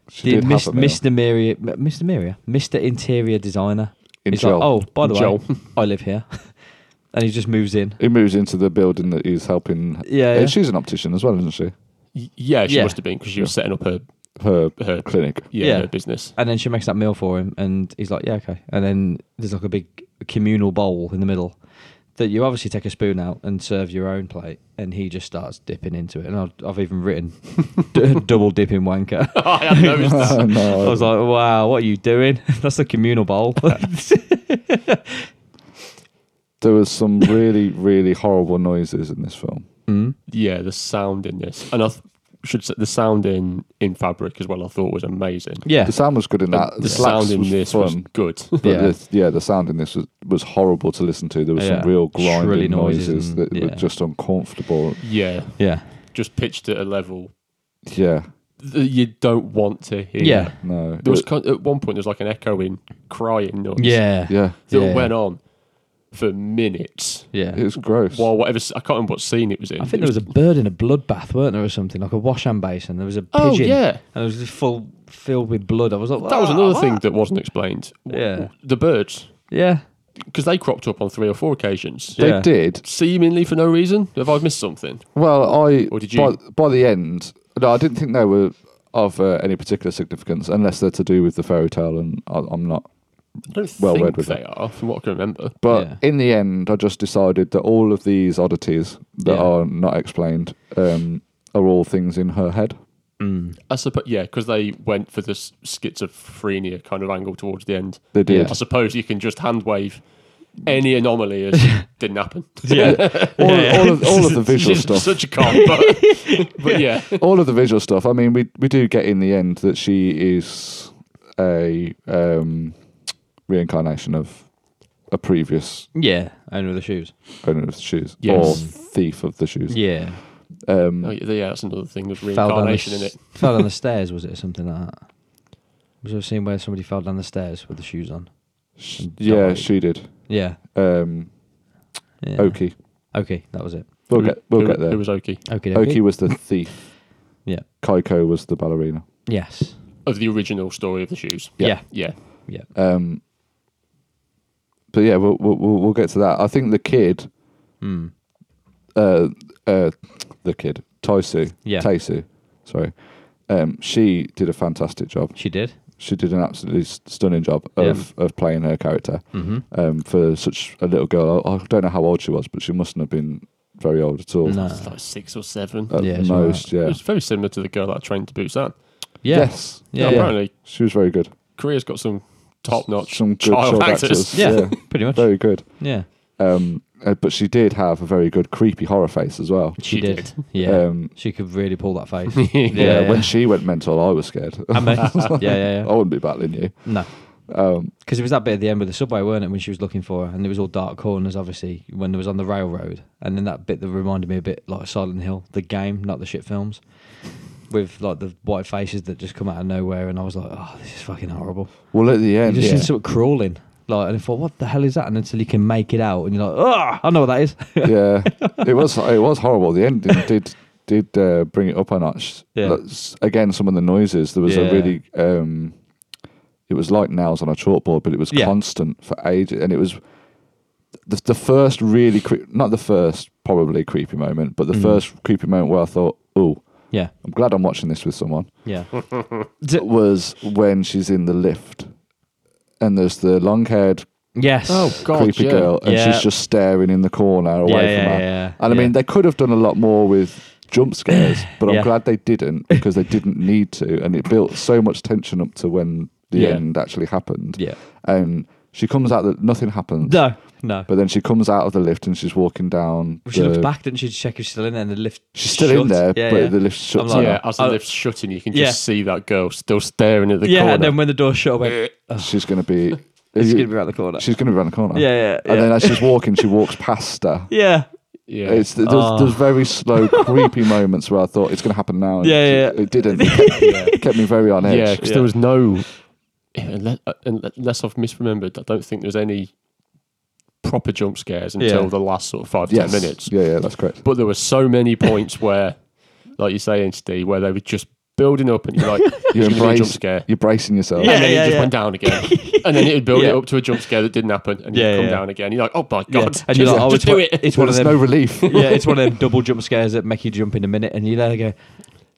B: She
C: the
B: did
C: Miss,
B: have a meal.
C: Mr. Miria, M- Mr. Miria, Mr. Interior Designer.
B: In
C: he's
B: jail.
C: like, oh, by the
A: Joel.
C: way, I live here, and he just moves in.
B: He moves into the building that he's helping.
C: Yeah,
B: Uh,
C: yeah.
B: she's an optician as well, isn't she?
A: Y- yeah, she
C: Yeah.
A: must have been because she was setting up her
B: Her
A: her
B: clinic.
A: yeah,
C: Yeah.
A: her business.
C: And then she makes that meal for him, and he's like, yeah, okay. And then there's like a big communal bowl in the middle that you obviously take a spoon out and serve your own plate, and he just starts dipping into it. And I've, I've even written d- double dipping wanker.
A: I had noticed that.
B: Oh, no,
C: I was like, wow, what are you doing? That's the communal bowl.
B: there was some really, really horrible noises in this film.
C: Mm.
A: Yeah, the sound in this, and I th- should say the sound in in Fabric as well. I thought was amazing.
C: Yeah.
B: The sound was good in that.
A: the
B: The
A: sound
B: slaps
A: in
B: was
A: this was
B: fun.
A: good.
B: but
C: Yeah.
B: the, yeah, the sound in this was, was horrible to listen to. There was
C: Yeah.
B: some real
C: Shrilly
B: grinding
C: noises
B: noises,
C: and-
B: that
C: yeah.
B: were just uncomfortable.
A: yeah,
C: Yeah.
A: just pitched at a level
B: Yeah,
A: that you don't want to hear.
C: Yeah.
B: no.
A: there was
B: it-
A: con- at one point there was like an echoing, crying noise.
C: Yeah.
B: yeah,
A: that
C: Yeah.
A: went on for minutes.
C: Yeah.
B: it was gross.
A: While whatever s- I can't remember what scene it was in.
C: I think there was a bird in a bloodbath, weren't there, or something like a washhand basin? There was a
A: oh
C: pigeon,
A: yeah.
C: and it was just full filled with blood. I was like, "Ah."
A: That was
C: "Wow,
A: another
C: wow."
A: thing that wasn't explained. W-
C: Yeah.
A: The birds,
C: Yeah,
A: because they cropped up on three or four occasions,
B: they
C: Yeah.
B: did.
A: seemingly for no reason. Have I missed something?
B: Well, I
A: Or did
B: by,
A: you-
B: by the end, no, I didn't think they were of uh, any particular significance, unless they're to do with the fairy tale, and I, I'm not
A: I don't
B: Well read
A: think
B: with
A: they are, from what I can remember.
B: But
C: Yeah.
B: in the end, I just decided that all of these oddities that
C: Yeah.
B: are not explained um, are all things in her head.
C: Mm.
A: I suppose, yeah, because they went for this schizophrenia kind of angle towards the end.
B: They did.
A: I suppose you can just hand wave any anomaly as didn't happen.
B: Yeah. all, All, of, all of the visual
A: She's
B: stuff.
A: Such a con, but, but yeah.
B: All of the visual stuff. I mean, we we do get in the end that she is a um, reincarnation of a previous
C: Yeah, owner of the shoes.
B: owner of the shoes
A: Yes.
B: or thief of the shoes.
C: Yeah,
B: Um,
A: Oh, yeah, yeah, that's another thing. There's
C: fell down the,
A: reincarnation in
C: s-
A: it.
C: fell down the stairs. Was it or something like that? Was there a scene where somebody fell down the stairs with the shoes on?
B: sh- yeah,
C: died.
B: she did.
C: Yeah.
B: Um,
C: yeah.
B: Oki.
C: Okay, that was it.
B: We'll
A: Who-
B: get we'll
A: who-
B: get there.
A: Who was Oki
C: Okay.
B: Oki was the thief.
C: Yeah.
B: Kaiko was the ballerina.
C: Yes.
A: of the original story of the shoes?
C: Yeah.
B: Yeah.
A: Yeah,
B: Um, but yeah, we'll, we'll we'll we'll get to that. I think the kid,
C: Hmm.
B: uh, uh, the kid Taisu,
C: Yeah.
B: Taisu, sorry, um, she did a fantastic job.
C: She did.
B: She did an absolutely st- stunning job of, of playing her character
C: Mm-hmm.
B: um, for such a little girl. I, I don't know how old she was, but she mustn't have been very old at all.
C: No.
A: It's like six or seven.
B: At
C: Yeah, she was
B: most, Ah. Oh, yeah.
A: It's very similar to the girl that I trained to Busan.
C: Yeah.
B: Yes,
C: Yeah.
A: apparently
B: she was very good.
A: Korea's got some top-notch
B: Some good
A: child actors.
C: Yeah.
B: yeah,
C: Pretty much.
B: very good.
C: Yeah.
B: Um, uh, but she did have a very good creepy horror face as well.
C: She,
A: She
C: did. Yeah.
B: Um,
C: she could really pull that face.
B: yeah,
C: Yeah, yeah.
B: When she went mental, I was scared.
C: And me. yeah, yeah,
B: I
C: yeah.
B: wouldn't be battling you.
C: No.
B: Um,
C: Because it was that bit at the end with the subway, weren't it, when she was looking for her? And it was all dark corners, obviously, when it was on the railroad. And then that bit that reminded me a bit like Silent Hill, the game, not the shit films, with like the white faces that just come out of nowhere. And I was like, oh, this is fucking horrible.
B: well, at the
C: You
B: end,
C: just
B: yeah,
C: see sort of crawling. Like, and I thought, what the hell is that? And until you can make it out, and you're like, oh, I know what that is.
B: yeah, it was it was horrible. The ending did did uh, bring it up a notch.
C: Yeah.
B: Like, s- again, some of the noises. There was
C: Yeah.
B: a really. Um, it was like nails on a chalkboard, but it was
C: Yeah.
B: constant for ages, and it was the, the first really cre- not the first probably creepy moment, but the
C: Mm.
B: first creepy moment where I thought, "Oh,
C: yeah.
B: I'm glad I'm watching this with someone."
C: Yeah.
B: was when she's in the lift and there's the long haired
C: Yes.
A: Oh God,
B: creepy
A: yeah.
B: girl and
C: Yeah.
B: she's just staring in the corner away
C: yeah,
B: from
C: yeah,
B: her.
C: yeah.
B: And I mean they could have done a lot more with jump scares, but I'm
C: Yeah.
B: glad they didn't because they didn't need to and it built so much tension up to when the
A: Yeah.
B: end actually happened.
C: yeah.
B: And she comes out that nothing happens.
C: No, no.
B: But then she comes out of the lift and she's walking down.
C: Well, she
B: the-
C: looked back, didn't she, to check if she's still in there and the lift.
B: She's still
C: shut.
B: in there,
C: Yeah,
B: but
C: yeah.
B: the lift shuts.
C: like,
A: yeah,
B: out.
A: as the
C: Oh.
A: lift's shutting, you can
C: Yeah.
A: just see that girl still staring at the
C: yeah,
A: corner.
C: and then when the door shut, I went, "Oh,
B: she's gonna be.
C: it's going to be around the corner.
B: she's gonna be around the corner.
C: yeah, yeah, yeah.
B: And then uh, as she's walking, she walks past her.
C: yeah.
A: yeah,
B: It's there's,
C: Oh.
B: there's very slow, creepy moments where I thought it's going to happen now. and
C: Yeah, yeah,
B: It, it didn't. It kept,
A: yeah,
B: it kept me very on edge.
A: because
C: Yeah.
A: there was no, unless, unless I've misremembered, I don't think there's any proper jump scares until
C: Yeah.
A: the last sort of five
B: Yes.
A: ten minutes.
B: Yeah, yeah, that's correct.
A: But there were so many points where, like you're saying, Steve, where they were just building up, and you're like,
B: You
A: "It's gonna be a jump
B: embrace.
A: scare."
B: You're bracing yourself.
C: Yeah.
A: and then it just went down again. and then it would build
C: Yeah.
A: it up to a jump scare that didn't happen, and
C: Yeah,
A: it'd come
C: yeah.
A: down again. You're like, oh my god,
C: Yeah.
A: just,
C: And you're like, oh,
A: just
C: it's
A: do
C: one,
A: it.
C: It's one of
B: There's no
C: them.
B: relief.
C: yeah, it's one of them double jump scares that make you jump in a minute, and you there go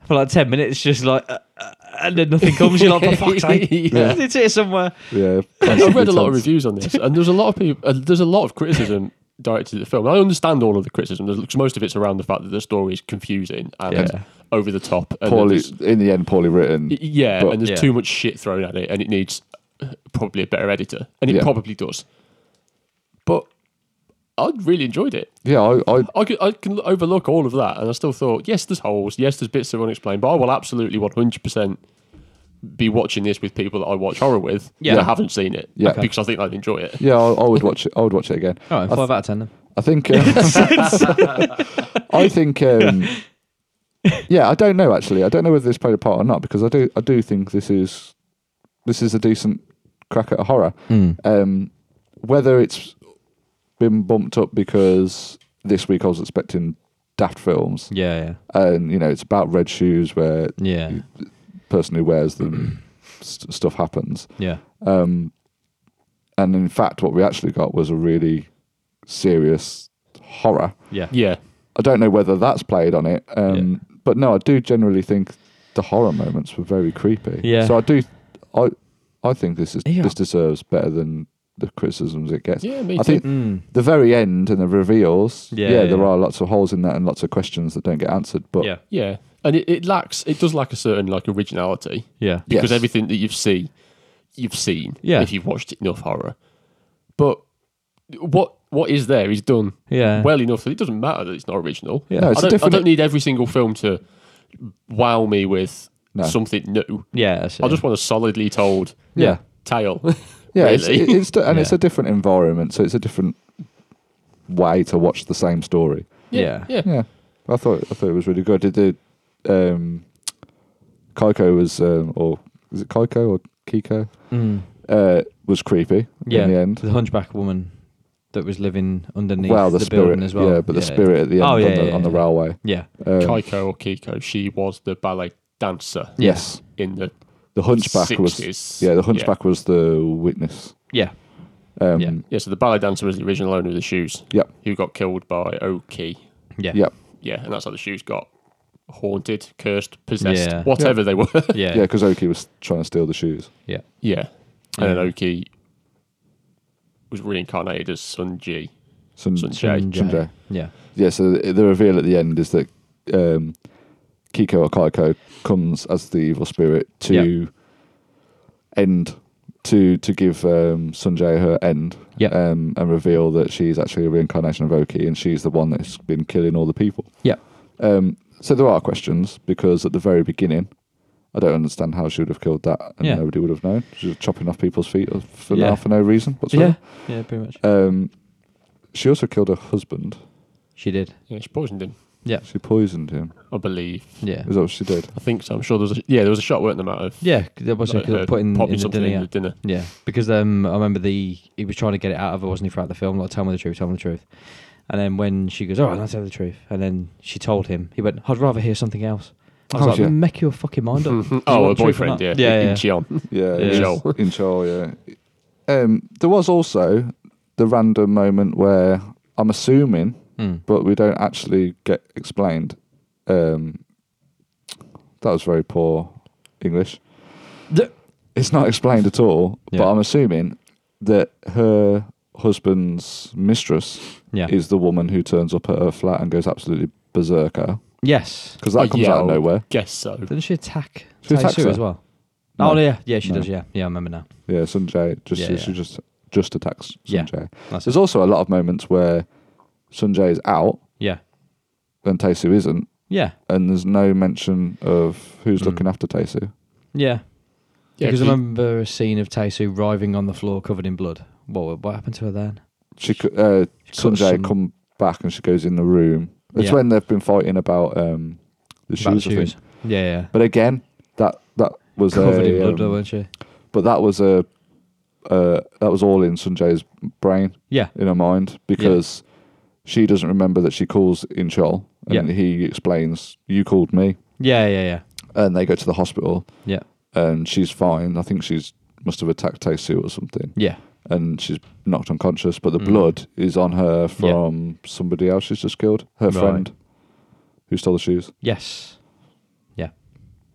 C: for like ten minutes, just like, uh, uh, and then nothing comes. You're like, for fuck's sake,
A: Yeah.
C: it's here somewhere.
B: yeah.
A: I read a lot of
B: constantly tense.
A: reviews on this, and there's a lot of people. Uh, there's a lot of criticism directed at the film. I understand all of the criticism because most of it's around the fact that the story is confusing and
C: Yeah.
A: over the top. And
B: Poorly,
A: there's-
B: in the end, poorly written.
A: y- yeah,
B: But-
A: and there's
C: Yeah.
A: too much shit thrown at it, and it needs uh, probably a better editor, and it
B: Yeah.
A: probably does. But I really enjoyed it.
B: Yeah, I, I,
A: I can, I can overlook all of that, and I still thought, yes, there's holes, yes, there's bits that are unexplained, but I will absolutely 100% be watching this with people that I watch horror with
C: Yeah.
A: that haven't seen it,
B: Yeah.
A: because I think they'd enjoy it.
B: yeah, I, I would watch it. I would watch it again.
A: Oh.
C: All right,
B: I
C: five out of ten. Then.
B: I think. Uh, I think. Um, yeah, I don't know actually. I don't know whether this played a part or not because I do. I do think this is this is a decent crack at horror.
C: Hmm.
B: Um, whether it's been bumped up because this week I was expecting daft films,
C: Yeah,
B: and you know it's about red shoes where the
C: yeah, yeah,
B: person who wears them st- stuff happens.
C: yeah.
B: Um, and in fact, what we actually got was a really serious horror.
C: Yeah.
A: Yeah.
B: I don't know whether that's played on it, um, but no, I do generally think the horror moments were very creepy.
C: Yeah.
B: So I do, I, I think this is
C: Yeah.
B: this deserves better than the criticisms it gets.
A: Yeah, me too.
B: I think
C: Mm.
B: the very end and the reveals.
C: Yeah,
B: there
C: yeah.
B: are lots of holes in that and lots of questions that don't get answered. But
C: yeah.
A: Yeah. and it, it lacks. It does lack a certain like originality
C: Yeah.
B: Yeah.
A: because
B: Yes.
A: everything that you've seen, you've seen.
C: Yeah.
A: if you've watched enough horror, but what what is there is done
C: Yeah.
A: well enough that it doesn't matter that it's not original.
C: Yeah.
B: No,
A: I
B: it's a
A: don't, I
B: definite.
A: don't need every single film to wow me with
B: No.
A: something new.
C: yeah. that's
A: I
C: it.
A: just want a solidly told
C: yeah.
A: tale.
B: yeah, it's,
A: really.
B: it- it's di- and it's
C: Yeah.
B: a different environment, so it's a different way to watch the same story.
C: Yeah.
A: yeah.
B: Yeah, I thought I thought it was really good. Did the um, Kaiko was um, or is it Kaiko or Kiko
C: Mm.
B: uh, was creepy
C: Yeah.
B: in the end.
C: The hunchback woman that was living underneath
B: well, the,
C: the,
B: spirit,
C: building as well.
B: yeah, but the spirit at the end
C: Oh, yeah,
B: on, the,
C: yeah,
B: on the
C: yeah.
B: railway.
C: Yeah.
B: Um,
A: Kaiko or Kiko, she was the ballet dancer
B: yes,
A: in the
B: the hunchback
A: 60s.
B: was yeah, the hunchback was the witness.
C: Yeah.
B: Um,
C: Yeah.
A: Yeah. so the ballet dancer was the original owner of the shoes.
B: Yep.
A: Who got killed by Oki.
C: Yeah.
B: Yep.
A: Yeah, and that's how the shoes got haunted, cursed, possessed,
C: Yeah.
A: whatever they were.
C: Yeah.
B: Yeah, because Oki was trying to steal the shoes.
C: Yeah.
A: yeah. And then
C: Yeah.
A: Oki was reincarnated as Sun Ji.
B: Sun-
A: Sun Jay.
C: Jay.
B: Sunjae.
C: Yeah.
B: Yeah, so the, the reveal at the end is that um, Kiko or Kaiko comes as the evil spirit to end to to give um, Sunjay her end,
C: Yep.
B: um, and reveal that she's actually a reincarnation of Oki, and she's the one that's been killing all the people.
C: Yep.
B: Um, so there are questions because at the very beginning, I don't understand how she would have killed that, and
C: Yeah.
B: nobody would have known. She was chopping off people's feet uh, for
C: Yeah.
B: now for no reason whatsoever.
C: Yeah. Yeah. Pretty much.
B: Um, she also killed her husband.
C: She did.
A: Yeah, she poisoned him,
B: She poisoned him.
A: I believe.
C: Yeah.
B: Is that what she did?
A: I think so. I'm sure there was a, yeah, there was a shot, weren't there, Matt? Of,
C: Yeah. 'cause That was
A: like, her
C: like,
B: uh,
C: put in,
A: popping
C: in the
A: something
C: dinner.
A: in the
C: Yeah.
A: dinner.
C: Yeah, because um, I remember the he was trying to get it out of her, wasn't he, throughout the film? Like, tell me the truth, tell me the truth. And then when she goes, all right, I'll tell you the truth. And then she told him, he went, I'd rather hear something else. I was
B: Oh,
C: like,
B: yeah.
C: make your fucking mind up. Do you
A: Oh, a
C: want truth or
A: boyfriend,
C: not?
A: yeah.
C: Yeah,
A: In
C: yeah.
A: Cheon.
B: Yeah,
C: Yeah.
B: in
A: Seoul.
B: In Seoul, yeah. Um, there was also the random moment where I'm assuming,
C: Mm.
B: but we don't actually get explained. Um, that was very poor English.
C: The-
B: It's not explained at all,
C: Yeah.
B: but I'm assuming that her husband's mistress
C: Yeah.
B: is the woman who turns up at her flat and goes absolutely berserker
C: yes.
B: because that
A: Oh,
B: comes
A: yeah.
B: out of nowhere.
A: Guess so.
C: Didn't she attack
B: She
C: she
B: attacks her.
C: as well?
B: No.
C: Oh, yeah. Yeah, she
B: No.
C: does. Yeah. Yeah, I remember now.
B: Yeah, Sunjay just
C: Yeah,
B: she
C: yeah.
B: just just attacks Sunjay.
C: Yeah. That's
B: There's
C: it.
B: also a lot of moments where Sunjay is out
C: Yeah.
B: and Taisu isn't,
C: Yeah.
B: and there's no mention of who's
C: Mm.
B: looking after Taisu.
C: Yeah.
A: Yeah,
C: because I
A: she-
C: remember a scene of Taisu writhing on the floor covered in blood. What, what happened to her then?
B: She co- uh,
C: She cut
B: Sunjay
C: some-
B: come back and she goes in the room. It's
C: Yeah.
B: when they've been fighting about um, the
C: About the
B: shoes. I think.
C: shoes. Yeah, yeah.
B: But again, that that was
C: Covered
B: a,
C: in blood,
B: um,
C: though, weren't she?
B: but that was a uh, that was all in Sunjay's brain
C: Yeah.
B: in her mind because she doesn't remember that she calls Inchol and he explains you called me
C: Yeah, yeah, yeah.
B: and they go to the hospital.
C: Yeah.
B: and she's fine. I think she's must have attacked Taisu or something,
C: Yeah.
B: and she's knocked unconscious. But the
C: Mm.
B: blood is on her from somebody else she's just killed, her
C: Right.
B: friend who stole the shoes.
C: Yes.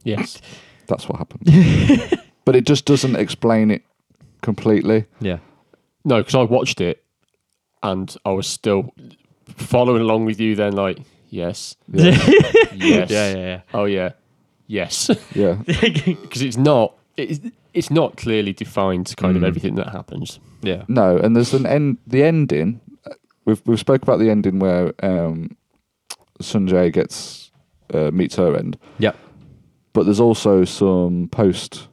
A: Yes.
B: That's what happened. but it just doesn't explain it completely.
C: Yeah.
A: No, because I watched it and I was still following along with you then, like, yes,
B: Yeah,
A: yes.
C: yeah,
A: Oh, yeah. Yes.
B: yeah,
C: yeah.
A: Because it's not. It's, it's not clearly defined, kind
B: Hmm.
A: of
C: Mm.
A: everything that happens.
C: yeah.
B: no. And there's an end. The ending. uh, We've we've spoke about the ending where um, Sunjay gets uh, meets her end.
C: Yep.
B: but there's also some post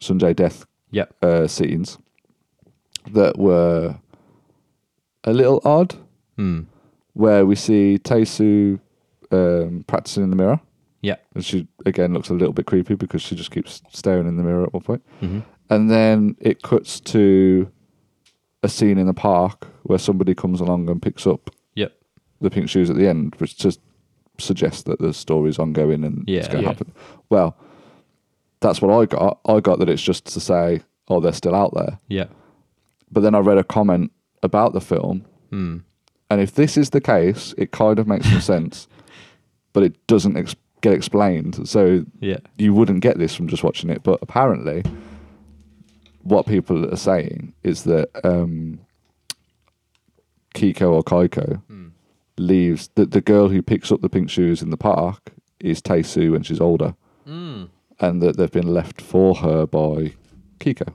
B: Sunday death
C: Yep.
B: uh, scenes that were a little odd,
C: Mm.
B: where we see Taisu um, practicing in the mirror,
C: Yep.
B: and she again looks a little bit creepy because she just keeps staring in the mirror at one point.
C: Mm-hmm.
B: And then it cuts to a scene in the park where somebody comes along and picks up
C: Yep.
B: the pink shoes at the end, which just suggests that the story's ongoing and it's
C: Yeah.
B: going to
A: Yeah.
B: happen. Well, that's what I got. I got that it's just to say, oh, they're still out there.
C: Yep.
B: But then I read a comment about the film,
C: Mm.
B: and if this is the case, it kind of makes some sense, but it doesn't ex- get explained. So
C: Yeah.
B: you wouldn't get this from just watching it. But apparently, what people are saying is that um, Kiko or Kaiko leaves that the girl who picks up the pink shoes in the park is Taisu when she's older,
C: Mm.
B: and that they've been left for her by Kiko.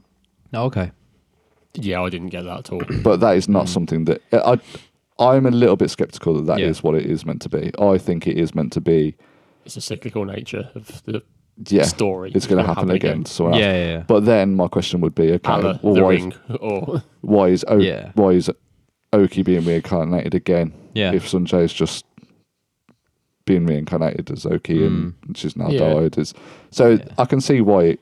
C: No, Oh, okay.
A: Yeah, I didn't get that at all.
B: But that is not something that I. I'm a little bit skeptical that that is
C: Yeah.
B: what it is meant to be. I think it is meant to be.
A: it's the cyclical nature of the
B: Yeah,
A: story.
B: it's going to
A: gonna
B: happen again. to someone else.
C: Yeah, yeah, yeah.
B: But then my question would be, okay,
A: Ala,
B: well,
A: the
B: why,
A: ring, or
B: why is o-
C: Yeah.
B: why is Oki being reincarnated again?
C: Yeah.
B: If Sunjay's just being reincarnated as Oki and she's now
A: Yeah.
B: died, it's, so
C: Mm. Yeah.
B: I can see why it,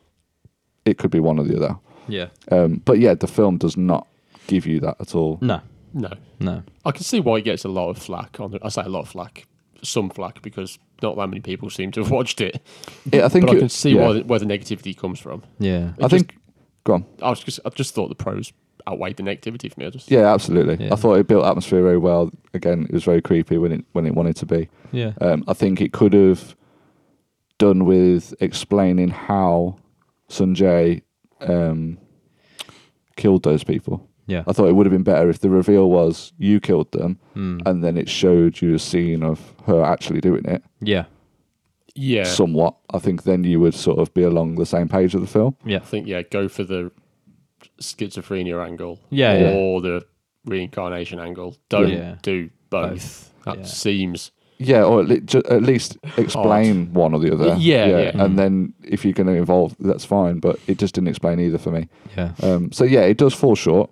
B: it could be one or the other.
C: yeah.
B: Um, but yeah, the film does not give you that at all.
C: No,
A: no.
C: no.
A: I can see why it gets a lot of flack. On the, I say a lot of flack, some flack because not that many people seem to have watched it.
C: Mm-hmm.
B: It- I think
A: but I
B: it-
A: can see
B: yeah.
A: why, where the negativity comes from.
C: Yeah.
B: I
A: just-
B: think. Go on.
A: I was just, I just thought the pros outweighed the negativity for me. I just
B: Yeah, absolutely.
C: Yeah.
B: I thought it built atmosphere very well. Again, it was very creepy when it when it wanted to be.
C: Yeah.
B: Um, I think it could have done with explaining how Sunjay um, killed those people.
C: Yeah.
B: I thought it would have been better if the reveal was you killed them,
C: Mm.
B: and then it showed you a scene of her actually doing it.
C: Yeah.
A: yeah,
B: Somewhat, I think then you would sort of be along the same page of the film.
C: Yeah.
A: I think yeah, go for the schizophrenia angle,
C: Yeah, yeah.
A: or the reincarnation angle. Don't
C: Yeah.
A: do both.
C: Both,
A: That
C: yeah.
A: seems
B: Yeah, or at, le- ju- at least explain one or the other.
A: Yeah, yeah. Mm.
B: and then if you're going to involve, that's fine. But it just didn't explain either for me.
C: Yeah.
B: Um, so yeah, it does fall short.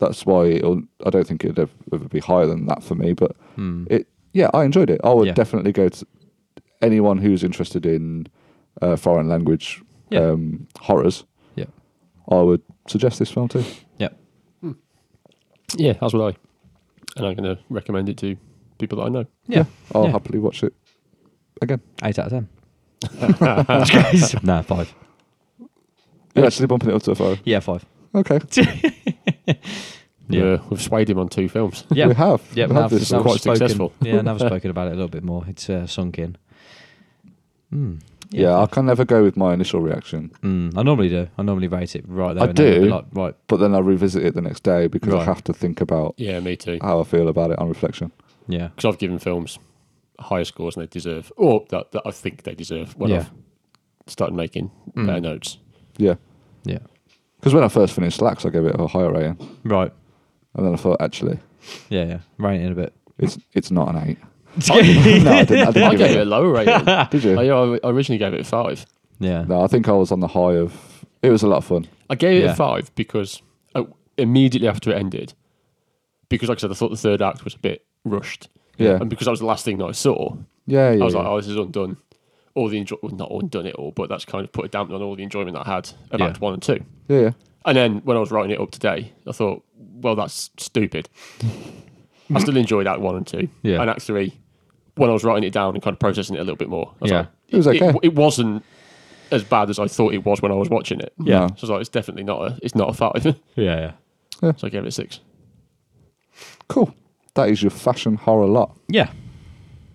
B: That's why it'll, I don't think it'd ever, ever be higher than that for me. But
C: Mm.
B: it, yeah, I enjoyed it. I would
C: Yeah.
B: definitely go to anyone who's interested in uh, foreign language
C: Yeah.
B: um, horrors.
C: Yeah.
B: I would suggest this film too.
C: Yep.
A: yeah. That's what I, and I'm going to recommend it to people that I know.
C: Yeah.
B: I'll
C: Yeah.
B: happily watch it again.
C: Eight out of ten. Guys. nah, five.
B: You're actually bumping it up to a five.
C: Yeah, five.
B: Okay,
C: Yeah.
A: Uh, we've swayed him on two films.
C: Yeah.
B: we have.
C: Yeah,
B: we
C: now
B: have
C: I've-
B: this.
C: now I've
A: quite
C: spoken-
A: successful.
C: Yeah, now I've spoken about it a little bit more. It's uh, sunk in. Mm.
B: Yeah, I can never go with my initial reaction,
C: Mm, I normally do. I normally rate it right there.
B: I
C: and then I'll be
B: do.
C: Like, right.
B: but then I revisit it the next day because I
C: Right.
B: have to think about
A: Yeah, me too.
B: how I feel about it on reflection.
C: Yeah.
A: Because I've given films higher scores than they deserve, or that, that I think they deserve when
C: yeah.
A: I've started making
C: Mm.
A: uh, notes.
B: Yeah,
C: Yeah.
B: because when I first finished Slacks, I gave it a higher rating,
C: Right.
B: and then I thought actually,
C: Yeah. Yeah. Rate it in a bit.
B: it's it's not an eight. no, I didn't. I didn't
A: I
B: give
A: gave it a
B: it.
A: lower rating.
B: A, did you?
A: I, I originally gave it a five.
C: yeah.
B: No, I think I was on the high of. It was a lot of fun.
A: I gave it
C: Yeah.
A: a five because I, immediately after it ended, because like I said, I thought the third act was a bit rushed,
B: Yeah,
A: and because that was the last thing that I saw,
B: yeah, yeah.
A: I was like,
B: yeah.
A: "Oh, this is undone." All the enjoy- well, not undone it all, but that's kind of put a damper on all the enjoyment that I had of
C: Yeah.
A: Act One and Two.
B: yeah, yeah.
A: And then when I was writing it up today, I thought, well, that's stupid. I still enjoyed Act One and Two.
C: Yeah.
A: And Act Three, when I was writing it down and kind of processing it a little bit more, I was
C: Yeah.
A: like,
B: It was okay.
A: It, it wasn't as bad as I thought it was when I was watching it. So
B: Yeah.
A: I was like, it's definitely not a, it's not a five. so
C: Yeah. Yeah.
A: I gave it a six.
B: Cool. That is your fashion horror lot,
C: Yeah.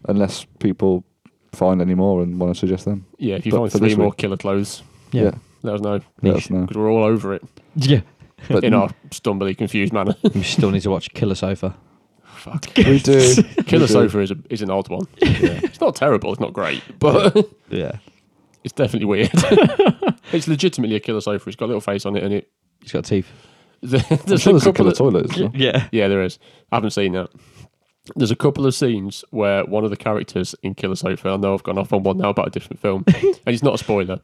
B: unless people find any more and want to suggest them.
A: Yeah. If you
B: But
A: find
B: for
A: three
B: this
A: more
B: week-
A: killer clothes,
C: Yeah.
B: yeah.
A: let us know
B: Let us know.
A: because we're all over it
C: Yeah.
B: But
A: in our stumbly confused manner.
C: We still need to watch Killer Sofa.
A: Fuck.
B: we do.
A: Killer
B: do.
A: Sofa is a, is an odd one. It's not terrible. It's not great, but.
C: Yeah.
A: It's definitely weird. it's legitimately a killer sofa. It's got a little face on it, and it
C: He's got teeth.
B: I'm
A: there's
B: sure
A: a
B: there's a
A: couple
B: killer
A: of,
B: toilet. As well.
C: Yeah.
A: yeah, there is. I haven't seen that. There's a couple of scenes where one of the characters in Killer Sofa. I know I've gone off on one now about a different film, and it's not a spoiler,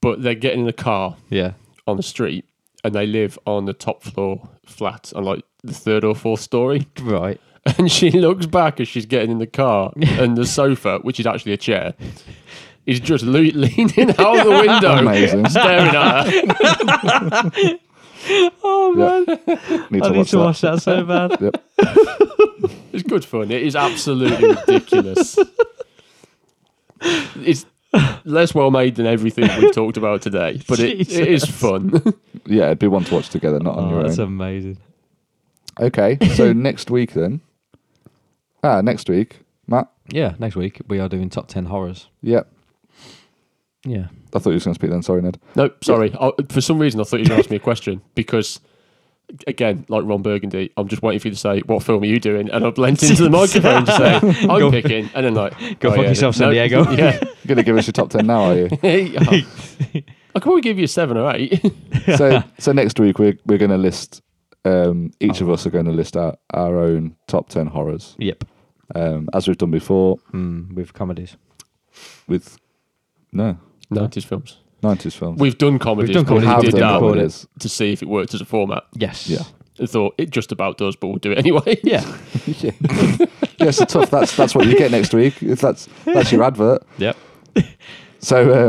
A: but they're getting in a car
C: Yeah.
A: on the street, and they live on the top floor flat on like the third or fourth story.
C: Right.
A: And she looks back as she's getting in the car, and the sofa, which is actually a chair, is just le- leaning out the window,
B: Amazing.
A: staring at her.
C: Oh
B: Yeah. Need to watch that.
C: that so bad.
B: Yep.
A: It's good fun. It is absolutely ridiculous. It's less well made than everything we've talked about today, but it, it is fun.
B: Yeah, it'd be one to watch together, not
A: Oh,
B: on your own.
C: Oh, amazing.
B: Okay, so next week then. Ah, next week, Matt.
C: Yeah. Next week we are doing top ten horrors.
B: Yep.
C: Yeah.
B: I thought you was going to speak then. Sorry, Ned.
A: no, sorry. I, for some reason, I thought you were going to ask me a question because again, like Ron Burgundy, I'm just waiting for you to say, What film are you doing? And I'll blend into the microphone to say, I'm
C: Go-
A: picking. And then, like, "Oh,
C: Go fuck yourself, San Diego.
A: Yeah.
B: You're going to give us your top 10 now, are you?
A: I could probably give you a seven or eight.
B: so so next week we're we're going to list um, each
A: Oh.
B: of us are going to list our, our own top 10 horrors
C: Yep.
B: um, as we've done before
C: Mm, with comedies.
B: with no
A: 90s films.
B: 90s films
A: We've done comedies.
C: We've done
A: but we
C: comedies,
B: have
A: did
B: done
A: that
C: comedies.
B: recordings.
A: to see if it worked as a format.
C: Yes.
B: Yeah.
A: And thought it just about does, but we'll do it anyway.
C: Yeah.
B: yeah. yeah so tough that's that's what you get next week if that's that's your advert
C: Yep.
B: so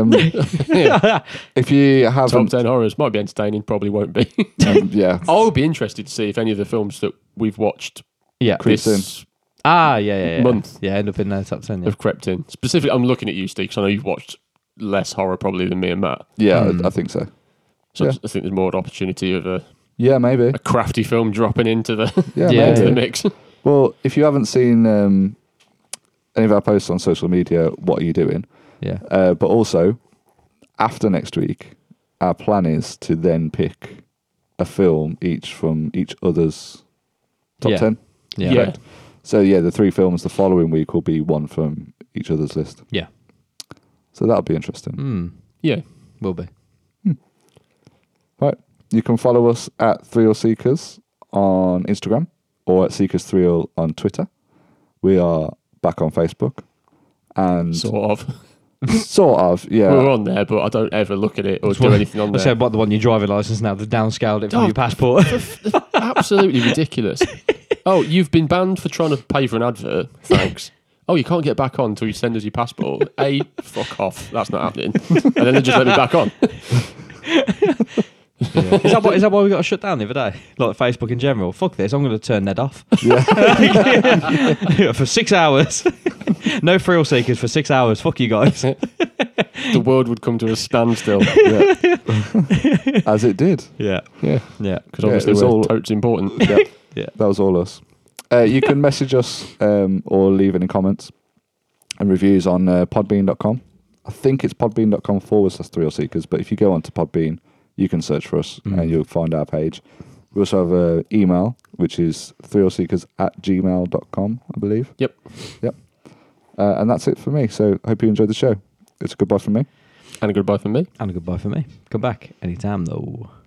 B: um, if you
A: Top
B: haven't
A: ten horrors might be entertaining, probably won't be.
B: um, yeah
A: I'll be interested to see if any of the films that we've watched
C: Yeah.
B: Creep in.
A: this
C: Ah, yeah, yeah, yeah.
A: Month.
C: Yeah, end up in the top 10. Yeah.
A: have crept in. Specifically, I'm looking at you, Steve, because I know you've watched less horror probably than me and Matt.
B: yeah
C: Hmm.
B: I, I think so
A: So
B: Yeah.
A: I think there's more an opportunity of a,
B: yeah maybe
A: a crafty film dropping into the
B: yeah,
C: Yeah.
A: into the
B: maybe.
A: mix.
B: well if you haven't seen um, any of our posts on social media what are you doing
C: Yeah.
B: Uh, but also, after next week, our plan is to then pick a film each from each other's top
C: Yeah.
B: 10.
C: Yeah.
A: Yeah.
B: So, yeah, the three films the following week will be one from each other's list.
C: Yeah.
B: So that'll be interesting.
C: Mm,
A: yeah.
C: will be.
B: Right. You can follow us at Thrill Seekers on Instagram or at Seekers Thrill on Twitter. We are back on Facebook. And
A: Sort of.
B: sort of, yeah.
A: We're on there, but I don't ever look at it or
C: That's
A: do
C: what-
A: anything on
C: I
A: there.
C: said, what, the one your driving license now? They've downscaled it from
A: Oh.
C: your passport.
A: Absolutely ridiculous. Oh, you've been banned for trying to pay for an advert. Thanks. Oh, you can't get back on until you send us your passport. A, fuck off. That's not happening. And then they just let me back on.
C: is, that why, is that why we got shut down the other day? Like Facebook in general? Fuck this, I'm going to turn Ned off. for six hours. no thrill seekers for six hours. Fuck you guys.
A: The world would come to a standstill.
B: Yeah. As it did.
C: Yeah.
B: Yeah.
C: Yeah.
A: Because
B: Yeah,
A: obviously
B: it's
A: we're
B: all-
A: totes important.
B: yeah,
C: Yeah.
B: that was all us. Uh, you can message us um, or leave any comments and reviews on uh, podbean.com. I think it's podbean.com forward slash thrill seekers, but if you go onto Podbean, you can search for us
C: Mm.
B: and you'll find our page. We also have an email, which is thrillseekers at gmail.com, I believe.
A: Yep.
B: Yep. Uh, and that's it for me. So I hope you enjoyed the show. It's a goodbye from me.
A: And a goodbye from me.
C: And a goodbye for me. Come back anytime, though.